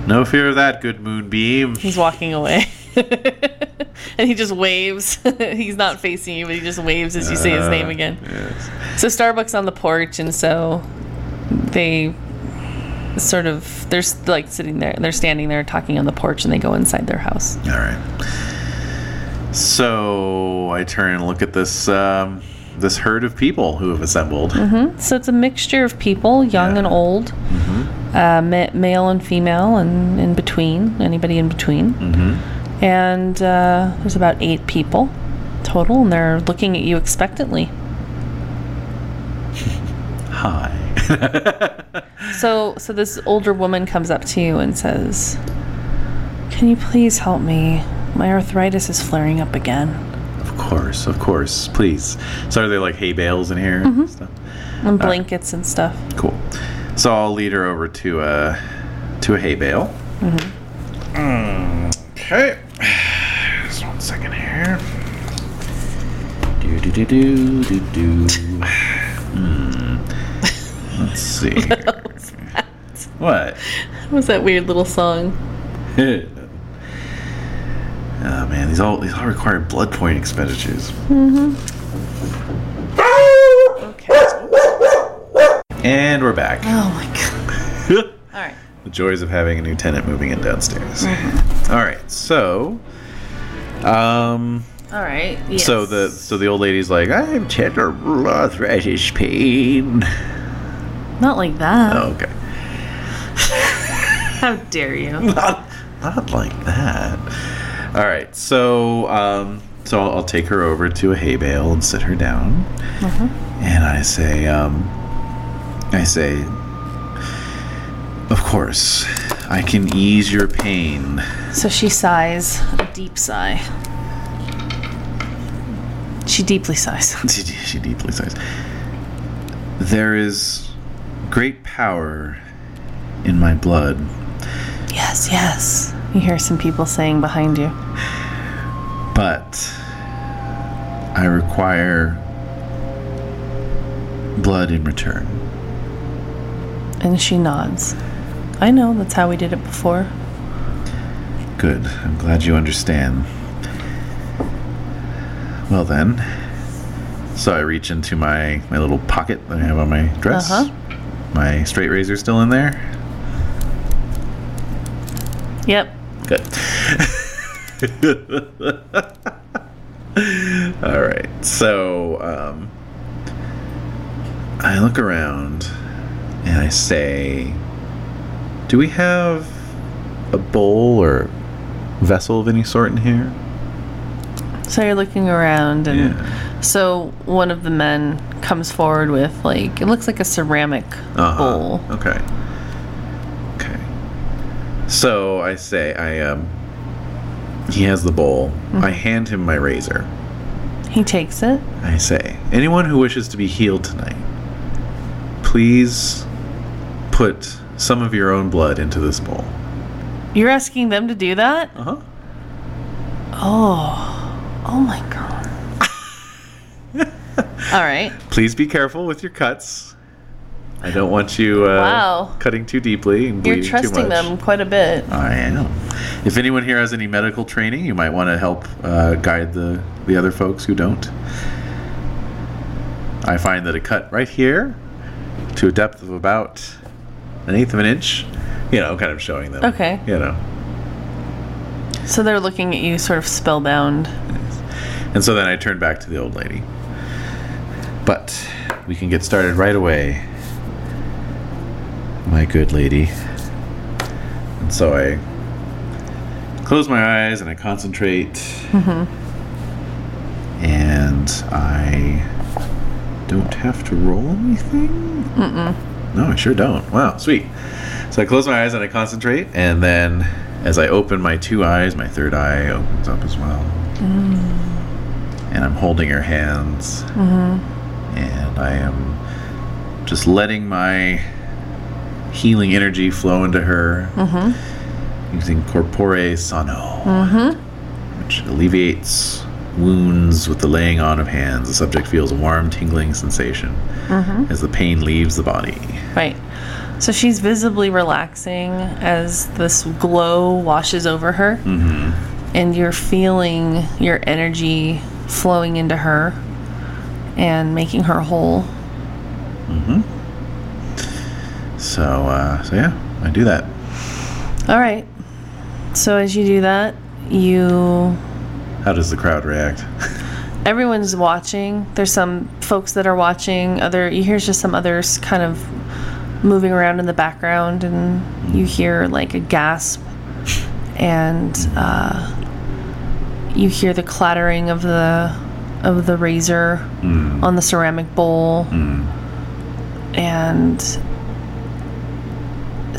A: No fear of that, good Moonbeam.
C: He's walking away. (laughs) and he just waves. (laughs) He's not facing you, but he just waves as you say his name
A: Uh,
C: again.
A: yes.
C: So Starbucks on the porch, and so they sort of they're s- like sitting there, they're standing there talking on the porch, and they go inside their house.
A: All right. So I turn and look at this um, this herd of people who have assembled.
C: So it's a mixture of people,
A: Yeah. Mm-hmm.
C: young and old, uh, ma- male and female, and in between, anybody in between.
A: Mm. Mm-hmm.
C: And uh, there's about eight people total, and they're looking at you expectantly.
A: Hi. (laughs)
C: So, so this older woman comes up to you and says, "Can you please help me? My arthritis is flaring up again."
A: of course, of course. Please. So are there like hay bales in here?
C: Mm-hmm.
A: and Stuff?
C: And blankets and stuff.
A: Cool. So I'll lead her over to a to a hay bale. Mm-hmm. Okay. Just one second here. Do do do do do do. Hmm. Let's see. (laughs) here. what?
C: What was that weird little song?
A: (laughs) oh man, these all these all require blood point expenditures. Mm-hmm.
C: Okay.
A: And we're back.
C: Oh my
A: (laughs)
C: god.
A: the
C: All right.
A: joys of having a new tenant moving in downstairs. All right, so. Um,
C: All right. Yes.
A: So the so the old lady's like, I have tender arthritis pain,
C: Not like that.
A: Oh, okay.
C: How dare you?
A: not not like that. All right, so um, so I'll, I'll take her over to a hay bale and sit her down, and I say, um, I say, of course, I can ease your pain.
C: So she sighs a deep sigh. She deeply sighs.
A: She, she deeply sighs. There is great power in my blood.
C: Yes, yes. You hear some people saying behind you.
A: but I require blood in return.
C: And she nods. I know, that's how we did it before.
A: Good. I'm glad you understand. Well then, so I reach into my my little pocket that I have on my dress.
C: Uh-huh.
A: My straight razor still in there.
C: Yep.
A: Good. All right. So um, I look around and I say, "Do we have a bowl or vessel of any sort in here?"
C: So you're looking around, and
A: Yeah.
C: so one of the men comes forward with, like, it looks like a ceramic
A: Uh-huh.
C: bowl.
A: Okay. Okay. So I say, I um, he has the bowl. I hand him my razor.
C: He takes it.
A: I say, anyone who wishes to be healed tonight, please put some of your own blood into this bowl.
C: You're asking them to do that?
A: Uh huh.
C: Oh. Oh my
A: (laughs)
C: god. All right.
A: Please be careful with your cuts. I don't want you uh,
C: Wow.
A: cutting too deeply and bleeding
C: You're trusting
A: too much. Uh-huh.
C: them quite a bit.
A: I am. If anyone here has any medical training, you might want to help uh, guide the, the other folks who don't. I find that a cut right here to a depth of about an eighth of an inch, you know, kind of showing them.
C: Okay.
A: You know.
C: So they're looking at you sort of spellbound.
A: And so then I turned back to the old lady. But we can get started right away, my good lady. And so I close my eyes and I concentrate. And I don't have to roll anything? Mm-mm. No, I sure don't. Wow, sweet. So I close my eyes and I concentrate. And then as I open my two eyes, my third eye opens up as well and I'm holding her hands, and I am just letting my healing energy flow into her using corpore sano, which alleviates wounds with the laying on of hands. The subject feels a warm, tingling sensation as the pain leaves the body.
C: Right. So she's visibly relaxing as this glow washes over her. Mm-hmm. And you're feeling your energy flowing into her and making her whole.
A: So, uh, so yeah, I do that.
C: All right. So as you do that, you
A: How does the crowd react? (laughs)
C: everyone's watching. There's some folks that are watching. Other you hear just some others kind of moving around in the background, and you hear like a gasp, and uh, you hear the clattering of the of the razor
A: Hmm.
C: on the ceramic bowl, and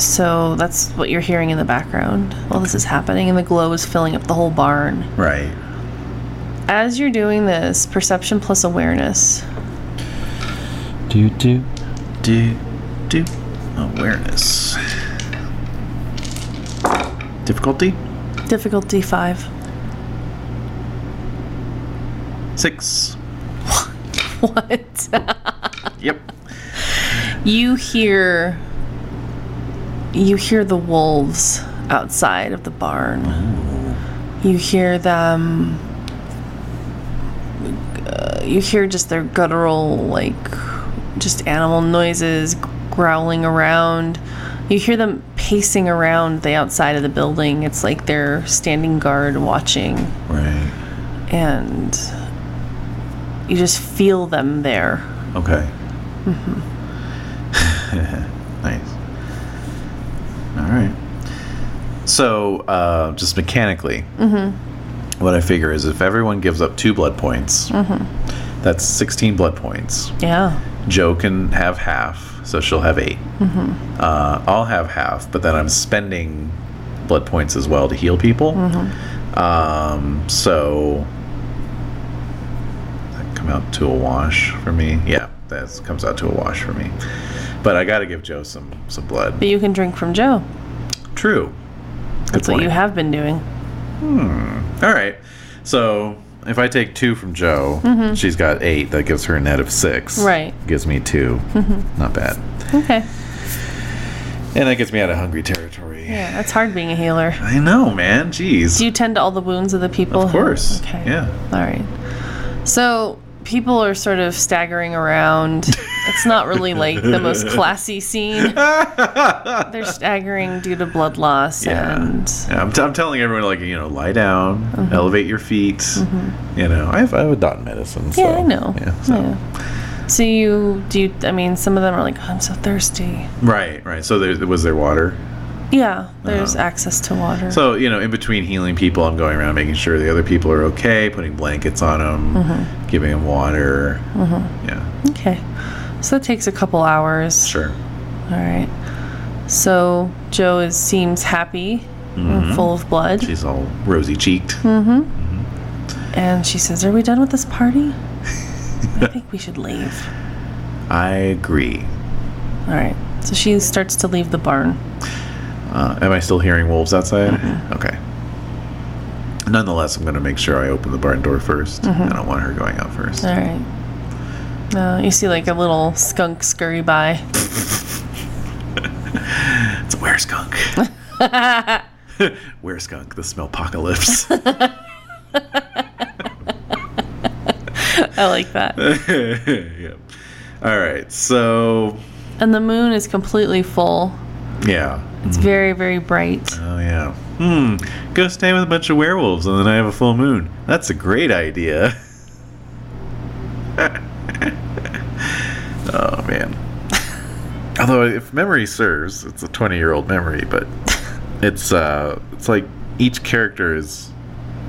C: so that's what you're hearing in the background. All this is happening, and the glow is filling up the whole barn.
A: right.
C: As you're doing this, perception plus awareness.
D: Do do.
A: Do do awareness. Difficulty
C: Difficulty five. (laughs)
A: six.
C: What?
A: Yep.
C: you hear you hear the wolves outside of the barn. You hear them uh, you hear just their guttural like just animal noises growling around. You hear them pacing around the outside of the building. It's like they're standing guard watching.
A: Right.
C: and you just feel them there.
A: Okay. (laughs) nice. All right. So, uh, just mechanically, what I figure is if everyone gives up two blood points, that's 16 blood points.
C: Yeah.
A: Joe can have half, so she'll have 8
C: Mm-hmm.
A: Uh, I'll have half, but then I'm spending blood points as well to heal people.
C: Mm-hmm.
A: Um, so that come out to a wash for me. Yeah, that comes out to a wash for me. But I got to give Joe some some blood.
C: But you can drink from Joe.
A: True. Good
C: That's what you
A: point.
C: have been doing.
A: All right. So if I take two from Joe, she's got eight. That gives her a net of six.
C: Mm-hmm. Right. Mm-hmm.
A: Gives me 2 Not bad.
C: Okay.
A: And that gets me out of hungry territory.
C: Yeah, that's hard being a healer.
A: I know, man. Jeez.
C: Do you tend to all the wounds of the people?
A: of
C: who-
A: course.
C: Okay.
A: Yeah.
C: All right. So people are sort of staggering
A: (laughs)
C: around. It's not really like the most classy scene. They're staggering due to blood loss
A: Yeah.
C: and
A: Yeah, I'm, t- I'm telling everyone, like, you know, lie down,
C: Mm-hmm.
A: elevate your feet. You know, I have, I have a dot in medicine. So,
C: yeah, I know.
A: Yeah, so.
C: Yeah. So you do. You, I mean, some of them are like, oh, I'm so thirsty.
A: Right, right. So there was there water.
C: Yeah, there's access to water.
A: Uh-huh. So you know, in between healing people, I'm going around making sure the other people are okay, putting blankets on them,
C: Mm-hmm.
A: giving them water. Yeah,
C: okay. So it takes a couple hours.
A: sure.
C: All right. So Joe is seems happy,
A: Mm-hmm.
C: and full of blood.
A: She's all rosy cheeked.
C: Mm. And she says, Are we done with this party? (laughs) I think we should leave.
A: I agree.
C: All right. So she starts to leave the barn.
A: Uh, am I still hearing wolves outside?
C: Mm-hmm.
A: Okay. Nonetheless, I'm going to make sure I open the barn door 1st I don't want her going out first.
C: Mm-hmm. All right. Uh, you see, like, a little skunk scurry by. (laughs)
A: It's a were
C: (laughs)
A: skunk. were skunk. The smell apocalypse.
C: I like that.
A: (laughs) yeah. All right. So
C: And the moon is completely full.
A: yeah.
C: It's very, very bright.
A: Oh yeah. Hmm. Go stay with a bunch of werewolves, and then I have a full moon. That's a great idea. (laughs) oh man. Although, if memory serves, it's a twenty-year-old memory, but it's uh, it's like each character is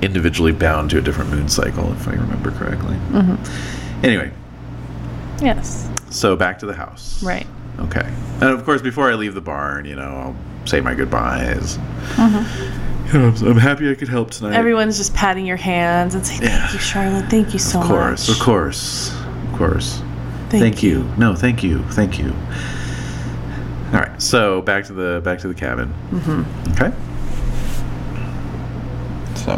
A: individually bound to a different moon cycle, if I remember correctly. Anyway,
C: Yes.
A: so back to the house.
C: Right.
A: Okay. And of course, before I leave the barn, you know, I'll say my goodbyes.
C: Mm-hmm.
A: You know, I'm, so- I'm happy I could help tonight.
C: Everyone's just patting your hands and saying, Thank
A: Yeah.
C: you, Charlotte. Thank you so
A: Of
C: much.
A: course, of course, of course.
C: Thank
A: you. No, thank you, thank you. All right. So back to the back to the cabin. Mm-hmm. Okay. So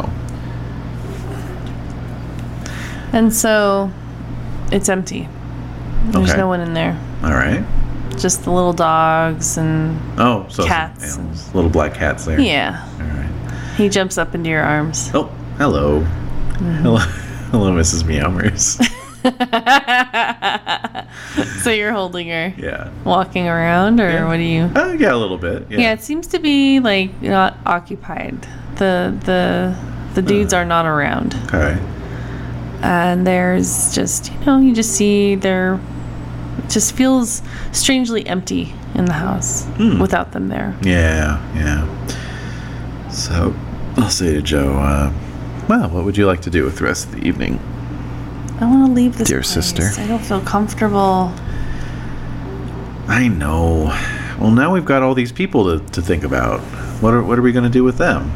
C: And so it's empty. There's
A: Okay.
C: no one in there.
A: all right.
C: Just the little dogs and.
A: Oh, so some
C: Cats
A: animals, little black cats there.
C: Yeah.
A: All right.
C: He jumps up into your arms. (laughs)
A: Oh, hello,
C: Mm-hmm.
A: hello, (laughs) hello, Mrs.
C: (laughs)
A: Meowmers.
C: so you're holding her,
A: yeah.
C: walking around, or
A: Yeah.
C: what do you?
A: Uh, yeah, a little bit.
C: Yeah, it seems to be like not occupied. The the
A: Hmm.
C: the dudes are not around,
A: Okay.
C: and there's just you know you just see there. It just feels strangely empty in the house
A: Hmm.
C: without them there.
A: Yeah, yeah. So I'll say to Joe, uh, well, what would you like to do with the rest of the evening?
C: I want to leave this
D: Dear
C: place.
D: sister.
C: I don't feel comfortable.
A: I know. Well, now we've got all these people to, to think about. What are, what are we going to do with them?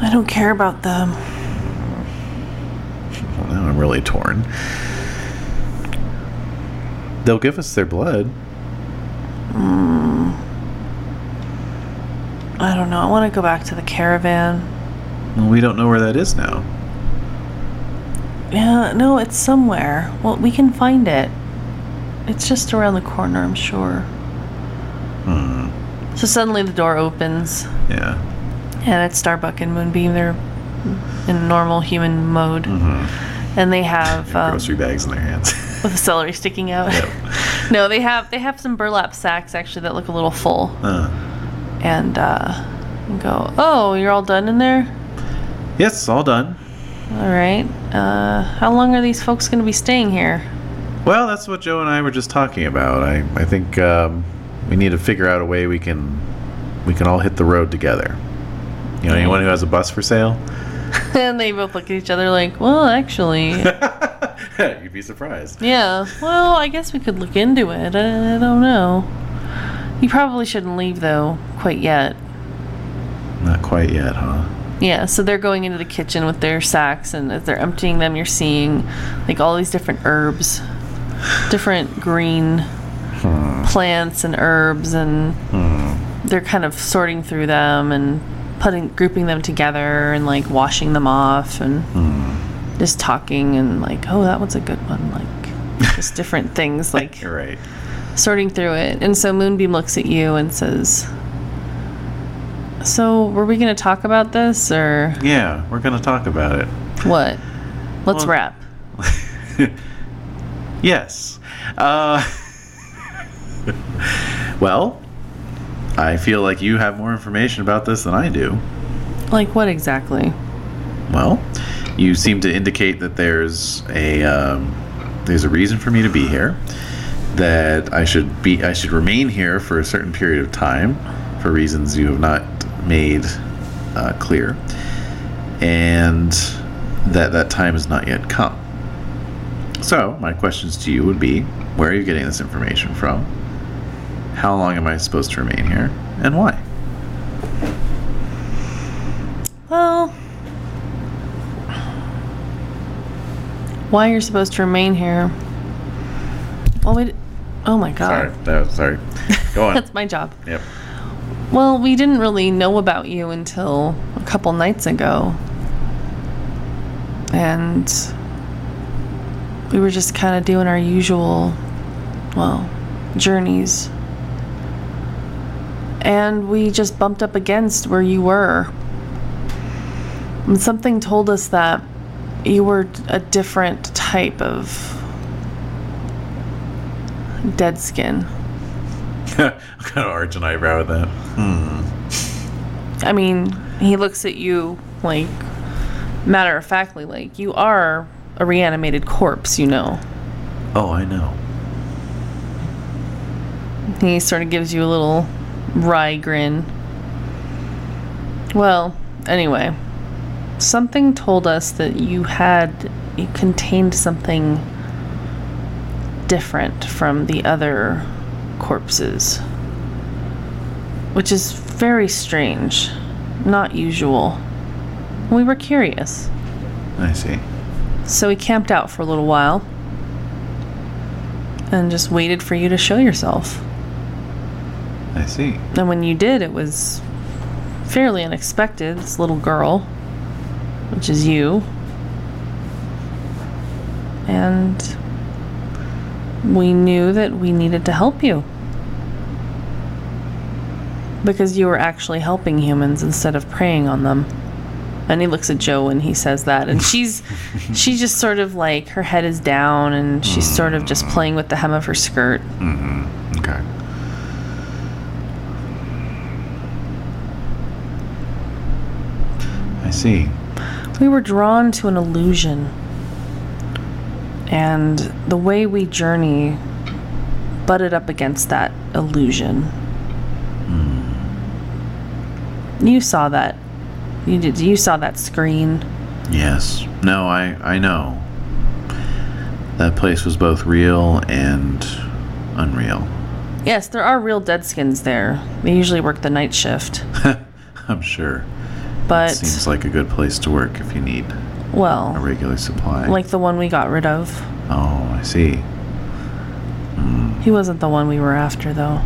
C: I don't care about them.
A: Well, now I'm really torn. They'll give us their blood.
C: I don't know. I want to go back to the caravan.
A: Well, we don't know where that is now.
C: Yeah, no, it's somewhere. Well, we can find it. It's just around the corner, I'm sure.
D: Hmm.
C: So suddenly the door opens,
A: Yeah.
C: and it's Starbuck and Moonbeam. They're in normal human mode,
D: Hmm.
C: and they have um,
A: Mm-hmm. Grocery bags in their hands.
C: (laughs)
A: (laughs)
C: with the celery sticking out. (laughs) no, they have they have some burlap sacks actually that look a little full,
A: uh,
C: and uh, go. Oh, you're all done in there.
A: yes, all done.
C: All right. Uh, how long are these folks going to be staying here? (laughs)
A: Well, that's what Joe and I were just talking about. I, I think um, we need to figure out a way we can we can all hit the road together. You know, anyone who has a bus for sale, (laughs)
C: and they both look at each other like, well, actually,
A: you'd be surprised.
C: yeah. Well, I guess we could look into it. I, I don't know. You probably shouldn't leave though, quite yet.
A: Not quite yet, huh?
C: Yeah, so they're going into the kitchen with their sacks, and as they're emptying them, you're seeing like all these different herbs, different green
A: Hmm,
C: plants and herbs, and they're kind of sorting through them and putting, grouping them together, and like washing them off, and
A: Hmm.
C: just talking and like, oh, that one's a good
A: (laughs)
C: one, like just different things, like
A: You're right.
C: sorting through it. And so Moonbeam looks at you and says. So, were we going to talk about this or?
A: Yeah, we're gonna talk about it.
C: What? Let's
A: Well-
C: wrap.
A: Yes. Uh, (laughs) well, I feel like you have more information about this than I do.
C: Like what exactly?
A: Well, you seem to indicate that there's a um, there's a reason for me to be here. That I should be I should remain here for a certain period of time, for reasons you have not made uh, clear, and that that time has not yet come. So my questions to you would be: Where are you getting this information from? How long am I supposed to remain here, and why?
C: Well, why you're supposed to remain here? Well, we. d- Oh my
A: Sorry,
C: god,
A: that was, sorry. Go on.
C: (laughs) that's my job.
A: yep.
C: Well, we didn't really know about you until a couple nights ago, and we were just kind of doing our usual, well, journeys. and we just bumped up against where you were. And something told us that you were a different type of dead skin.
A: (laughs) kind of arch an eyebrow at that. (laughs)
C: I mean, he looks at you like matter of factly, like you are a reanimated corpse, you know.
A: Oh, I know.
C: He sort of gives you a little wry grin. Well, anyway, something told us that you had you contained something different from the other corpses, which is very strange, not usual. We were curious,
A: I see.
C: so we camped out for a little while and just waited for you to show yourself.
A: I see.
C: And when you did, it was fairly unexpected. This little girl, which is you. And we knew that we needed to help you. Because you were actually helping humans instead of preying on them. And he looks at Joe when he says that. And she's she's just sort of like her head is down and she's sort of just playing with the hem of her skirt.
A: Mm-hmm. Okay. I see.
C: We were drawn to an illusion. And the way we journey butted up against that illusion.
A: Hmm.
C: You saw that. You did. You saw that screen.
A: Yes. No, I I know. That place was both real and unreal. (laughs)
C: Yes, there are real deadskins there. They usually work the
A: (laughs)
C: night shift.
A: I'm sure.
C: But,
A: Seems like a good place to work if you need a
C: well,
A: regular supply.
C: like the one we got rid of.
A: oh, I see. (laughs)
C: He wasn't the one we were after, though.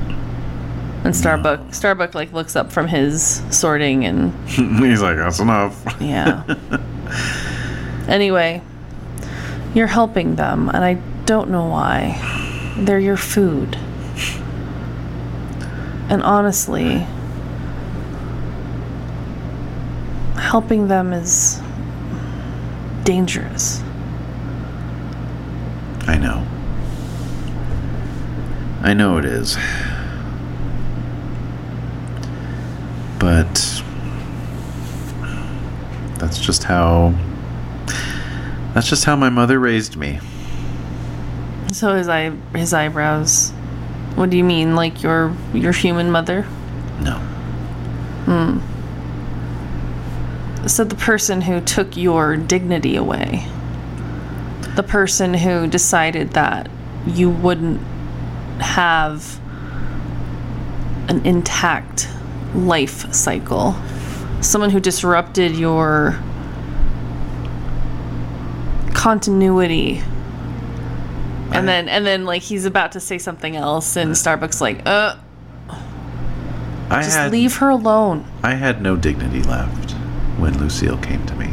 C: And Starbuck, Starbuck, like, looks up from his sorting and
A: He's like, that's enough. (laughs)
C: Yeah. anyway, you're helping them, and I don't know why. They're your food. And honestly, helping them is dangerous.
A: I know. I know it is. But that's just how that's just how my mother raised me.
C: So his eye, his eyebrows. What do you mean, like your your human mother?
A: No.
C: So the person who took your dignity away. The person who decided that you wouldn't have an intact life cycle. Someone who disrupted your continuity. And then and then like he's about to say something else and Starbucks like, "Uh,
A: I
C: just
A: had,
C: leave her alone."
A: I had no dignity left when Lucille came to me.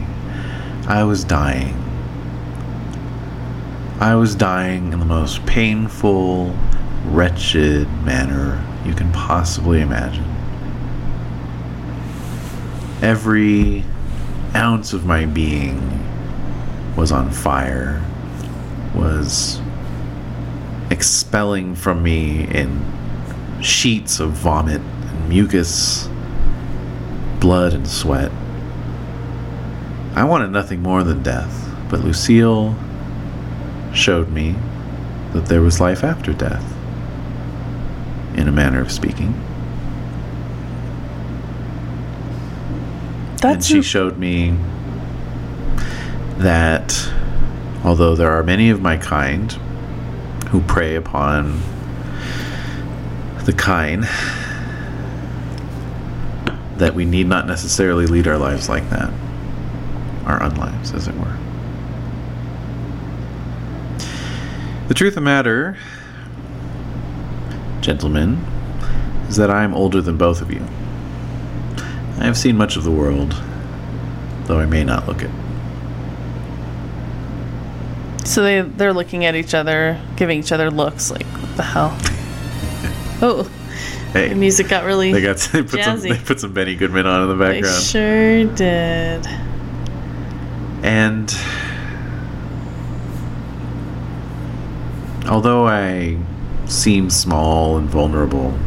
A: I was dying. I was dying in the most painful, wretched manner you can possibly imagine. Every ounce of my being was on fire, was expelling from me in sheets of vomit and mucus, blood and sweat. I wanted nothing more than death, but Lucille showed me that there was life after death, in a manner of speaking. and
C: That's
A: she
C: who-
A: showed me that although there are many of my kind who prey upon the kind that we need not necessarily lead our lives like that our unlives as it were the truth of the matter gentlemen is that i am older than both of you I have seen much of the world, though I may not look it.
C: So they they're looking at each other, giving each other looks like what the
A: (laughs)
C: hell. oh, the
A: Hey,
C: music got really.
A: they got (laughs) they put some
C: Jazzy.
A: they put some Benny Goodman on in the
C: They
A: background,
C: sure did.
A: and although I seem small and vulnerable,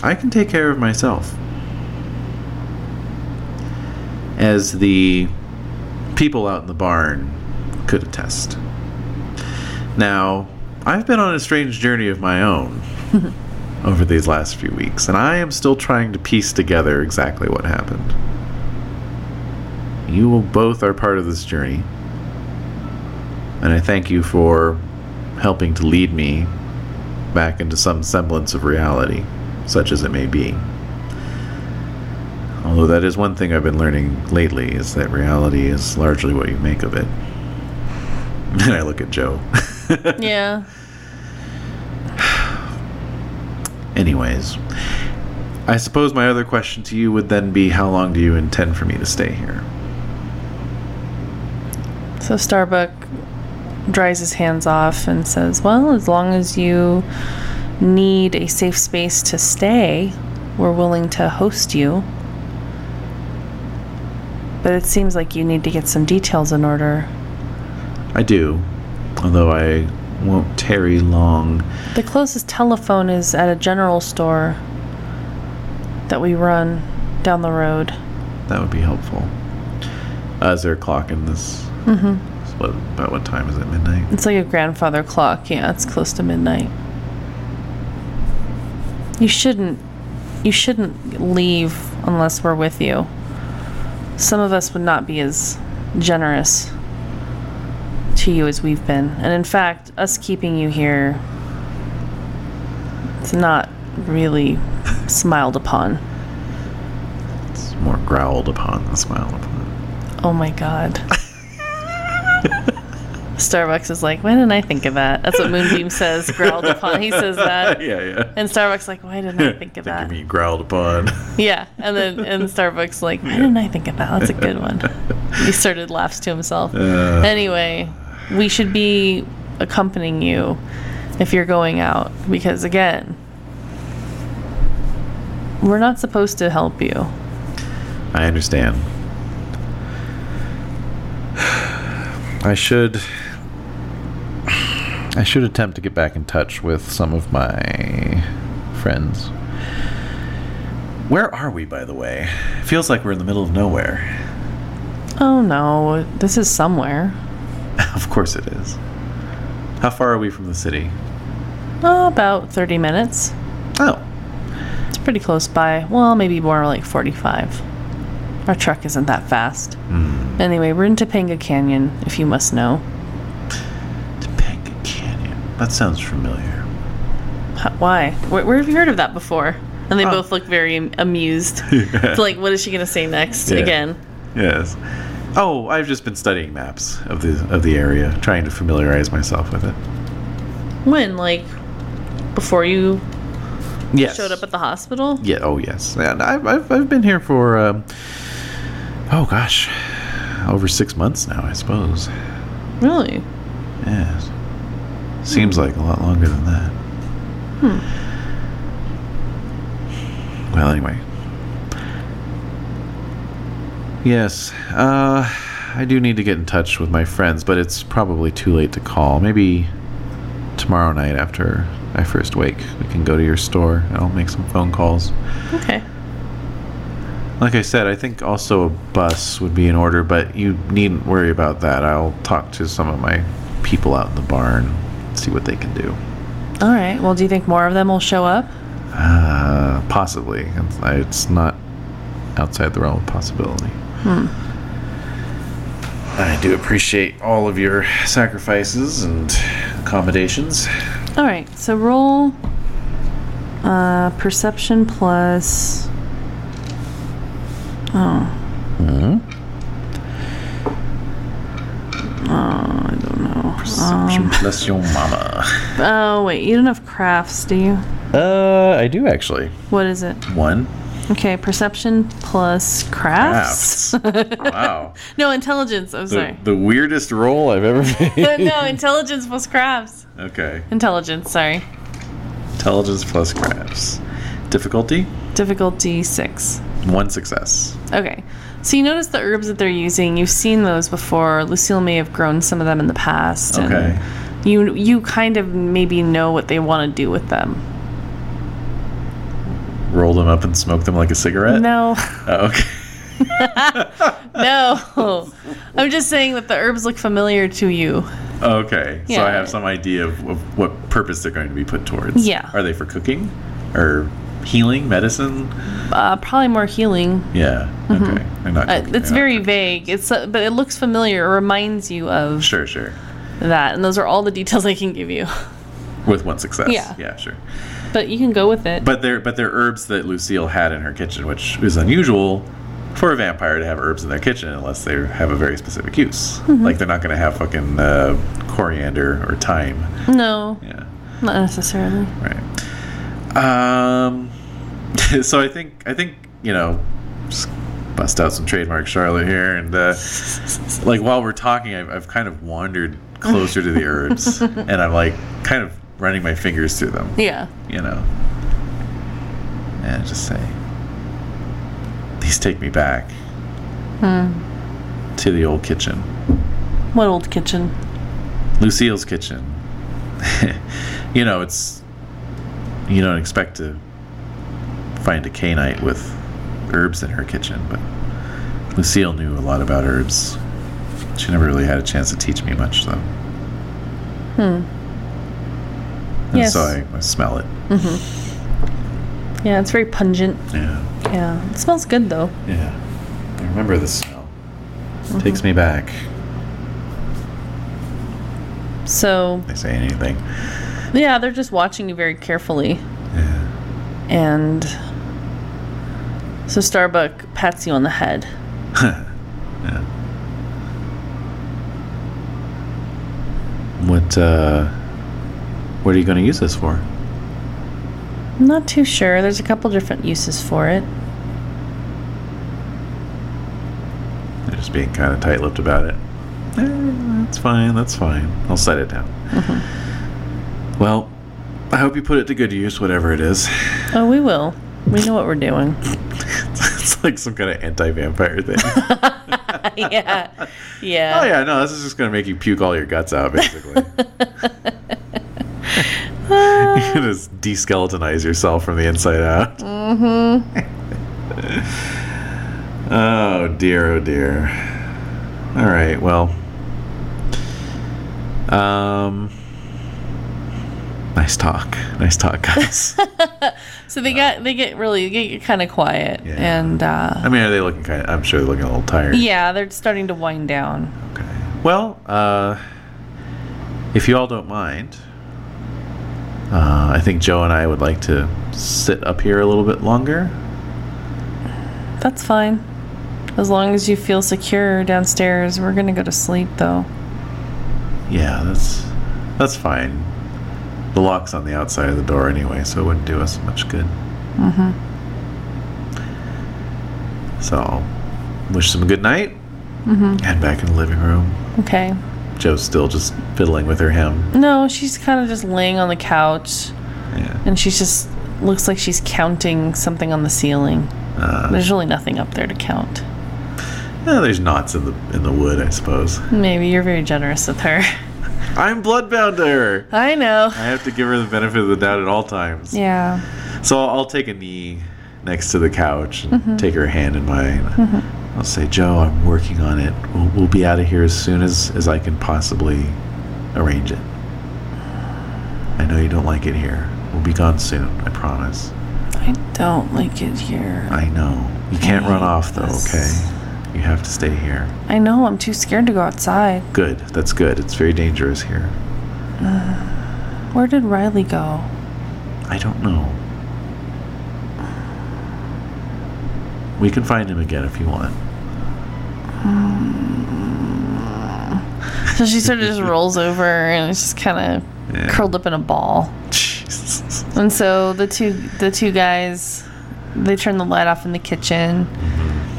A: I can take care of myself. As the people out in the barn could attest. Now, I've been on a strange journey of my own over these last few weeks, and I am still trying to piece together exactly what happened. You both are part of this journey, and I thank you for helping to lead me back into some semblance of reality, such as it may be. Although that is one thing I've been learning lately is that reality is largely what you make of it. (laughs) And I look at Joe. (laughs)
C: Yeah.
A: Anyways, I suppose my other question to you would then be how long do you intend for me to stay here?
C: So Starbuck dries his hands off and says, "Well, as long as you need a safe space to stay, we're willing to host you." But it seems like you need to get some details in order.
A: I do, although I won't tarry long.
C: The closest telephone is at a general store that we run down the road.
A: That would be helpful. Uh, is there a clock in this? Mm-hmm. What, about what time is it? Midnight?
C: It's like a grandfather clock. Yeah, it's close to midnight. You shouldn't you shouldn't leave unless we're with you. Some of us would not be as generous to you as we've been. And in fact, us keeping you here it's not really smiled upon.
A: It's more growled upon than smiled upon.
C: Oh my god.
A: (laughs)
C: Starbucks is like, why didn't I think of that? That's
A: (laughs)
C: what Moonbeam says, growled upon. He says that.
A: yeah, yeah.
C: And Starbucks like, why
A: (laughs)
C: didn't I think of that?
A: you mean growled upon.
C: Yeah. And then and Starbucks like, why didn't I think of that? That's a good
A: (laughs)
C: one. He started laughs to himself.
A: Uh,
C: Anyway, we should be accompanying you if you're going out because again, we're not supposed to help you.
A: I understand. I should. I should attempt to get back in touch with some of my friends. Where are we, by the way? Feels like we're in the middle of nowhere. (laughs)
C: Oh no, this is somewhere.
A: Of course it is. How far are we from the city?
C: Oh, about 30 minutes.
A: Oh,
C: It's pretty close by. Well, maybe more like 45. Our truck isn't that fast.
A: Hmm.
C: Anyway, we're in Topanga Canyon, if you must know.
A: Topanga Canyon. That sounds familiar.
C: Huh, Why? Where, where have you heard of that before? And they
A: Oh.
C: both look very am-
A: (laughs)
C: amused. It's like, what is she going to say next
A: Yeah.
C: again?
A: Yes. Oh, I've just been studying maps of the of the area, trying to familiarize myself with it.
C: When? Like, before you
A: Yes.
C: showed up at the hospital?
A: Yeah. Oh, yes. And I've I've, I've been here for um, oh gosh, over six months now, I suppose.
C: Really?
A: Yes. Seems like a lot longer than that.
C: Hmm.
A: Well, anyway. Yes. Uh, I do need to get in touch with my friends, but it's probably too late to call. Maybe tomorrow night after I first wake, we can go to your store and I'll make some phone calls.
C: Okay.
A: Like I said, I think also a bus would be in order, but you needn't worry about that. I'll talk to some of my people out in the barn, see what they can do.
C: All right. Well, do you think more of them will show up?
A: Uh, possibly. It's, it's not outside the realm of possibility. Hmm. I do appreciate all of your sacrifices and accommodations.
C: All right. So roll uh, perception plus.
A: Perception plus your mama.
C: Oh wait, you don't have crafts, do you?
A: Uh, I do actually.
C: What is it?
A: One.
C: Okay, perception plus crafts.
A: Wow.
C: (laughs) no, intelligence. I'm
A: the,
C: sorry.
A: the weirdest roll I've ever made. (laughs)
C: (laughs) no, intelligence plus crafts.
A: okay.
C: Intelligence. Sorry.
A: Intelligence plus crafts. Difficulty?
C: Difficulty six.
A: One success.
C: Okay. So you notice the herbs that they're using. You've seen those before. Lucille may have grown some of them in the past. and
A: Okay.
C: You you kind of maybe know what they want to do with them.
A: Roll them up and smoke them like a cigarette?
C: No, (laughs)
A: (laughs) Oh, okay.
C: no. I'm just saying that the herbs look familiar to you.
A: Okay. So I
C: Yeah.
A: have some idea of, of what purpose they're going to be put towards.
C: Yeah.
A: Are they for cooking or healing, medicine?
C: Uh, probably more healing.
A: Yeah. Okay. They're not
C: Uh,
A: cooking, they're not-
C: it's very vague. It's uh, but it looks familiar. It reminds you of
A: Sure, sure.
C: that, and those are all the details I can give you. (laughs)
A: With one success.
C: Yeah.
A: Yeah, sure.
C: But you can go with it.
A: But they're but they're herbs that Lucille had in her kitchen, which is unusual for a vampire to have herbs in their kitchen unless they have a very specific use. Like they're not going to have fucking uh, coriander or thyme.
C: no,
A: Yeah,
C: not necessarily.
A: right. Um, (laughs) so I think I think you know, just bust out some trademark Charlotte here, and uh, like while we're talking, I've, I've kind of wandered closer to the herbs, and I'm like kind of running my fingers through them
C: Yeah.
A: you know, and just say, please take me back to the old kitchen,
C: What old kitchen?
A: Lucille's kitchen. (laughs) you know, it's you don't expect to find a canite with herbs in her kitchen, but Lucille knew a lot about herbs. She never really had a chance to teach me much, though. Hmm. And
C: Yes.
A: so I, I smell it.
C: Yeah, it's very pungent.
A: Yeah.
C: Yeah, it smells good though.
A: Yeah. I remember the smell. Takes me back.
C: So
A: They say anything.
C: yeah, they're just watching you very carefully.
A: Yeah. (laughs)
C: And so Starbuck pats you on the head.
A: Yeah. What uh what are you gonna use this for?
C: I'm not too sure. There's a couple different uses for it.
A: They're just being kinda tight lipped about it. Eh, that's fine, that's fine. I'll set it down. Well, I hope you put it to good use, whatever it is. (laughs)
C: Oh, we will. We know what we're doing. (laughs)
A: it's like some kind of anti vampire thing. (laughs)
C: yeah.
A: oh
C: Yeah.
A: yeah, no, this is just gonna make you puke all your guts out basically. (laughs)
C: Ah,
A: You just de-skeletonize yourself from the inside out. Mm-hmm. (laughs) oh dear, oh dear. All right, well, um, Nice talk. Nice talk, guys.
C: So they got they get really they get kind of quiet
A: Yeah.
C: and uh,
A: I mean, are they looking kind of, I'm sure they're looking a little tired.
C: yeah, they're starting to wind down.
A: Okay. Well, uh, if you all don't mind, uh, I think Joe and I would like to sit up here a little bit longer.
C: That's fine. As long as you feel secure downstairs, we're gonna go to sleep though.
A: Yeah, that's that's fine. The lock's on the outside of the door anyway, so it wouldn't do us much good. Mm-hmm. So, wish them a good night. Mm-hmm. Head back in the living room.
C: Okay.
A: Joe's still just fiddling with her hem.
C: No, she's kind of just laying on the couch
A: Yeah.
C: and she's just looks like she's counting something on the ceiling.
A: Uh,
C: There's really nothing up there to count.
A: yeah, there's knots in the in the wood, I suppose.
C: Maybe you're very generous with her. (laughs)
A: I'm bloodbound to her.
C: I know.
A: I have to give her the benefit of the doubt at all times.
C: Yeah.
A: So I'll, I'll take a knee next to the couch and take her hand in mine. I'll say, Joe, I'm working on it. We'll, we'll be out of here as soon as, as I can possibly arrange it. I know you don't like it here. We'll be gone soon, I promise.
C: I don't like it here.
A: I know. You can't run off, though, okay? You have to stay here.
C: I know, I'm too scared to go outside.
A: Good. That's good. It's very dangerous here.
C: Where did Riley go?
A: I don't know. We can find him again if you want.
C: So she sort of just rolls over and is just kind of
A: Yeah.
C: curled up in a ball.
A: Jesus.
C: And so the two the two guys they turn the light off in the kitchen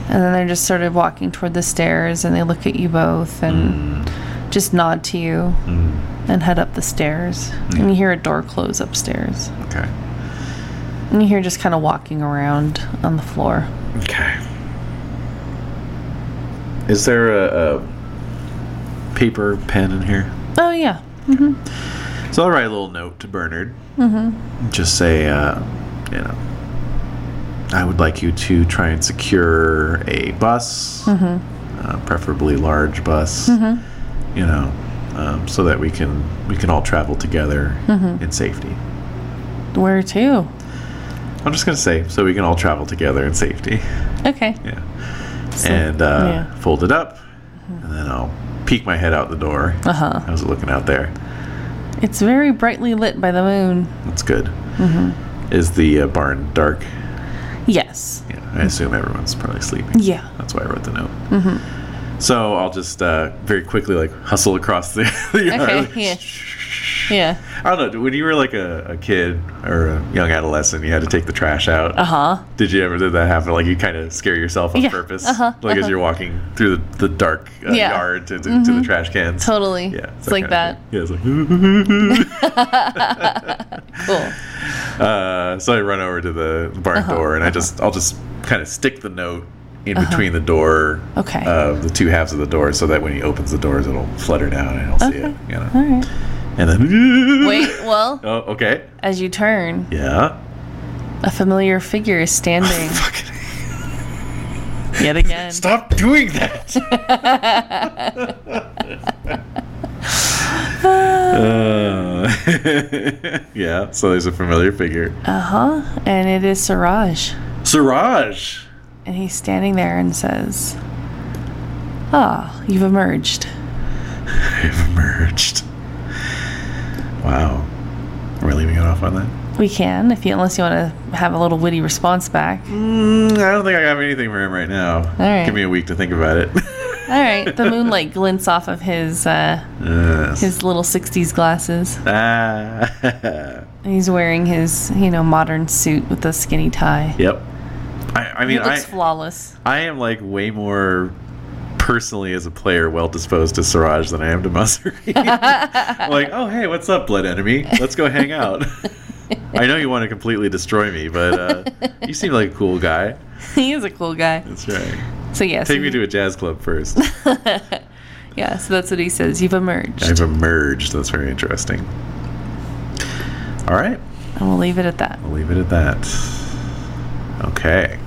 C: and then they're just sort of walking toward the stairs and they look at you both
A: Hmm.
C: and just nod to you and head up the stairs. And you hear a door close upstairs.
A: Okay.
C: And you hear just kind of walking around on the floor.
A: Okay. Is there a, a paper pen in here?
C: Oh yeah.
A: So I'll write a little note to Bernard. Mm-hmm. Just say, uh, you know, I would like you to try and secure a bus, uh, preferably large bus. You know, um, so that we can we can all travel together in safety.
C: Where to?
A: I'm just gonna say so we can all travel together in safety. (laughs)
C: Okay.
A: Yeah. and uh,
C: yeah.
A: fold it up, and then I'll peek my head out the door.
C: Uh huh.
A: How's it looking out there?
C: It's very brightly lit by the moon.
A: That's good. Is the uh, barn dark?
C: Yes.
A: Yeah, I assume everyone's probably sleeping.
C: Yeah.
A: That's why I wrote the note. Mm-hmm. So I'll just uh, very quickly like hustle across the, (laughs) the yard.
C: Okay, yeah. Yeah.
A: I don't know. When you were like a, a kid or a young adolescent, you had to take the trash out.
C: Uh huh.
A: Did you ever did that happen? Like you kind of scare yourself on
C: Yeah,
A: purpose,
C: uh-huh,
A: like as
C: uh-huh.
A: you're walking through the, the dark uh,
C: Yeah. Mm-hmm.
A: yard to, to, to the trash cans.
C: Totally.
A: Yeah,
C: It's like that.
A: kind of (laughs) thing. Yeah, it's like. (laughs)
C: Cool.
A: uh, so I run over to the barn
C: Uh-huh.
A: door, and I just I'll just kind of stick the note in between the door,
C: Okay.
A: uh, the two halves of the door, so that when he opens the doors, it'll flutter down and he'll see
C: Okay.
A: it. You know,
C: All right.
A: and then
C: Wait, well,
A: (laughs) Oh, okay.
C: as you turn,
A: Yeah.
C: a familiar figure
A: (laughs)
C: is standing
A: Fucking
C: yet again.
A: stop doing
C: (laughs)
A: that. Uh, (laughs) yeah. So there's a familiar figure,
C: Uh huh. And it is Siraj.
A: Siraj.
C: And he's standing there and says, Ah, you've emerged.
A: I've emerged. Wow. Are we leaving it off on that?
C: We can, if you, unless you want to have a little witty
A: (laughs)
C: response back. All
A: Mm, I don't think I have anything for him right now.
C: right.
A: Give me a week to think about it. (laughs)
C: right. The moonlight glints off of his uh,
A: Yes.
C: his little '60s glasses.
A: Ah.
C: And he's wearing his, you know, modern suit with a skinny tie.
A: (laughs) yep. I, I
C: He
A: mean, I,
C: looks flawless. (laughs)
A: I am like way more personally as a player well disposed to Siraj than I am to Masuri. (laughs) like, oh hey, what's up, blood enemy? Let's go hang
C: (laughs)
A: out. I know you want to completely destroy me, but uh, you seem like a cool guy.
C: he is a cool guy.
A: That's right.
C: So yes,
A: Take me to a jazz club first.
C: yeah. So that's what he says. You've emerged,
A: I've emerged. That's very interesting. All right,
C: and we'll leave it at that.
A: we'll leave it at that. Okay.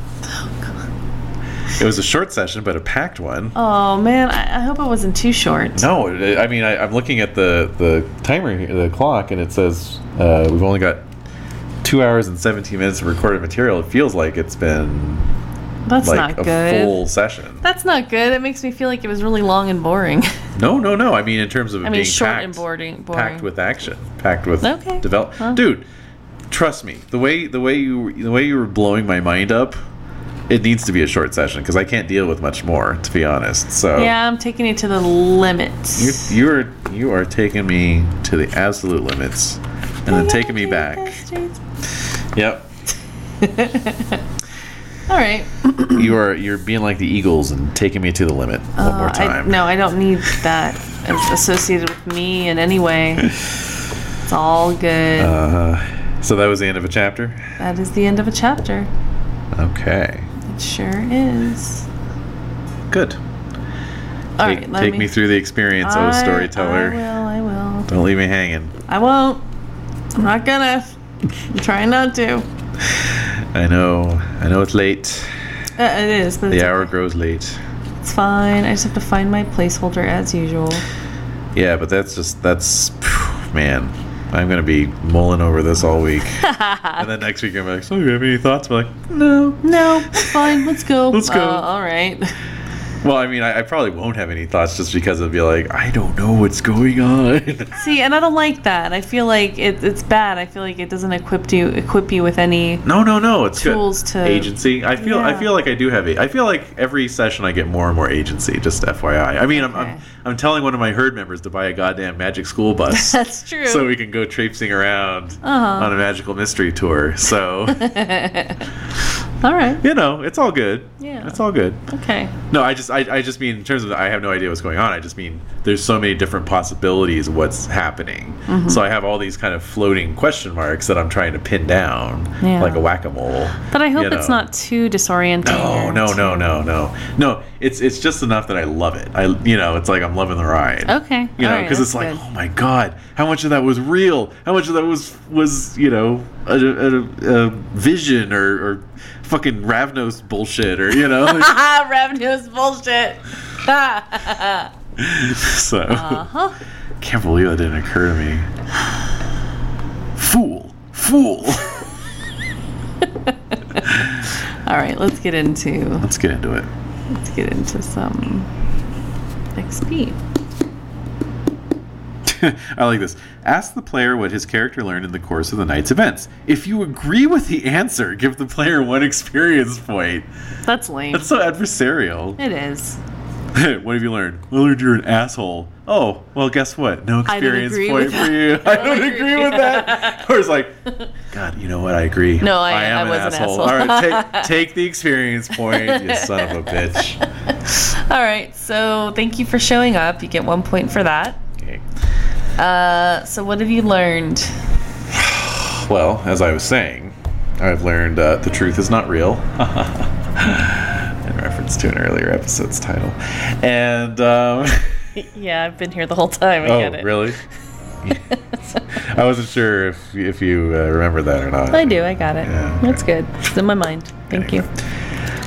A: It was a short session, but a packed one.
C: Oh man, I, I hope it wasn't too short.
A: No, I I mean I, I'm looking at the the timer, here, the clock, and it says uh, we've only got two hours and 17 minutes of recorded material. It feels like it's been
C: That's
A: like a
C: not good.
A: full session.
C: That's not good. It makes me feel like it was really long and boring.
A: No, no, no. I mean in terms of it
C: I mean,
A: being
C: short
A: packed,
C: and boring. Boring.
A: packed with action, packed with
C: Okay.
A: develop.
C: Huh.
A: Dude, trust me. The way the way you were- the way you were blowing my mind up, it needs to be a short session because I can't deal with much more, to be honest. So
C: (laughs) yeah, I'm taking it to the limits.
A: You, you are you are taking me to the absolute limits, and then taking me back. Yep,
C: All right.
A: you are you're being like the Eagles and taking me to the limit one more
C: Uh, I-
A: time.
C: no, I don't need that as associated with me in any way. It's all good.
A: Uh, so that was the end of a chapter.
C: that is the end of a chapter.
A: Okay,
C: It sure is.
A: good.
C: All
A: take
C: right. let
A: take me, through the experience, oh
C: I-
A: storyteller.
C: I will. I will.
A: Don't leave me hanging.
C: I won't. I'm not gonna. I'm trying not to.
A: I know I know it's late.
C: Uh, it is, but it's,
A: The hour grows late.
C: it's fine. I just have to find my placeholder as usual.
A: Yeah, but that's just that's phew, man. I'm gonna be mulling over this all
C: (laughs)
A: week, and then next week I'm like, so you have any thoughts? I'm like, no.
C: No, it's fine. Let's
A: (laughs)
C: go.
A: Let's go.
C: Uh, all right.
A: Well, I mean, I, I probably won't have any thoughts just because it'll be like, I don't know what's going on. (laughs)
C: See, and I don't like that. I feel like it, it's bad. I feel like it doesn't equip you equip you with any. (laughs)
A: no, no, no. It's good.
C: Tools to-
A: agency. I feel. I
C: Yeah.
A: feel like I do have. A, I feel like every session I get more and more agency. Just FYI. I mean, I'm, I'm
C: Okay.
A: I'm telling one of my herd members to buy a goddamn magic school bus.
C: That's (laughs) true. Uh-huh.
A: So we can go traipsing around on a magical mystery tour.
C: (laughs)
A: So
C: all right.
A: you know, it's all good.
C: Yeah.
A: it's all good.
C: Okay.
A: No, I just I, I just mean in terms of I have no idea what's going on. I just mean there's so many different possibilities of what's happening.
C: Mm-hmm.
A: So I have all these kind of floating question marks that I'm trying to pin down
C: Yeah.
A: like a whack-a-mole.
C: But I hope
A: you
C: it's
A: know.
C: not too disorienting.
A: Oh, No, no,
C: or
A: no,
C: too-
A: no, no. No, it's it's just enough that I love it. I you know, it's like I'm loving the ride.
C: Okay.
A: You
C: all
A: know,
C: right,
A: because it's
C: that's
A: like,
C: good.
A: oh my god, how much of that was real? How much of that was was you know a, a, a vision or, or fucking Ravnos bullshit or you
C: (laughs)
A: know? like-
C: ah, revenue is bullshit. Ah.
A: So
C: uh-huh.
A: can't believe that didn't occur to me. Fool, fool.
C: All right. Let's get into
A: Let's get into it.
C: let's get into some XP.
A: (laughs) I like this. Ask the player what his character learned in the course of the night's events. If you agree with the answer, give the player one experience point.
C: That's lame.
A: That's so adversarial. (laughs)
C: it is.
A: what have you learned? I learned you're an asshole. Oh, well, guess what? No
C: I don't
A: experience
C: agree
A: point
C: with
A: for
C: that.
A: you. (laughs) I don't
C: (laughs)
A: agree with that. Or it's like, God, you know what? I agree.
C: No, I- I was an asshole.
A: All right,
C: (laughs)
A: take, take the experience point, you son of a bitch.
C: All right. So thank you for showing up. You get one point for that.
A: Okay.
C: Uh, so what have you learned?
A: Well, as I was saying, I've learned uh, the truth is not real. (laughs) In reference to an earlier episode's title. And, um,
C: (laughs) Yeah, I've been here the whole time. (laughs) I
A: oh,
C: get it.
A: really? I wasn't sure if, if you uh, remember that or not.
C: (laughs) I do. I got it.
A: Yeah, okay.
C: That's good. It's in my mind. Thank you.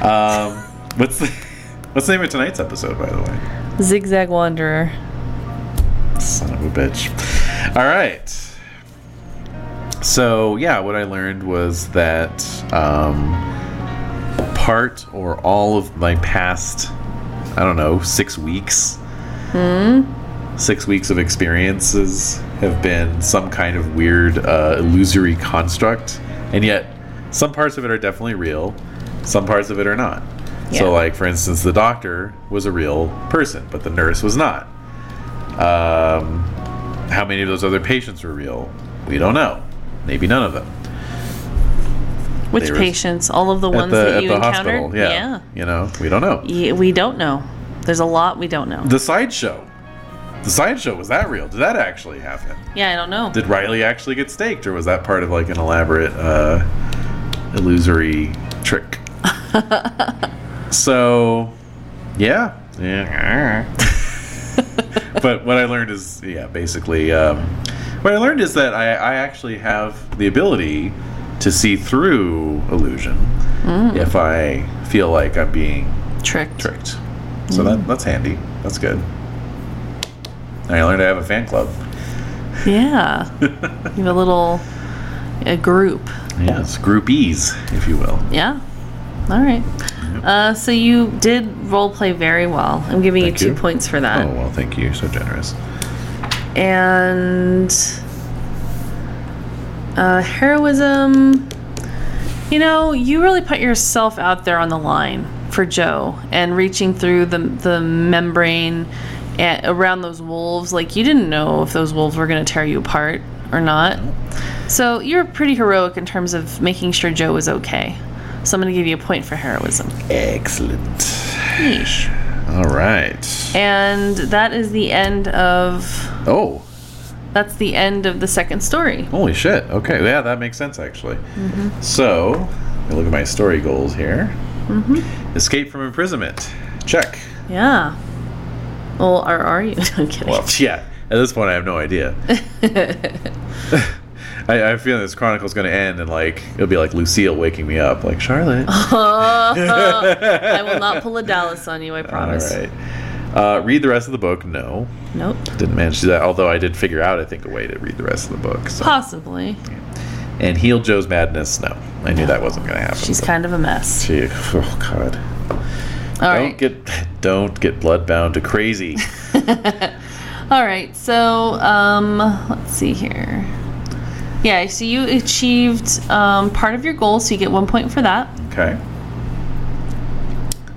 A: Um, what's the what's the name of tonight's episode, by the way?
C: Zigzag Wanderer.
A: Son of a bitch. All right. So yeah, what I learned was that um, part or all of my past, I don't know, six weeks,
C: Hmm?
A: six weeks of experiences have been some kind of weird uh, illusory construct, and yet some parts of it are definitely real, some parts of it are not.
C: Yeah.
A: So like for instance, the doctor was a real person, but the nurse was not. Um, how many of those other patients were real? We don't know. Maybe none of them.
C: Which
A: They were-
C: patients? All of the ones that you encountered?
A: yeah. You know, we don't know.
C: yeah. Ye- We don't know. There's a lot we don't know.
A: The sideshow. The sideshow, was that real? Did that actually happen?
C: Yeah, I don't know.
A: Did Riley actually get staked, or was that part of like an elaborate uh, illusory trick? so, yeah. (laughs) Yeah. but what I learned is, yeah, basically, um, what I learned is that I, I actually have the ability to see through illusion if I feel like I'm being
C: tricked.
A: tricked. So that that's handy. That's good. I learned I have a fan club. (laughs)
C: Yeah. you have a little a group.
A: Yes, groupies, if you will.
C: Yeah. All right. Uh, so you did role play very well. I'm giving
A: Thank
C: you two
A: you.
C: points for that.
A: Oh well, thank you. You're so generous.
C: and uh, heroism. You know, you really put yourself out there on the line for Joe and reaching through the the membrane and around those wolves. Like you didn't know if those wolves were going to tear you apart or not. So you're pretty heroic in terms of making sure Joe was okay. So I'm going to give you a point for heroism.
A: Excellent. All right.
C: And that is the end of
A: Oh,
C: that's the end of the second story.
A: holy shit. Okay, yeah, that makes sense actually. So, let me look at my story goals here. Escape from imprisonment. Check.
C: Yeah. Well, or are you? (laughs) I'm kidding.
A: Well, yeah. At this point, I have no idea. I, I have a feeling this chronicle's going to end, and like it'll be like Lucille waking me up, like Charlotte.
C: I will not pull a Dallas on you. I
A: All
C: promise.
A: right. Uh, read the rest of the book. No,
C: Nope.
A: didn't manage to do that. Although I did figure out, I think, a way to read the rest of the book. So.
C: Possibly.
A: And heal Joe's madness. No, I knew that wasn't going to happen.
C: She's kind of a mess.
A: Gee, oh God.
C: All
A: don't
C: right.
A: get don't get bloodbound to crazy.
C: All right. So, um, let's see here. Yeah. So you achieved um, part of your goal, so you get one point for that.
A: okay.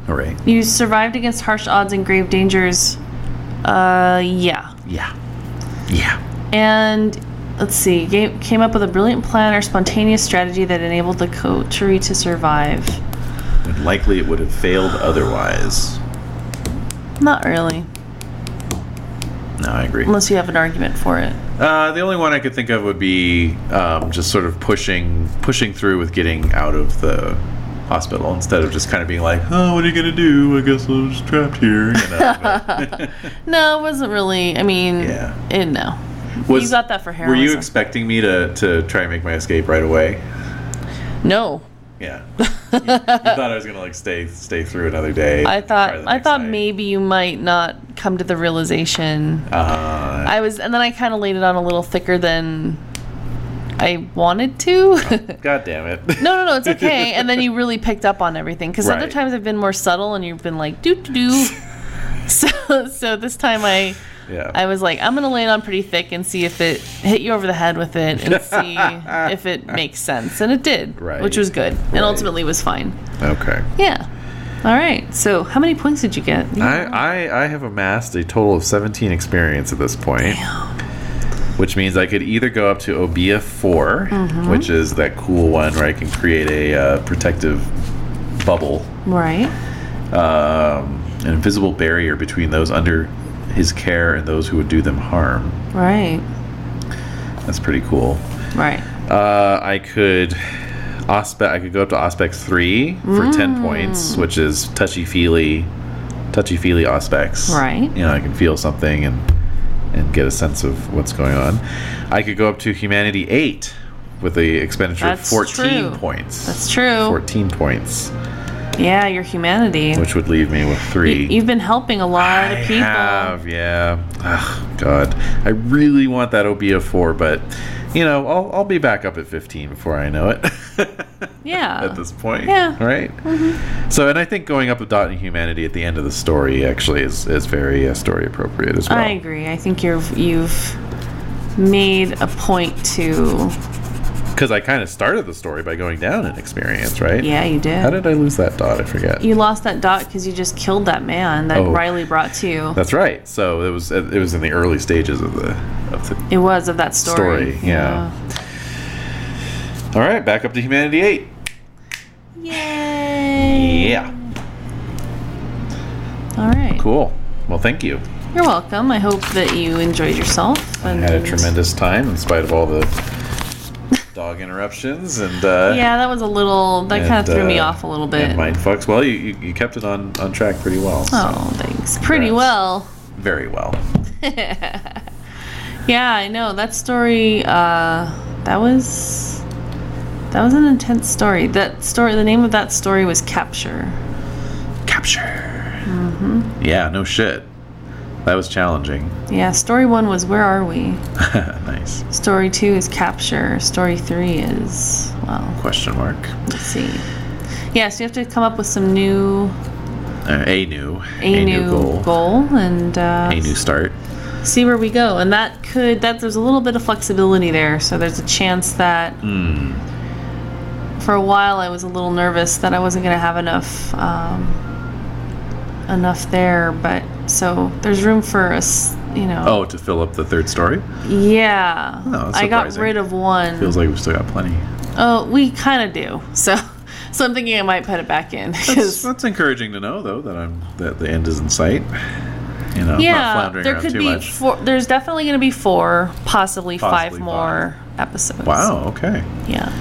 A: All right.
C: You survived against harsh odds and grave dangers. Uh, yeah.
A: Yeah. Yeah.
C: And let's see, ga- came up with a brilliant plan or spontaneous strategy that enabled the coterie to survive.
A: When likely it would have failed otherwise.
C: Not really,
A: No, I agree.
C: unless you have an argument for it.
A: Uh, the only one I could think of would be um, just sort of pushing pushing through with getting out of the hospital instead of just kind of being like, "Oh, what are you gonna do? I guess I'm just trapped here." You know, but-
C: No, it wasn't really. I mean,
A: Yeah.
C: it, no.
A: was,
C: (laughs) you got that for
A: Were you
C: heroism.
A: expecting me to to try and make my escape right away?
C: No, (laughs)
A: Yeah, you, you thought I was gonna like stay stay through another day. try
C: I thought
A: the
C: I
A: next
C: thought
A: night.
C: maybe you might not come to the realization.
A: Uh,
C: I was, and then I kind of laid it on a little thicker than I wanted to. (laughs)
A: God damn it!
C: No, no, no, it's okay. and then you really picked up on everything because other
A: Right.
C: times I've been more subtle, and you've been like doo doo doo.
A: (laughs)
C: so, so this time I,
A: (laughs) yeah,
C: I was like, I'm gonna lay it on pretty thick and see if it hit you over the head with it, and see
A: (laughs)
C: if it makes sense, and it did,
A: Right.
C: which was good, and
A: Right.
C: ultimately was fine.
A: okay.
C: Yeah. All right. So, how many points did you get?
A: I, I, I have amassed a total of 17 experience at this point. Which means I could either go up to Obia 4, which is that cool one where I can create a uh, protective bubble,
C: Right.
A: um, an invisible barrier between those under his care and those who would do them harm.
C: Right.
A: That's pretty cool.
C: Right.
A: Uh, I could. Ospe- I could go up to Auspex 3 for
C: Mm.
A: 10 points, which is touchy feely, touchy feely Auspex.
C: Right.
A: You know, I can feel something and and get a sense of what's going on. I could go up to Humanity 8 with the expenditure
C: That's
A: of 14
C: true.
A: points.
C: That's true.
A: 14 points,
C: Yeah, your humanity.
A: which would leave me with
C: You-
A: three.
C: You've been helping a lot
A: I
C: of people.
A: have, yeah. Oh, God. I really want that OBA 4, but, you know, I'll, I'll be back up at 15 before I know it. (laughs)
C: Yeah.
A: at this point.
C: Oh. Yeah. Mm-hmm.
A: Right. So, and I think going up a dot in humanity at the end of the story actually is is very uh, story appropriate as well.
C: I agree. I think you've you've made a point to.
A: Because I kind of started the story by going down in experience, right?
C: Yeah, you did.
A: How did I lose that dot? I forget.
C: you lost that dot because you just killed that man that
A: Oh.
C: Riley brought to you.
A: That's right. So it was it was in the early stages of the of the.
C: It was of that story.
A: Story, yeah. All right, back up to humanity eight.
C: Yeah. Yay!
A: Yeah.
C: All right.
A: Cool. Well, thank you.
C: You're welcome. I hope that you enjoyed yourself.
A: I
C: and-
A: had a tremendous time in spite of all the (laughs) dog interruptions and uh,
C: Yeah, that was a little. That
A: and,
C: kind of threw me
A: uh,
C: off a little bit.
A: and mind fucks. Well, you, you, you kept it on, on track pretty well. so.
C: Oh, thanks. Pretty
A: Congrats.
C: well.
A: Very well.
C: Yeah, I know that story. Uh, that was that was an intense story. That story. The name of that story was Capture.
A: capture. Mm-hmm. Yeah, no shit. That was challenging. (laughs)
C: Yeah, story one was Where Are We?
A: nice.
C: Story two is Capture. Story three is, well,
A: Question mark.
C: let's see. Yeah, so you have to come up with some new,
A: Uh, a new.
C: a, new, goal. and uh,
A: A new start.
C: see where we go. And that could, that there's a little bit of flexibility there. So there's a chance that
A: Hmm.
C: for a while I was a little nervous that I wasn't going to have enough um, enough there but so there's room for us you know
A: Oh, to fill up the third story?
C: yeah
A: Oh, that's
C: I got
A: surprising.
C: rid of one.
A: Feels like we've still got plenty.
C: oh we kind of do so so I'm thinking I might put it back in
A: That's,
C: 'cause-
A: that's encouraging to know, though, that I'm that the end is in sight. You know, not
C: yeah
A: floundering
C: there
A: around
C: could
A: too
C: be
A: much.
C: four there's definitely going to be four
A: Possibly
C: possibly, five more episodes
A: wow. Okay.
C: yeah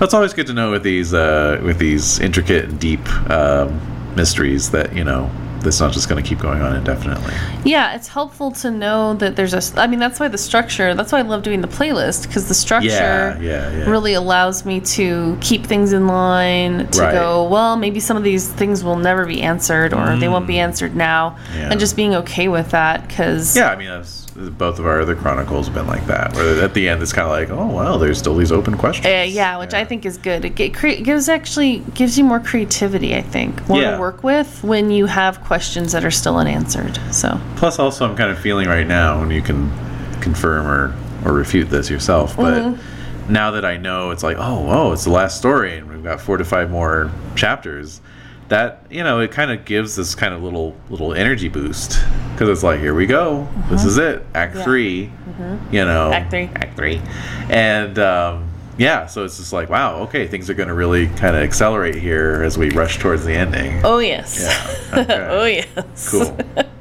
A: That's always good to know with these uh, with these intricate and deep um, mysteries that you know that's not just going to keep going on indefinitely.
C: yeah it's helpful to know that there's a s- I mean that's why the structure that's why I love doing the playlist because the structure
A: Yeah, yeah, yeah.
C: really allows me to keep things in line to
A: Right.
C: go well maybe some of these things will never be answered or they won't be answered now
A: Mm. Yeah.
C: and just being okay with that because
A: Yeah, I mean, that's, both of our other chronicles have been like that. Where at the end, it's kind of like, oh well, there's still these open questions.
C: Uh, yeah, which I think is good. It, ge- cre- gives actually gives you more creativity. I think more
A: Yeah.
C: to work with when you have questions that are still unanswered. So
A: Plus, also, I'm kind of feeling right now, and you can confirm or, or refute this yourself, but
C: Mm-hmm.
A: now that I know it's like, oh, oh, it's the last story, and we've got four to five more chapters, that, you know, it kind of gives this kind of little little energy boost because it's like, here we go. This is it. Act
C: Mm-hmm. Yeah. Mm-hmm.
A: three, you know.
C: Act three.
A: Act three. And, um, yeah, so it's just like, wow, okay, things are going to really kind of accelerate here as we rush towards the ending.
C: oh yes,
A: Yeah, (laughs) okay.
C: (laughs) oh yes,
A: Cool.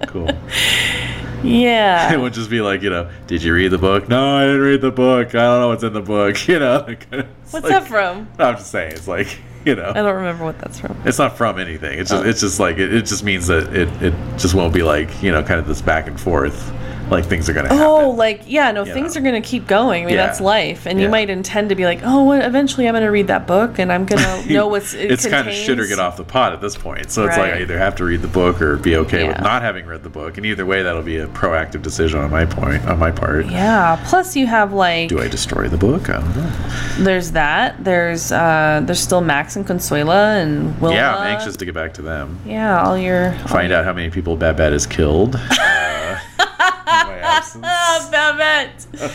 A: Cool. it
C: (laughs)
A: (laughs)
C: yeah.
A: would just be like, you know, did you read the book? No, I didn't read the book. I don't know what's in the book. (laughs) You know, It's
C: What's
A: like-
C: that from?
A: No, (laughs) I'm just saying, it's like, you
C: I Oh.
A: know,
C: don't remember what that's from.
A: it's not from anything. It's just, it's just like it, it just means that it, it just won't be like, you know, kind of this back and forth, like things are gonna happen.
C: Oh, like yeah, no,
A: You
C: things
A: know.
C: are gonna keep going. I mean,
A: Yeah.
C: that's life, and
A: Yeah.
C: you might intend to be like, oh, well, eventually I'm gonna read that book, and I'm
A: (laughs)
C: gonna know what's it
A: it's kind of shit or
C: contains."
A: get off the pot at this point. So it's like I
C: Right.
A: either have to read the book or be okay with
C: Yeah.
A: not having read the book. And either way, that'll be a proactive decision on my point, on my part.
C: Yeah. Plus, you have like
A: Do I destroy the book? I don't know.
C: there's that. There's uh there's still Max and Consuela and Wilma.
A: yeah, I'm anxious to get back to them.
C: Yeah, all your
A: find out how many people Babette has killed. uh, in my
C: Ah,
A: absence. (laughs)
C: Babette.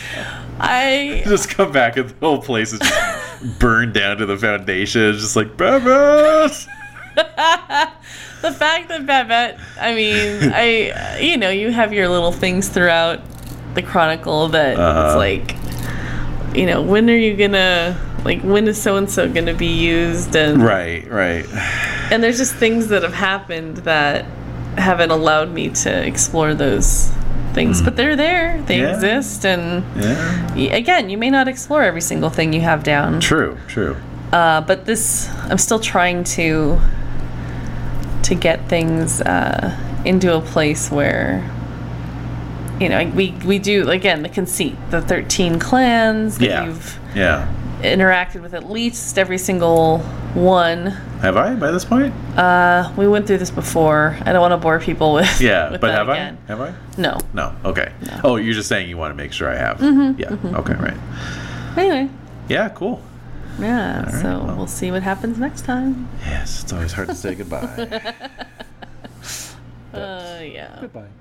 C: I
A: just come back and the whole place is just burned down to the foundation. It's just like Babette.
C: the fact that Babette.
A: (laughs)
C: I mean, I you know you have your little things throughout the chronicle that
A: Uh-huh.
C: it's like, you know, when are you gonna like when is so and so gonna be used and
A: Right, right.
C: and there's just things that have happened that haven't allowed me to explore those things but they're there they
A: Mm. Yeah.
C: exist and
A: Yeah.
C: y- again you may not explore every single thing you have down
A: True, true.
C: uh, but this i'm still trying to to get things uh, into a place where you know we we do again the conceit the 13 clans that
A: Yeah.
C: you've
A: Yeah.
C: interacted with at least every single one
A: Have I by this point?
C: uh, we went through this before. I don't want to bore people with.
A: Yeah,
C: with
A: but
C: that
A: have
C: again.
A: I? Have I?
C: (laughs) No.
A: No. Okay. Oh, you're just saying you want to make sure I have. Mm-hmm, yeah. Okay. Right.
C: Anyway,
A: Yeah. Cool.
C: yeah.
A: right,
C: so
A: well.
C: we'll see what happens next time.
A: Yes. It's always hard to say (laughs) goodbye.
C: Uh, yeah.
D: Goodbye.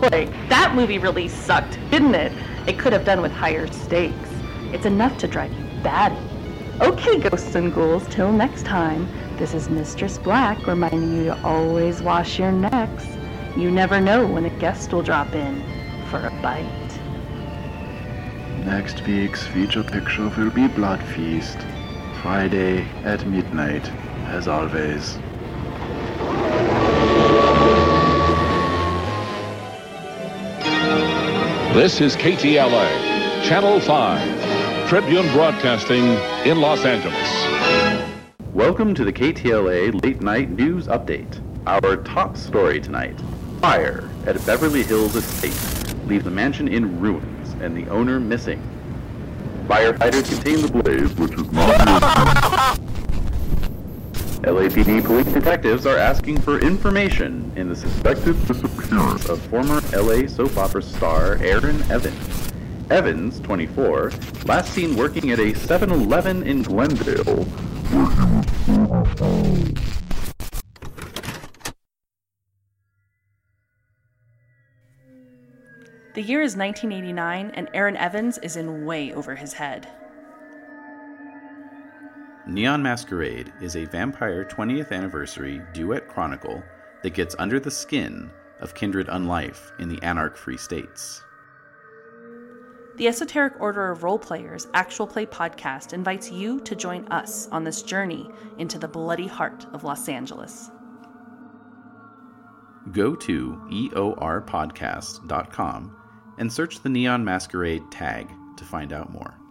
E: Boy, that movie really sucked, didn't it? It could have done with higher stakes. It's enough to drive you batty. Okay, ghosts and ghouls, till next time, this is Mistress Black reminding you to always wash your necks. You never know when a guest will drop in for a bite.
F: Next week's feature picture will be Blood Feast, Friday at midnight, as always.
G: This is KTLA, Channel 5, Tribune Broadcasting in Los Angeles.
H: Welcome to the KTLA Late Night News Update. Our top story tonight Fire at Beverly Hills Estate leaves the mansion in ruins and the owner missing. Firefighters contain the blaze, which is not. LAPD police detectives are asking for information in the suspected disappearance of former LA soap opera star Aaron Evans. Evans, 24, last seen working at a 7 Eleven in Glendale,
C: The year is 1989, and Aaron Evans is in way over his head.
H: Neon Masquerade is a vampire 20th anniversary duet chronicle that gets under the skin of kindred unlife in the anarch free states.
C: The Esoteric Order of Role Players Actual Play podcast invites you to join us on this journey into the bloody heart of Los Angeles.
H: Go to E eorpodcast.com and search the Neon Masquerade tag to find out more.